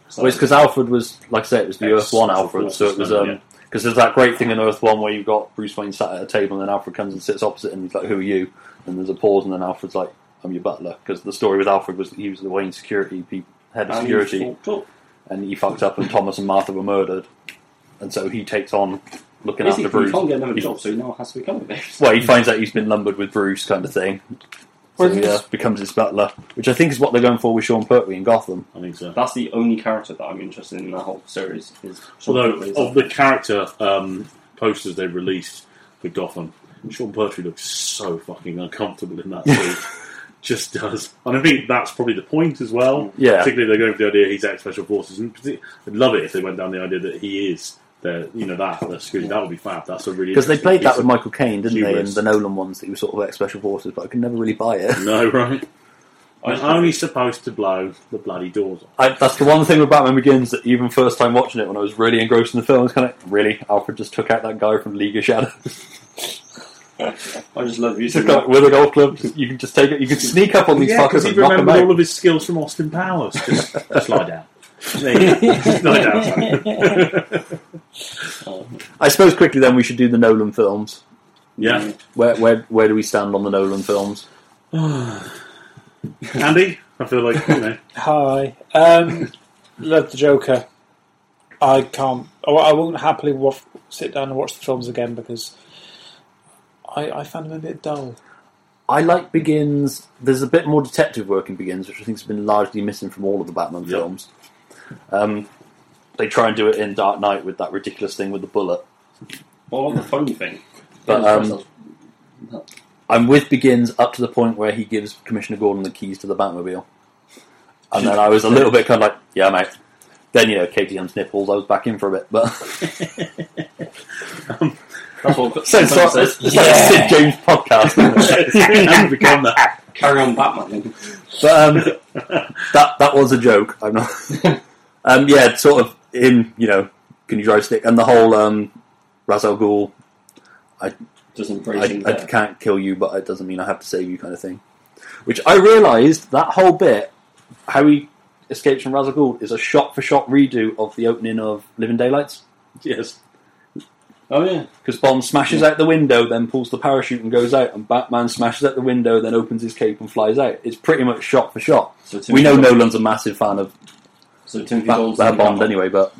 D: So
A: Well, it's because Alfred was, like I say, it was the
C: Ex-
A: Earth One Alfred, so it was um
C: yeah.
A: because there's that great thing in Earth One where you've got Bruce Wayne sat at a table and then Alfred comes and sits opposite and he's like, "Who are you?" And there's a pause and then Alfred's like, "I'm your butler," because the story with Alfred was that he was the Wayne security pe- head of
D: and
A: security
D: fucked up.
A: and he fucked up and Thomas and Martha were murdered, and so he takes on looking
D: Basically,
A: after Bruce.
D: you can't get another
A: He-
D: job, so now it has to become a bitch.
A: well, he finds out he's been lumbered with Bruce, kind of thing. So
B: Well,
A: he uh,
B: it's-
A: becomes his butler, which I think is what they're going for with Sean Pertwee in Gotham.
C: I think so.
D: That's the only character that I'm interested in in that whole series. Is Sean
C: Although
D: Pertwee's-
C: of the character um, posters they released for Gotham, Sean Pertwee looks so fucking uncomfortable in that suit. Just does, and I think that's probably the point as well.
A: Yeah.
C: particularly they're going for the idea he's ex special forces, and partic- I'd love it if they went down the idea that he is the you know that the security. That would be fab. That's a really
A: Because they played that with
C: my
A: Michael Caine, didn't they, in
C: Hubris.
A: the Nolan ones that he was sort of ex special forces, but I could never really buy it.
C: no right.
D: I
C: I'm
D: just-
C: only supposed to blow the bloody doors off.
A: I, that's the one thing with Batman Begins that even first time watching it, when I was really engrossed in the film, I was kind of really Alfred just took out that guy from League of Shadows.
D: I just love you.
A: He took out with a golf club. just- you can just take it. You can sneak up on these
C: yeah,
A: fuckers
C: he
A: and knock them
C: remembered all
A: out.
C: of his skills from Austin Powers. Just, just lie down. There you go. Just lie down. son.
D: Oh,
A: I suppose quickly then we should do the Nolan films.
C: Yeah,
A: Where where where do we stand on the Nolan films?
C: Andy. I feel like you know.
B: Hi. Um, love the Joker. I can't. I, I won't happily wa- sit down and watch the films again because I, I found them a bit dull.
A: I like Begins. There's a bit more detective work in Begins, which I think has been largely missing from all of the Batman films. Um, they try and do it in Dark Knight with that ridiculous thing with the bullet.
D: Well, on the phone thing.
A: But,
D: Yeah, it's
A: um,
D: no.
A: I'm with Begins up to the point where he gives Commissioner Gordon the keys to the Batmobile. And then I was a little bit kind of like, yeah, mate. Then, you know, KTM's nipples, I was back in for a bit. But
D: that's what
A: so, so it's, it's like a Sid James podcast.
C: I've become that.
D: carry on Batman. Then.
A: but um, that, that was a joke. I'm not. um, yeah, sort of him, you know, can you drive stick? And the whole um, Ra's al Ghul,
D: Just
A: I,
D: embracing
A: I
D: death.
A: can't kill you, but it doesn't mean I have to save you kind of thing. Which I realised that whole bit, how he escapes from Razzle Gould, is a shot for shot redo of the opening of Living Daylights.
C: Yes.
D: Oh yeah,
A: Because Bond smashes out the window, then pulls the parachute and goes out, and Batman smashes out the window, then opens his cape and flies out. It's pretty much shot for shot.
D: so Timothy
A: We know
D: Gold-
A: Nolan's a massive fan of
D: So Timothy
A: Ba-
D: Gold's
A: uh,
D: the
A: Bond
D: Batman.
A: anyway, but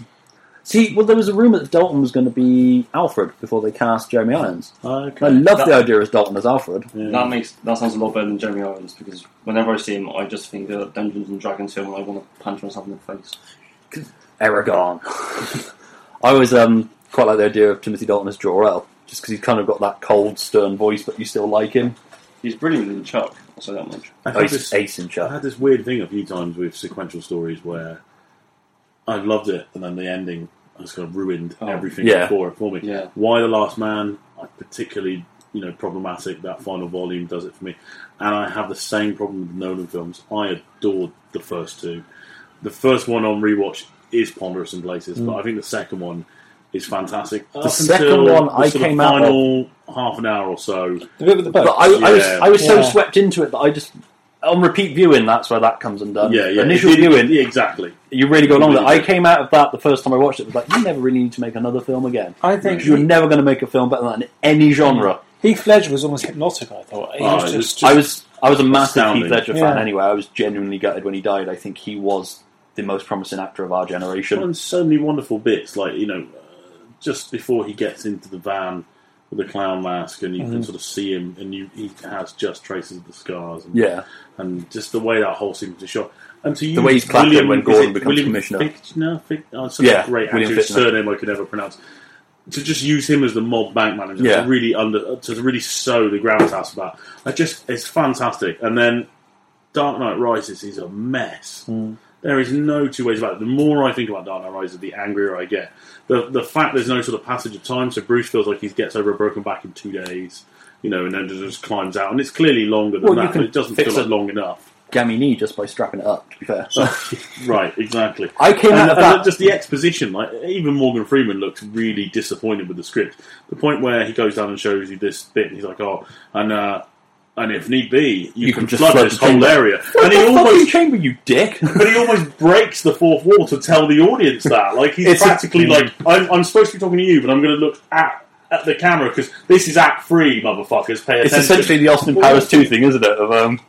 A: see, well, there was a rumor that Dalton was going to be Alfred before they cast Jeremy Irons.
C: Okay.
A: I love
D: That-
A: the idea of Dalton as Alfred.
C: Yeah.
D: That makes that sounds a lot better than Jeremy Irons because whenever I see him, I just think of Dungeons and Dragons film and I want to punch myself in the face.
A: Aragon. I was um, quite like the idea of Timothy Dalton as Jor-El, just because he's kind of got that cold, stern voice, but you still like him.
D: He's brilliant in Chuck. I'll say that much.
C: I've had
A: Ace,
C: this-
A: ace in
C: I've
A: chat.
C: had this weird thing a few times with sequential stories where I've loved it and then the ending has kind of ruined
D: Oh.
C: everything
A: Yeah.
C: for it for me.
D: Yeah.
C: Why the Last Man? I particularly you know problematic. That final volume does it for me, and I have the same problem with the Nolan films. I adored the first two. The first one on rewatch is ponderous in places, but I think the second one is fantastic. The
A: Mm. second one I came out of-
C: final half an hour or so.
B: The bit with the boat.
A: But I, I was,
C: Yeah.
A: I was so
B: Yeah.
A: swept into it that I just, on repeat viewing, that's where that comes undone.
C: Yeah, yeah.
A: Uh, Initial
C: It did-
A: viewing,
C: yeah, exactly.
A: you really go along with it.
C: Really
A: I
C: did.
A: came out of that the first time I watched it, was like, you never really need to make another film again.
B: I think
A: You're never going to make a film better than that in any genre.
B: Heath Ledger was almost hypnotic. I thought he
C: Oh,
B: was
C: it was
B: just,
A: I was I was a massive
C: astounding.
A: Heath Ledger fan
B: Yeah.
A: anyway. I was genuinely gutted when he died. I think he was the most promising actor of our generation.
C: And so many wonderful bits, like you know, uh, just before he gets into the van with the clown mask, and you
A: Mm-hmm.
C: can sort of see him, and you, he has just traces of the scars. And,
A: Yeah,
C: and just the way that whole sequence is shot. And to you,
A: way he's clapping
C: William-
A: when Gordon
C: is it
A: becomes
C: William
A: commissioner.
C: Fichtner, Ficht- oh, such
A: Yeah,
C: a great actor,
A: William
C: whose
A: Fichtner.
C: surname I could never pronounce. To just use him as the mob bank manager
A: Yeah.
C: to really under uh, to really sow the gravitas of that. I just it's fantastic. And then Dark Knight Rises is a mess. There is no two ways about it. The more I think about Dark Knight Rises, the angrier I get. The the fact there's no sort of passage of time, so Bruce feels like he gets over a broken back in two days, you know, and then just climbs out. And it's clearly longer than
A: Well, you
C: that,
A: can
C: but it doesn't
A: fix
C: feel like
A: it.
C: long enough.
A: gammy knee just by strapping it up. To be fair,
C: right, exactly.
A: I came
C: And,
A: out of
C: and
A: that.
C: just the exposition, like even Morgan Freeman looks really disappointed with the script. The point where he goes down and shows you this bit, and he's like, "Oh, and uh, and if need be, you,
A: You
C: can,
A: can just
C: flood
A: flood
C: this
A: the
C: whole
A: chamber."
C: area."
A: What
C: and he
A: the fuck
C: almost,
A: you chamber, you dick.
C: but he almost breaks the fourth wall to tell the audience that, like he's
A: It's a- mm.
C: practically like, I'm, "I'm supposed to be talking to you, but I'm going to look at." At the camera because this is act free, motherfuckers. Pay
A: It's
C: attention.
A: essentially the Austin Powers two thing, isn't it? Of um,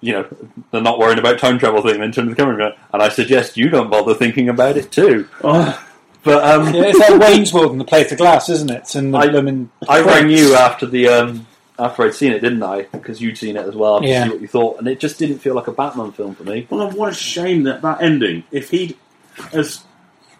A: you know, the not worrying about time travel thing, then turn to the camera and go, and I suggest you don't bother thinking about it too.
C: Oh.
A: But um,
B: yeah, it's like Wayne's World and the plate of glass, isn't it? And the
A: I-
B: blooming
A: I rang you after the um, after I'd seen it, didn't I? Because you'd seen it as well to
B: Yeah.
A: see what you thought, and it just didn't feel like a Batman film for me.
C: Well, what a shame that that ending. If he'd, as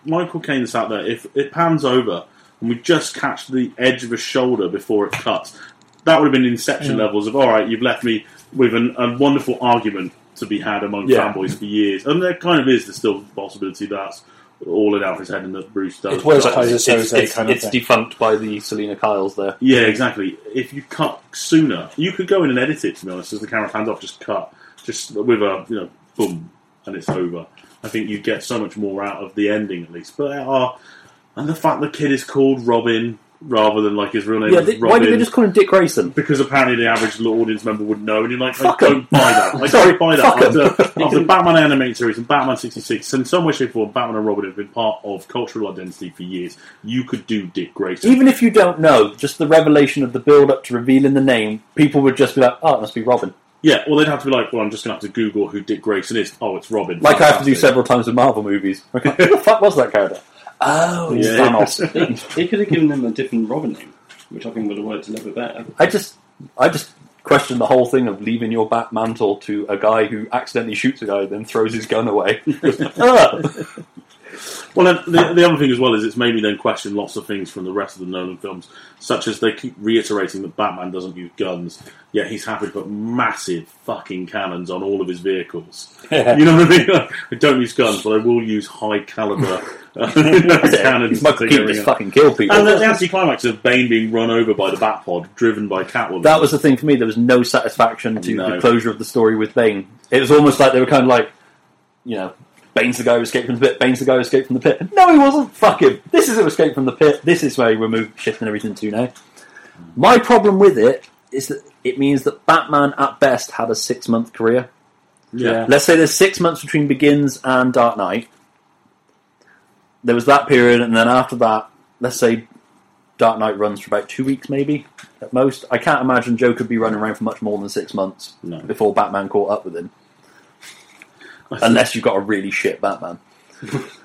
C: Michael Caine's out there, if it pans over and we just catch the edge of his shoulder before it cuts, that would have been Inception levels of all right. You've left me with an, a wonderful argument to be had among
A: Yeah.
C: fanboys for years, and there kind of is the still possibility that's all in Alfred's head and that Bruce does.
B: It was
C: But-
B: Kaiser
A: it's, it's,
B: Soze kind of
A: it's
B: thing.
A: defunct by the Selena Kyles there.
C: Yeah, exactly. If you cut sooner, you could go in and edit it. To be honest, as the camera pans off, just cut, just with a you know, boom, and it's over. I think you'd get so much more out of the ending at least. But there are, and the fact the kid is called Robin rather than like his real name
A: Yeah,
C: is
A: they,
C: Robin.
A: why did they just call him Dick Grayson?
C: because apparently the average little audience member would know, and you're like,
A: Fuck
C: I
A: 'em.
C: don't buy that. I
A: Sorry,
C: don't buy that.
A: fuck 'em.
C: After, after Batman animated series and Batman 66, in some way, shape, or form, Batman and Robin have been part of cultural identity for years. You could do Dick Grayson.
A: Even if you don't know, just the revelation of the build up to revealing the name, people would just be like, "Oh, it must be Robin."
C: Yeah, well, they'd have to be like, well, I'm just going to have to Google who Dick Grayson is. Oh, it's Robin.
A: Like I have to do
C: Fantastic.
A: several times in Marvel movies. Like, Who the fuck was that character? Oh, he's
C: Yeah.
A: Thanos.
D: They, they could have given him a different Robin name, which I think would have worked a little bit better.
A: I just, I just question the whole thing of leaving your bat mantle to a guy who accidentally shoots a guy, then throws his gun away. Ah!
C: Well, then, the, the other thing as well is it's made me then question lots of things from the rest of the Nolan films, such as they keep reiterating that Batman doesn't use guns, yet he's happy to put massive fucking cannons on all of his vehicles. You know what I mean? I don't use guns, but I will use high caliber uh, cannons.
A: He's Michael Keaton
C: to carry
A: just
C: out.
A: fucking kill people.
C: and the, the anticlimax of Bane being run over by the Batpod, driven by Catwoman.
A: that was the thing for me. There was no satisfaction to
C: No.
A: the closure of the story with Bane. It was almost like they were kind of like, you know, Bane's the guy who escaped from the pit. Bane's the guy who escaped from the pit. No, he wasn't. Fuck him. This is who escaped from the pit. This is where we're moving, shifting everything to now. My problem with it is that it means that Batman at best had a six month career.
B: Yeah.
A: Let's say there's six months between Begins and Dark Knight. There was that period, and then after that, let's say Dark Knight runs for about two weeks, maybe at most. I can't imagine Joe could be running around for much more than six months
C: No.
A: before Batman caught up with him, unless you've got a really shit Batman.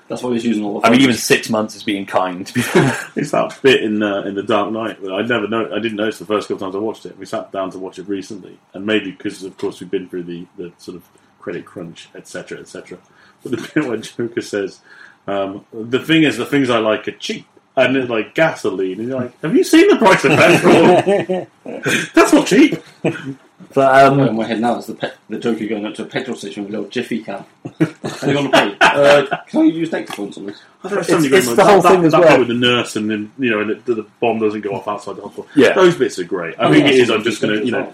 D: That's why he's using all the.
A: I mean, even six months is being kind. To be fair.
C: It's that bit in uh, in the Dark Knight that I never know. I didn't notice the first couple times I watched it. We sat down to watch it recently, and maybe because of course we've been through the, the sort of credit crunch, etc., etc. But the bit where Joker says, um, "The thing is, the things I like are cheap." And it's like gasoline, and you're like, "Have you seen the price of petrol? That's not cheap."
A: But um,
D: Where in my head now is the pet, the Joker going up to a petrol station with a little jiffy can. and you want to pay? Uh, can I use next funds on this?
C: It's,
A: It's- it's the whole
C: that,
A: thing as
C: that
A: well.
C: bit with the nurse and then you know and the, the bomb doesn't go off outside the hospital.
A: Yeah. Oh,
C: those bits are great. I think
D: yeah,
C: it is.
D: so
C: I'm just going to you know,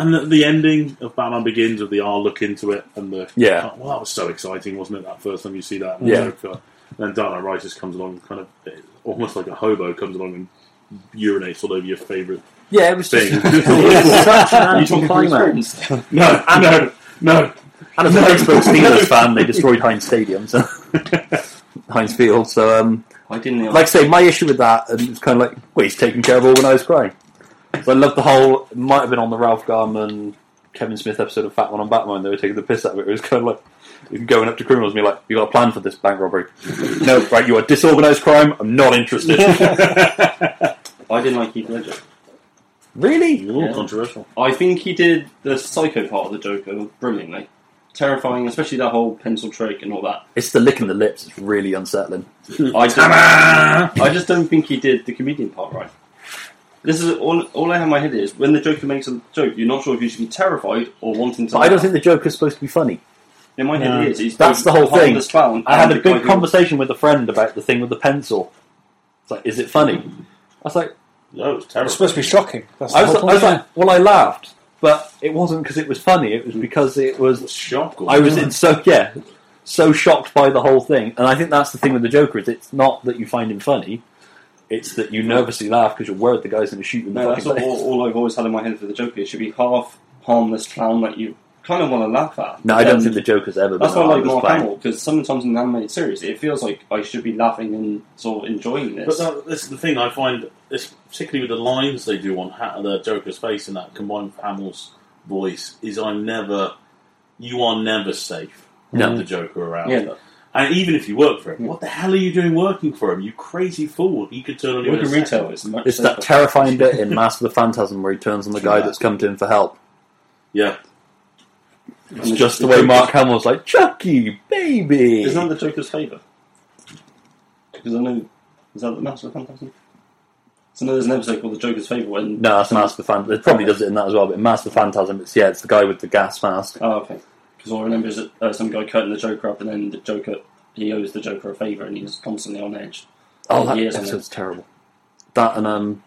C: and the, the ending of Batman Begins with the R look into it and the oh,
A: Yeah.
C: well that was so exciting, wasn't it? That first time you see that,
A: Yeah.
C: Joker. And then Dark Knight Rises comes along, kind of almost like a hobo comes along and urinates all over your favourite
A: yeah, it was just
C: thing.
A: it was such an
D: You talking
A: anticlimax.
D: about
C: no, no, no.
A: And as a Pittsburgh Steelers fan, they destroyed Heinz Stadium, so Heinz Field. So, um,
D: I didn't know.
A: like I say, my issue with that, and it's kind of like, well, he's taking care of organised crime. So I love the whole. It might have been on the Ralph Garman, Kevin Smith episode of Fat One on Batman. They were taking the piss out of it. It was kind of like going up to criminals and be like, "You got a plan for this bank robbery? no, right? You are disorganised crime. I'm not interested.
D: I didn't like Heath Ledger.
A: really?
C: Ooh,
D: Yeah.
C: Controversial.
D: I think he did the psycho part of the Joker brilliantly. Terrifying, especially that whole pencil trick and all that.
A: It's the licking the lips. It's really unsettling.
D: I just, I just don't think he did the comedian part right. This is all, all I have in my head is when the Joker makes a joke, you're not sure if you should be terrified or wanting to.
A: But I don't
D: laugh.
A: think the Joker's supposed to be funny.
D: in my head
B: No.
D: it is. He's
A: That's the whole
D: behind
A: thing.
D: The spell and
A: I had a
D: the guy
A: big
D: who-
A: conversation with a friend about the thing with the pencil. It's like, is it funny? I was like,
C: That was terrible.
B: It's supposed to be shocking. That's the
A: I was,
B: whole
A: I
B: point.
A: was like, well, I laughed, but it wasn't because it was funny. It
D: Mm.
A: was because it was.
C: shock.
A: I was in so yeah, so shocked by the whole thing, and I think that's the thing with the Joker is it's not that you find him funny, it's that you nervously laugh because you're worried the guy's going to shoot you in the
D: No, that's
A: fucking
D: all,
A: face.
D: all I've always had in my head for the Joker. It should be half harmless clown that you kind of want to laugh at.
A: No, I don't
D: And
A: think the Joker's ever.
D: Um, That's
A: been
D: why I
A: an
D: like
A: honest
D: Mark
A: clown.
D: Hamill because sometimes in an animated series, it feels like I should be laughing and sort of enjoying this.
C: But that, this is the thing I find, this, particularly with the lines they do on ha- the Joker's face and that combined with Hamill's voice, is I'm never, you are never safe
A: No.
C: with the Joker around.
D: yeah,
C: And even if you work for him, what the hell are you doing working for him? You crazy fool! He could turn on you.
D: Work
C: in a
D: in
C: second.
D: retail is much
A: It's that
D: safer.
A: terrifying bit in Master of the Phantasm where he turns on the guy that's come to him for help.
C: Yeah,
A: It's just the way
D: Joker's-
A: Mark Hamill's like, Chucky, baby.
D: Isn't that the Joker's favour? Because I know. Is that the Master of Phantasm? So, no, there's an episode called The Joker's Favour when.
A: No, that's Master Phantasm. It probably does it in that as well, but in Master Phantasm, it's yeah, it's the guy with the gas mask.
D: Oh, okay. Because all I remember is that, uh, some guy cutting the Joker up and then the Joker. He owes the Joker a favour and he's constantly on edge.
A: Oh, that
D: He is on
A: episode's terrible. That and um,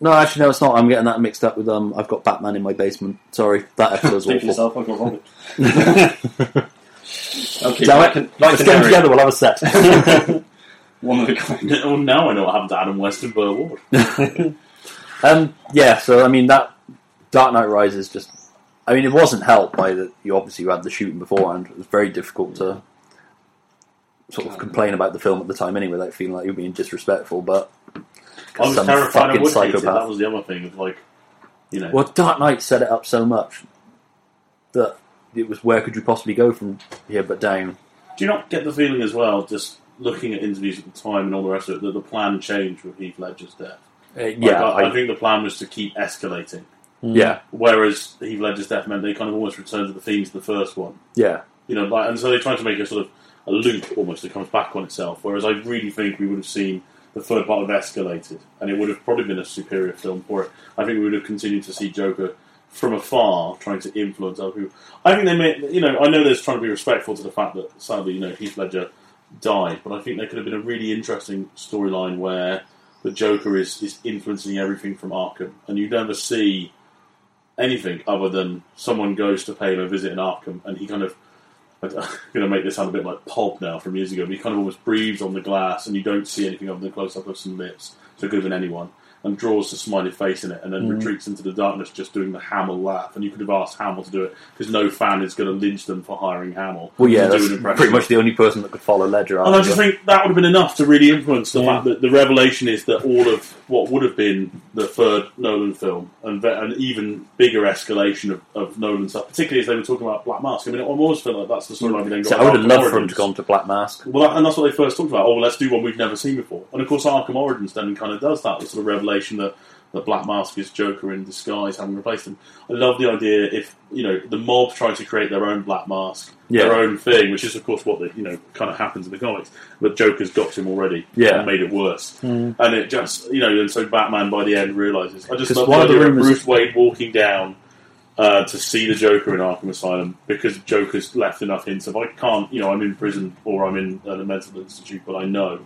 A: no, actually, no, it's not. I'm getting that mixed up with um, I've got Batman in my basement. Sorry, that episode's
D: Speak for
A: awful.
D: yourself, I've got Robin. okay,
A: Damn it.
D: like, a- like
A: Let's get them
D: a canary,
A: together. We'll have a set.
D: one of a kind.
C: well, now I know what happened to Adam West and Burr Ward.
A: um, yeah. So I mean, that Dark Knight Rises just. I mean, it wasn't helped by that you obviously had the shooting beforehand. It was very difficult to sort of complain about the film at the time anyway, without feeling like you were being disrespectful. But
C: I was
A: some
C: terrified. I
A: fucking
C: would hate it.
A: psychopath.
C: That was the other thing. Of like, you know,
A: Well, Dark Knight set it up so much that it was where could you possibly go from here but down?
C: do you not get the feeling as well? Just looking at interviews at the time and all the rest of it, that the plan changed with Heath Ledger's death.
A: Uh,
C: Like,
A: yeah,
C: I, I
A: I-
C: think the plan was to keep escalating.
A: yeah,
C: Whereas Heath Ledger's Death meant they kind of almost returned to the themes of the first one.
A: yeah.
C: You know, like, and so they tried to make a sort of a loop almost that comes back on itself. Whereas I really think we would have seen the third part of escalated, and it would have probably been a superior film for it. I think we would have continued to see Joker from afar trying to influence other people. I think they made, you know, I know there's trying to be respectful to the fact that sadly, you know, Heath Ledger died, but I think there could have been a really interesting storyline where the Joker is, is influencing everything from Arkham, and you never see anything other than someone goes to pay him a visit in Arkham, and he kind of I'm going to make this sound a bit like Pulp now from years ago, but he kind of almost breathes on the glass, and you don't see anything other than close up of some lips. So it could have been anyone. and draws the smiley face in it, and then
A: Mm.
C: retreats into the darkness, just doing the Hamill laugh. And you could have asked Hamill to do it because no fan is going to lynch them for hiring Hamill.
A: Well, yeah,
C: to do
A: that's
C: an impression.
A: pretty much the only person that could follow Ledger.
C: And I
A: after
C: just
A: that.
C: think that would have been enough to really influence the
B: Yeah.
C: fact that the revelation is that all of what would have been the third Nolan film and ve- an even bigger escalation of, of Nolan stuff, particularly as they were talking about Black Mask. I mean, I almost feel like that's the storyline we then got.
A: So I would have
C: Arkham
A: loved for him
C: Origins.
A: to come to Black Mask.
C: Well, that, and that's what they first talked about. Oh, well, let's do one we've never seen before. And of course, Arkham Origins then kind of does that the sort of revelation that the Black Mask is Joker in disguise, having replaced him. I love the idea if you know the mob try to create their own Black Mask,
A: Yeah.
C: their own thing, which is of course what the, you know kind of happens in the comics. But Joker's got him already,
A: Yeah.
C: and made it worse. And it just you know, and so Batman by the end realizes. I just
A: 'Cause
C: love
A: one
C: the
A: of the
C: idea of
A: rumours-
C: Bruce Wayne walking down uh, to see the Joker in Arkham Asylum because Joker's left enough hints of I can't, you know, I'm in prison or I'm in a mental institute, but I know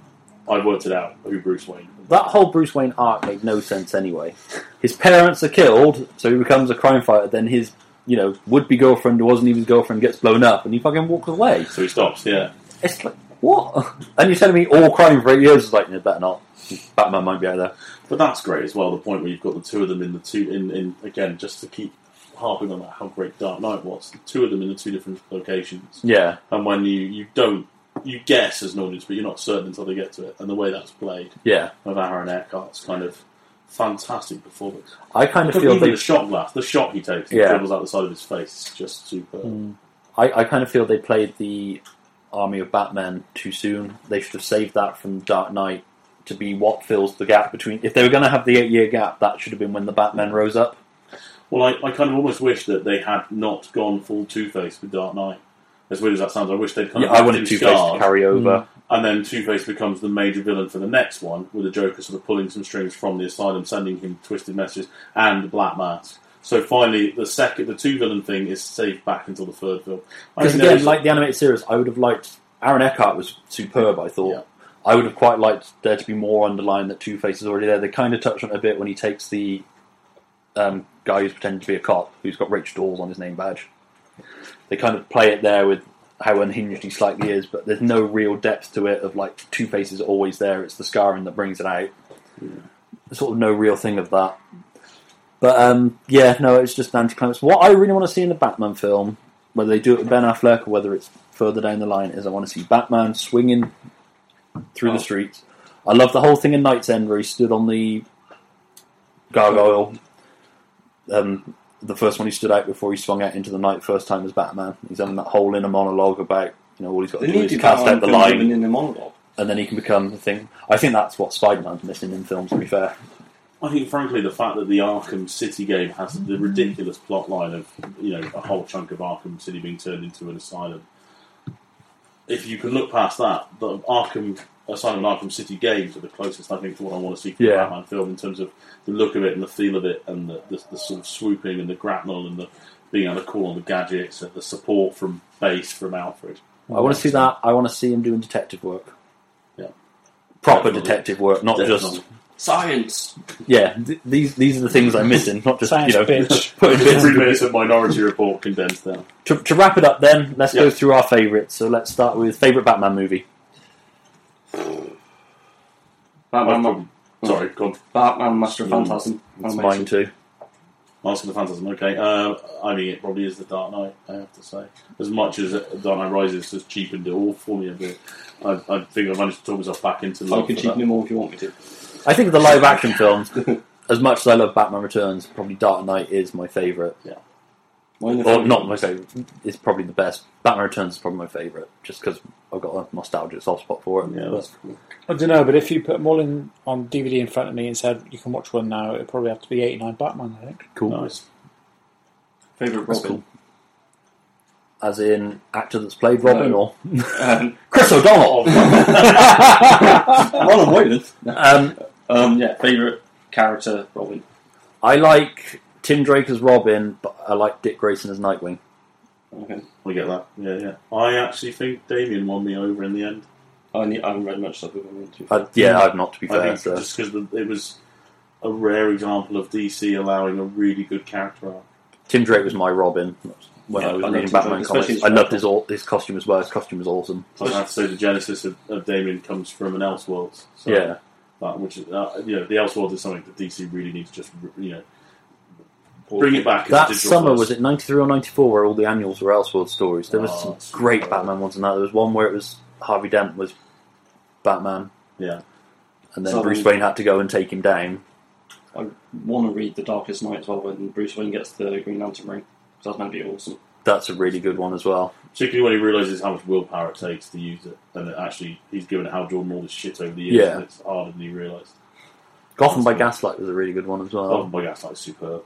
C: I've worked it out who Bruce Wayne. is.
A: That whole Bruce Wayne arc made no sense anyway. His parents are killed, so he becomes a crime fighter. Then his, you know, would-be girlfriend who wasn't even his girlfriend gets blown up, and he fucking walks away.
C: So he stops. Yeah,
A: It's like what? And you're telling me all crime for eight years is like, no, better not. Batman might be out there.
C: but that's great as well. The point where you've got the two of them in the two in, in again just to keep harping on that how great Dark Knight was. The two of them in the two different locations,
A: Yeah,
C: and when you you don't you guess as an audience, but you're not certain until they get to it, and the way that's played
A: yeah.
C: of Aaron Eckhart's kind of fantastic performance.
A: I kind of feel
C: Even
A: they,
C: the shot laugh, the shot he takes,
A: Yeah. Hmm.
C: yeah. dribbles out the side of his face, is just superb.
A: I, I kind of feel they played the Army of Batman too soon. They should have saved that from Dark Knight to be what fills the gap between. If they were going to have the eight-year gap, that should have been when the Batman rose up.
C: Well, I, I kind of almost wish that they had not gone full Two Face with Dark Knight. As weird as that sounds, I wish they'd kind
A: Yeah,
C: of
A: I
C: left
A: wanted
C: him
A: Two Face to
C: scarred,
A: carry over.
C: and then Two Face becomes the major villain for the next one, with the Joker sort of pulling some strings from the asylum, sending him twisted messages and the Black Mask. So finally, the second, the two villain thing is saved back until the third film. I
A: Because
C: think
A: again,
C: there's-
A: like the animated series, I would have liked Aaron Eckhart was superb. I thought
C: Yeah.
A: I would have quite liked there to be more underlying that Two Face is already there. They kind of touch on it a bit when he takes the um, guy who's pretending to be a cop, who's got Rich Dawes on his name badge. They kind of play it there with how unhinged he slightly is, but there's no real depth to it. Of like Two Face is always there. It's the scarring that brings it out. Sort of no real thing of that. But um, yeah, no, it's just an anticlimax. What I really want to see in the Batman film whether they do it with Ben Affleck or whether it's further down the line, is I want to see Batman swinging through
C: Oh.
A: the streets. I love the whole thing in Night's End where he stood on the gargoyle. Um, the first one he stood out before he swung out into the night first time as Batman. He's having that whole inner monologue about you know all he's got to
D: They
A: do
D: need
A: is
D: to
A: cast out the line,
D: in the monologue.
A: and then he can become the thing. I think that's what Spider-Man's missing in films. To be fair,
C: I think, frankly, the fact that the Arkham City game has the ridiculous plot line of you know a whole chunk of Arkham City being turned into an asylum. If you can look past that, the Arkham Asylum and Arkham City games are the closest I think to what I want to see from
A: Yeah.
C: a Batman film in terms of the look of it and the feel of it and the, the, the sort of swooping and the grapnel and the being able to call on the gadgets and the support from base from Alfred.
A: I want to see that. I want to see him doing detective work.
C: Yeah.
A: Proper
C: Definitely.
A: detective work, not just
C: Definitely.
D: Science.
A: yeah, th- these these are the things I'm missing. Not just
B: Science
A: you know,
B: bitch.
A: putting bits
C: Three
A: in-
C: minutes of Minority Report condensed down.
A: to, to wrap it up, then let's
C: Yeah.
A: go through our favourites. So let's start with favourite Batman movie.
D: Batman, Ma-
C: Sorry, God,
D: Batman Master of
C: Mm.
D: Phantasm.
A: That's
D: Animation.
A: mine too.
C: Mask of the Phantasm. Okay, uh, I mean it probably is the Dark Knight. I have to say, as much as Dark Knight Rises has cheapened it all for me a bit, I, I think I managed to talk myself back into
D: I
C: love.
D: could
C: for
D: cheat
C: that.
D: him more if you want me to.
A: I think of the live action films. As much as I love Batman Returns, probably Dark Knight is my favourite.
D: Mine are
A: Or
D: fine.
A: not my favourite. It's probably the best. Batman Returns is probably my favourite, just because I've got a nostalgic soft spot for it.
C: Yeah, that's cool.
B: I don't know, but if you put them all in on DVD in front of me and said you can watch one now, it'd probably have to be 89 Batman, I think.
A: cool.
C: nice.
D: Favourite
A: That's
D: Robin.
A: As in actor that's played Robin
D: No.
A: or
D: Um,
A: Chris O'Donnell.
D: Ronald Williams.
A: um,
D: Um, yeah, favourite character Robin.
A: I like Tim Drake as Robin, but I like Dick Grayson as Nightwing.
D: Okay.
C: I get that. Yeah, yeah. I actually think Damien won me over in the end.
D: I, need, I haven't read much stuff with him. too.
A: I, Uh, yeah, I've not to be
C: I
A: fair.
C: think
A: So.
C: just because it was a rare example of DC allowing a really good character arc.
A: Tim Drake was my Robin when
D: Yeah,
A: I
D: I
A: was reading
D: love Tim Drake,
A: Batman
D: especially
A: comics.
D: his
A: I loved
D: Batman.
A: his all, his costume as well. His costume was awesome.
C: So I have to say the genesis of, of Damien comes from an Elseworlds. So
A: yeah,
C: Uh, which is, uh, you know, the Elseworlds is something that DC really needs to just you know bring it back. as
A: That
C: digital
A: summer
C: first.
A: was it ninety three or ninety four where all the annuals were Elseworld stories. There was
C: Oh,
A: some
C: that's
A: great
C: right.
A: Batman ones and that. There was one where it was Harvey Dent was Batman.
C: Yeah.
A: And then
D: So-
A: Bruce Wayne had to go and take him down.
D: I want to read The Darkest Night as well when Bruce Wayne gets the Green Lantern ring. 'cause that's going to be awesome.
A: That's a really good one as well.
C: particularly when he realizes how much willpower it takes to use it, and that actually he's given Hal Jordan all this shit over the years,
A: Yeah.
C: and it's harder than he realized.
A: Gotham by Gaslight was a really good one as
C: Oh,
A: well.
C: my god, that's superb.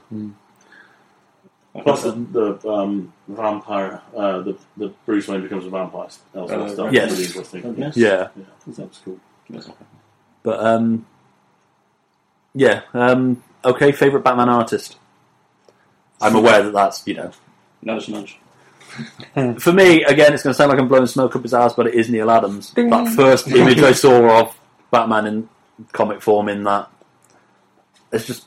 D: Like,
C: Plus the, the um, vampire, uh, the the Bruce Wayne becomes a vampire. Elsewhere
D: Uh,
C: stuff.
A: yes.
C: Really interesting.
D: Yes.
A: Yeah.
D: that was cool. That's not-
A: But um yeah, um okay, favorite Batman artist. I'm aware that that's, you know,
D: Nudge, nudge.
A: for me, again, it's going to sound like I'm blowing smoke up his ass, but it is Neil Adams. That first image I saw of Batman in comic form in that. It's just.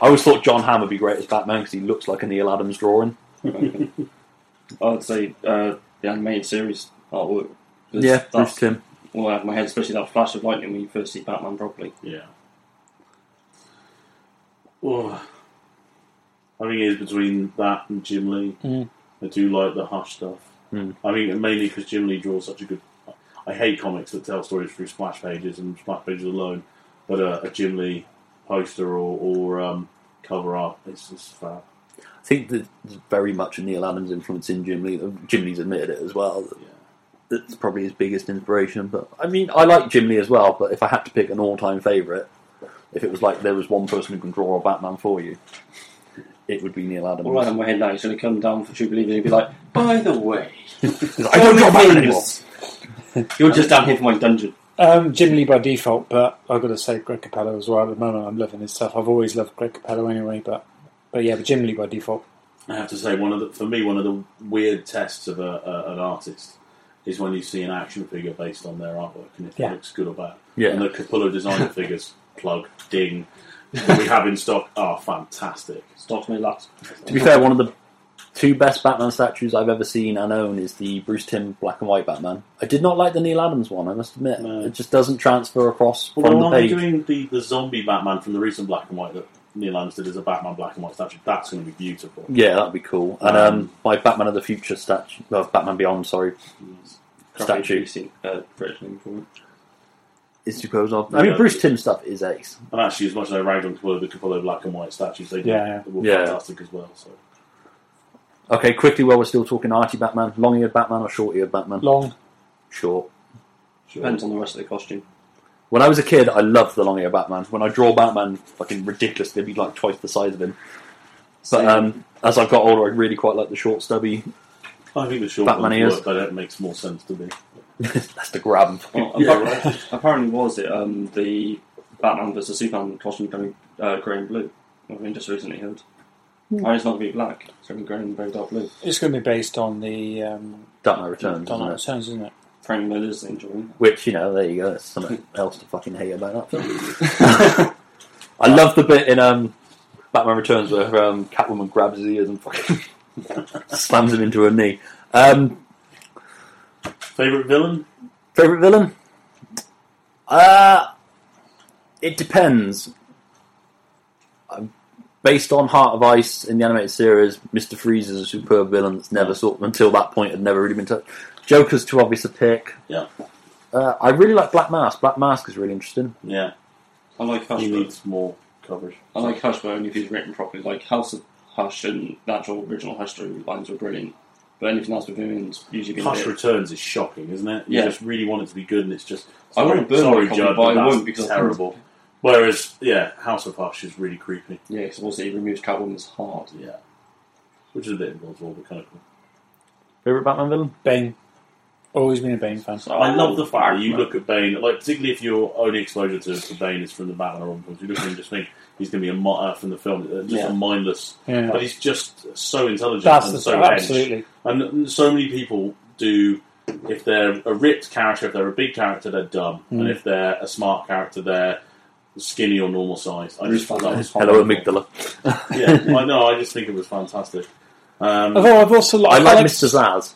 A: I always thought John Hamm would be great as Batman because he looks like a Neil Adams drawing.
D: I would say uh, the animated series artwork. 'Cause
A: Bruce
D: that's
A: Tim.
D: all out of my head, especially that flash of lightning when you first see Batman properly.
C: Yeah. Oh. I think it is between that and Jim Lee.
B: Mm.
C: I do like the Hush stuff.
A: Mm.
C: I mean, mainly because Jim Lee draws such a good. I hate comics that tell stories through splash pages and splash pages alone, but uh, a Jim Lee poster or, or um, cover art is just uh, fab.
A: I think there's very much a Neil Adams influence in Jim Lee. Jim Lee's admitted it as well.
C: Yeah.
A: That's probably his biggest inspiration. But I mean, I like Jim Lee as well. But if I had to pick an all-time favorite, if it was like there was one person who can draw a Batman for you, it would be Neil Adams.
D: All out of my head now, he's going to come down for Jubilee and he'll be like, by the way,
A: I don't draw Batman anymore.
D: Yes. You're just down here for my dungeon.
B: Um, Jim Lee by default, but I've got to say Greg Capello as well. At the moment, I'm loving his stuff. I've always loved Greg Capello anyway, but but yeah, but Jim Lee by default.
C: I have to say, one of the, for me, one of the weird tests of a, a, an artist is when you see an action figure based on their artwork and if
B: Yeah.
C: it looks good or bad.
A: Yeah.
C: And the Capullo designer figures, plug, ding, that we have in stock are fantastic.
D: Stopped me last.
A: To be fair, one of the two best Batman statues I've ever seen and own is the Bruce Tim black and white Batman. I did not like the Neil Adams one, I must admit.
C: No.
A: It just doesn't transfer across
C: Although
A: from the
C: when I'm
A: page.
C: doing the, the zombie Batman from the recent black and white that Neil Adams did as a Batman black and white statue, that's going to be beautiful.
A: Yeah, that'd be cool. And um, my Batman of the Future statue, well, Batman Beyond, sorry, Statue.
D: Statue. Uh, British name for it.
A: is supposed of. uh, I mean,
C: Yeah.
A: Bruce Tim stuff is ace.
C: And actually, as much as I ragged on Capullo, the Capullo black and white statues they did
B: Yeah, yeah.
C: were
A: Yeah.
C: fantastic as well. So
A: Okay, quickly while we're still talking arty Batman, long eared Batman or short eared Batman?
B: Long,
A: Short.
D: Depends on the rest of the costume.
A: When I was a kid, I loved the long eared Batman. When I draw Batman, fucking ridiculous, they'd be like twice the size of him. But
D: Same.
A: um, as I've got older, I really quite like the short, stubby
C: I think the short
A: Batman
C: ones
A: ears.
C: work, but it makes more sense to me.
A: That's the grab.
D: Well,
C: Yeah,
D: appar- apparently was it um, the Batman versus Superman costume becoming uh, grey and blue? I've been just recently heard. And it's not going to be black. It's going to be grey and very dark blue.
B: it's going to be based on the um,
A: Dark Knight Returns,
B: Dark Knight
A: isn't it?
B: Returns, isn't it?
D: Frank Miller's enjoying
A: Which, you know, there you go. That's something else to fucking hate about that film. I love the bit in um, Batman Returns where um, Catwoman grabs his ears and fucking slams him into her knee. Um,
C: Favorite villain?
A: favorite villain? Uh, it depends. Um, Based on Heart of Ice in the animated series, Mister Freeze is a superb villain that's never sort until that point had never really been touched. Joker's too obvious a pick.
C: Yeah,
A: Uh, I really like Black Mask. Black Mask is really interesting.
C: yeah.
D: I like Hush.
C: He
D: but-
C: needs more coverage.
D: I like Hush, but only if he's written properly. Like House of Hush and the actual original Hush storylines were brilliant. But anything else with him is usually been a
C: Hush
D: bit-
C: Returns is shocking, isn't it? You
D: Yeah.
C: just really want it to be good, and it's just
D: I
C: sorry,
D: want to burn
C: sorry,
D: my copy,
C: Judd,
D: but I
C: that's
D: won't because I-
C: terrible. Whereas, yeah, House of Hush is really creepy.
D: Yeah, because also he removes Catwoman's heart.
C: Yeah, which is a bit implausible, but kind of cool.
A: Favorite Batman villain?
B: Bane. Always been a Bane fan.
D: So
C: I love the fact that you
D: Batman.
C: look at Bane, like particularly if your only exposure to, to Bane is from the Batman or Robin films, you look at him and just think he's going to be a mo- uh, from the film, uh, just
D: Yeah.
C: a mindless.
B: Yeah.
C: But he's just so intelligent
B: That's
C: and
B: the
C: so
B: stuff.
C: hench.
B: Absolutely.
C: And so many people do. If they're a ripped character, if they're a big character, they're dumb, and if they're a smart character, they're skinny or normal size. I
D: Bruce
C: just thought that
D: Banner.
C: was
A: Hello,
D: Horrible.
A: amygdala.
C: yeah. I know. I just think it was fantastic. Um,
B: Although I've also li-
A: I like Um,
B: liked-
A: Mr. Zaz.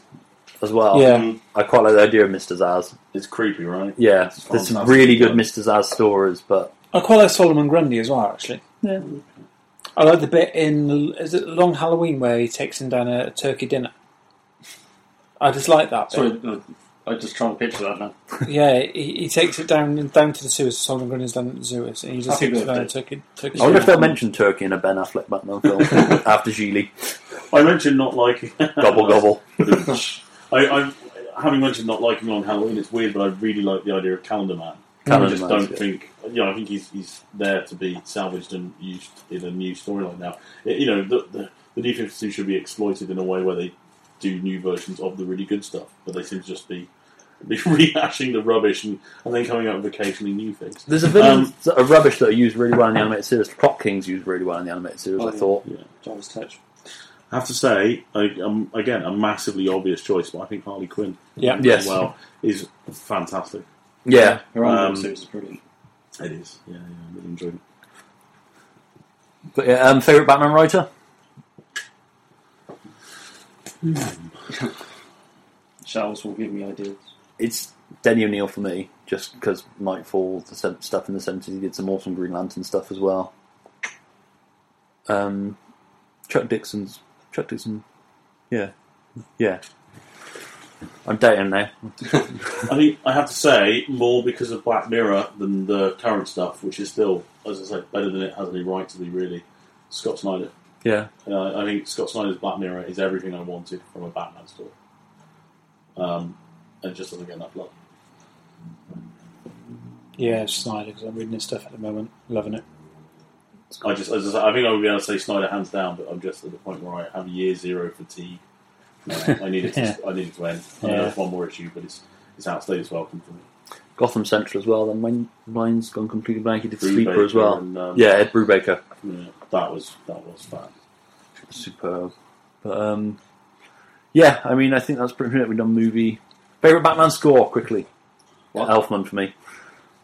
A: as well.
B: Yeah.
A: I quite like the idea of Mr. Zaz.
E: It's creepy, right?
A: Yeah,
E: It's
A: there's some
E: fantastic.
A: really good Mr. Zaz stories, but
B: I quite like Solomon Grundy as well, actually. Yeah. I like the bit in is it Long Halloween where he takes him down a turkey dinner. I just like that. bit.
D: Sorry, uh, I just trying to picture that now.
B: Yeah, he, he takes it down down to the sewers. Solomon Grundy's down at the sewers, and he just
D: Happy
B: takes it down a
D: birthday.
B: turkey. turkey
A: I wonder if
B: dinner.
A: they'll mention Turkey in a Ben Affleck Batman film after Geely.
C: I mentioned not liking.
A: Gobble gobble.
C: I, I, having mentioned not liking on Halloween, it's weird, but I really like the idea of Calendar Man. I
A: Calendar
C: just
A: Man's
C: don't
A: good.
C: think, you know, I think he's, he's there to be salvaged and used in a new storyline now. It- you know, the, the, the D52 should be exploited in a way where they do new versions of the really good stuff, but they seem to just be, be rehashing the rubbish and, and then coming up with occasionally new things.
A: There's a villain
C: Um,
A: that are rubbish that are used really well in the animated series. Clock King's used really well in the animated series,
D: Oh,
A: I
D: yeah.
A: thought.
D: Jarvis Touch.
C: I have to say, I, um, again, a massively obvious choice, but I think Harley Quinn
B: Yeah.
A: Yeah. Yes.
C: as well is fantastic.
A: Yeah.
D: Her own
C: Um,
D: series is brilliant.
C: It is. Yeah, yeah, I really enjoyed it.
A: But yeah, um, favorite Batman writer?
D: Shells will give me ideas.
A: It's Denny O'Neill for me, just because Nightfall, the se- stuff in the 70s, he did some awesome Green Lantern stuff as well. Um, Chuck Dixon's. Chuck Dixon. Yeah. Yeah. I'm dating now.
C: I think I have to say more because of Black Mirror than the current stuff, which is still, as I say, better than it has any right to be. Really, Scott Snyder.
A: Yeah.
C: Uh, I think Scott Snyder's Black Mirror is everything I wanted from a Batman story, um, and just doesn't get enough love.
B: Yeah, Snyder, because I'm reading his stuff at the moment, loving it.
C: I just, as I, say, I think I would be able to say Snyder hands down, but I'm just at the point where I have year zero fatigue. Uh, I need it. To,
B: Yeah.
C: I need it to end. I know
B: Yeah.
C: it's one more issue, but it's it's outstayed its welcome for me.
A: Gotham Central as well. Then mine, mine's gone completely blank. He did
C: Brubaker
A: Sleeper as well.
C: and, um,
A: Yeah, Ed Brubaker.
C: yeah, that was that was fun.
A: superb. But um, yeah, I mean, I think that's pretty much it. We've done movie. Favorite Batman score quickly.
D: What?
A: Elfman for me.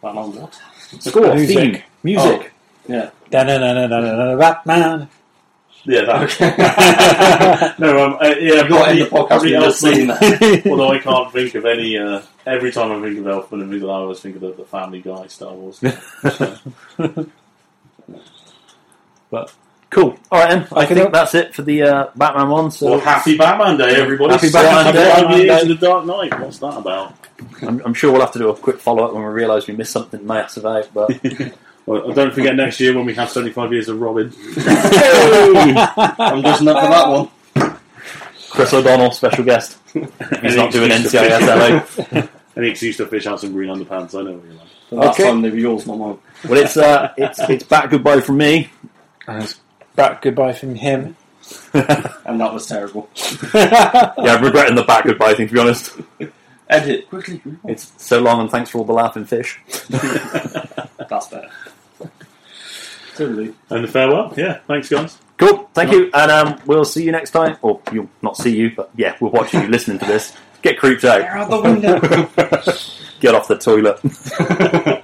D: Batman what?
A: Score
B: Music.
A: theme music.
D: Yeah.
B: Da na na na na na Batman.
C: Yeah, that. no, um, uh, yeah,
D: You've got to end the podcast
C: probably
D: with just
C: Elfman,
D: saying that.
C: Although I can't think of any. Uh, every time I think of Elfman and Miguel, I always think of the, the Family Guy Star Wars.
A: But cool. All right, then. I
B: Okay,
A: think
B: then.
A: that's it for the uh, Batman one. So
C: well, happy Batman Day, everybody!
A: Happy Batman Day.
C: Five years in the Dark Knight. What's that about?
A: I'm, I'm sure we'll have to do a quick follow up when we realise we missed something massive out. But
C: Well, don't forget next year when we have seventy-five years of Robin.
D: I'm just not for that one.
A: Chris O'Donnell, special guest. He's not doing
C: excuse to
A: NCIS LA.
C: Any excuse to fish out some green underpants. I know what you're like.
D: The last
A: Okay.
D: time they were yours, not mine.
A: Well, it's uh, it's it's back goodbye from me.
B: Back goodbye from him.
D: And that was terrible.
A: Yeah, I'm regretting the back goodbye thing to be honest.
D: Edit quickly.
A: It's so long, and thanks for all the laughing fish.
D: That's better. Totally.
C: And farewell. Yeah, thanks, guys.
A: Cool. Thank you. And um, we'll see you next time. Or you'll not see you, but yeah, we're watching you listening to this. Get creeped out.
D: out the window.
A: Get off the toilet.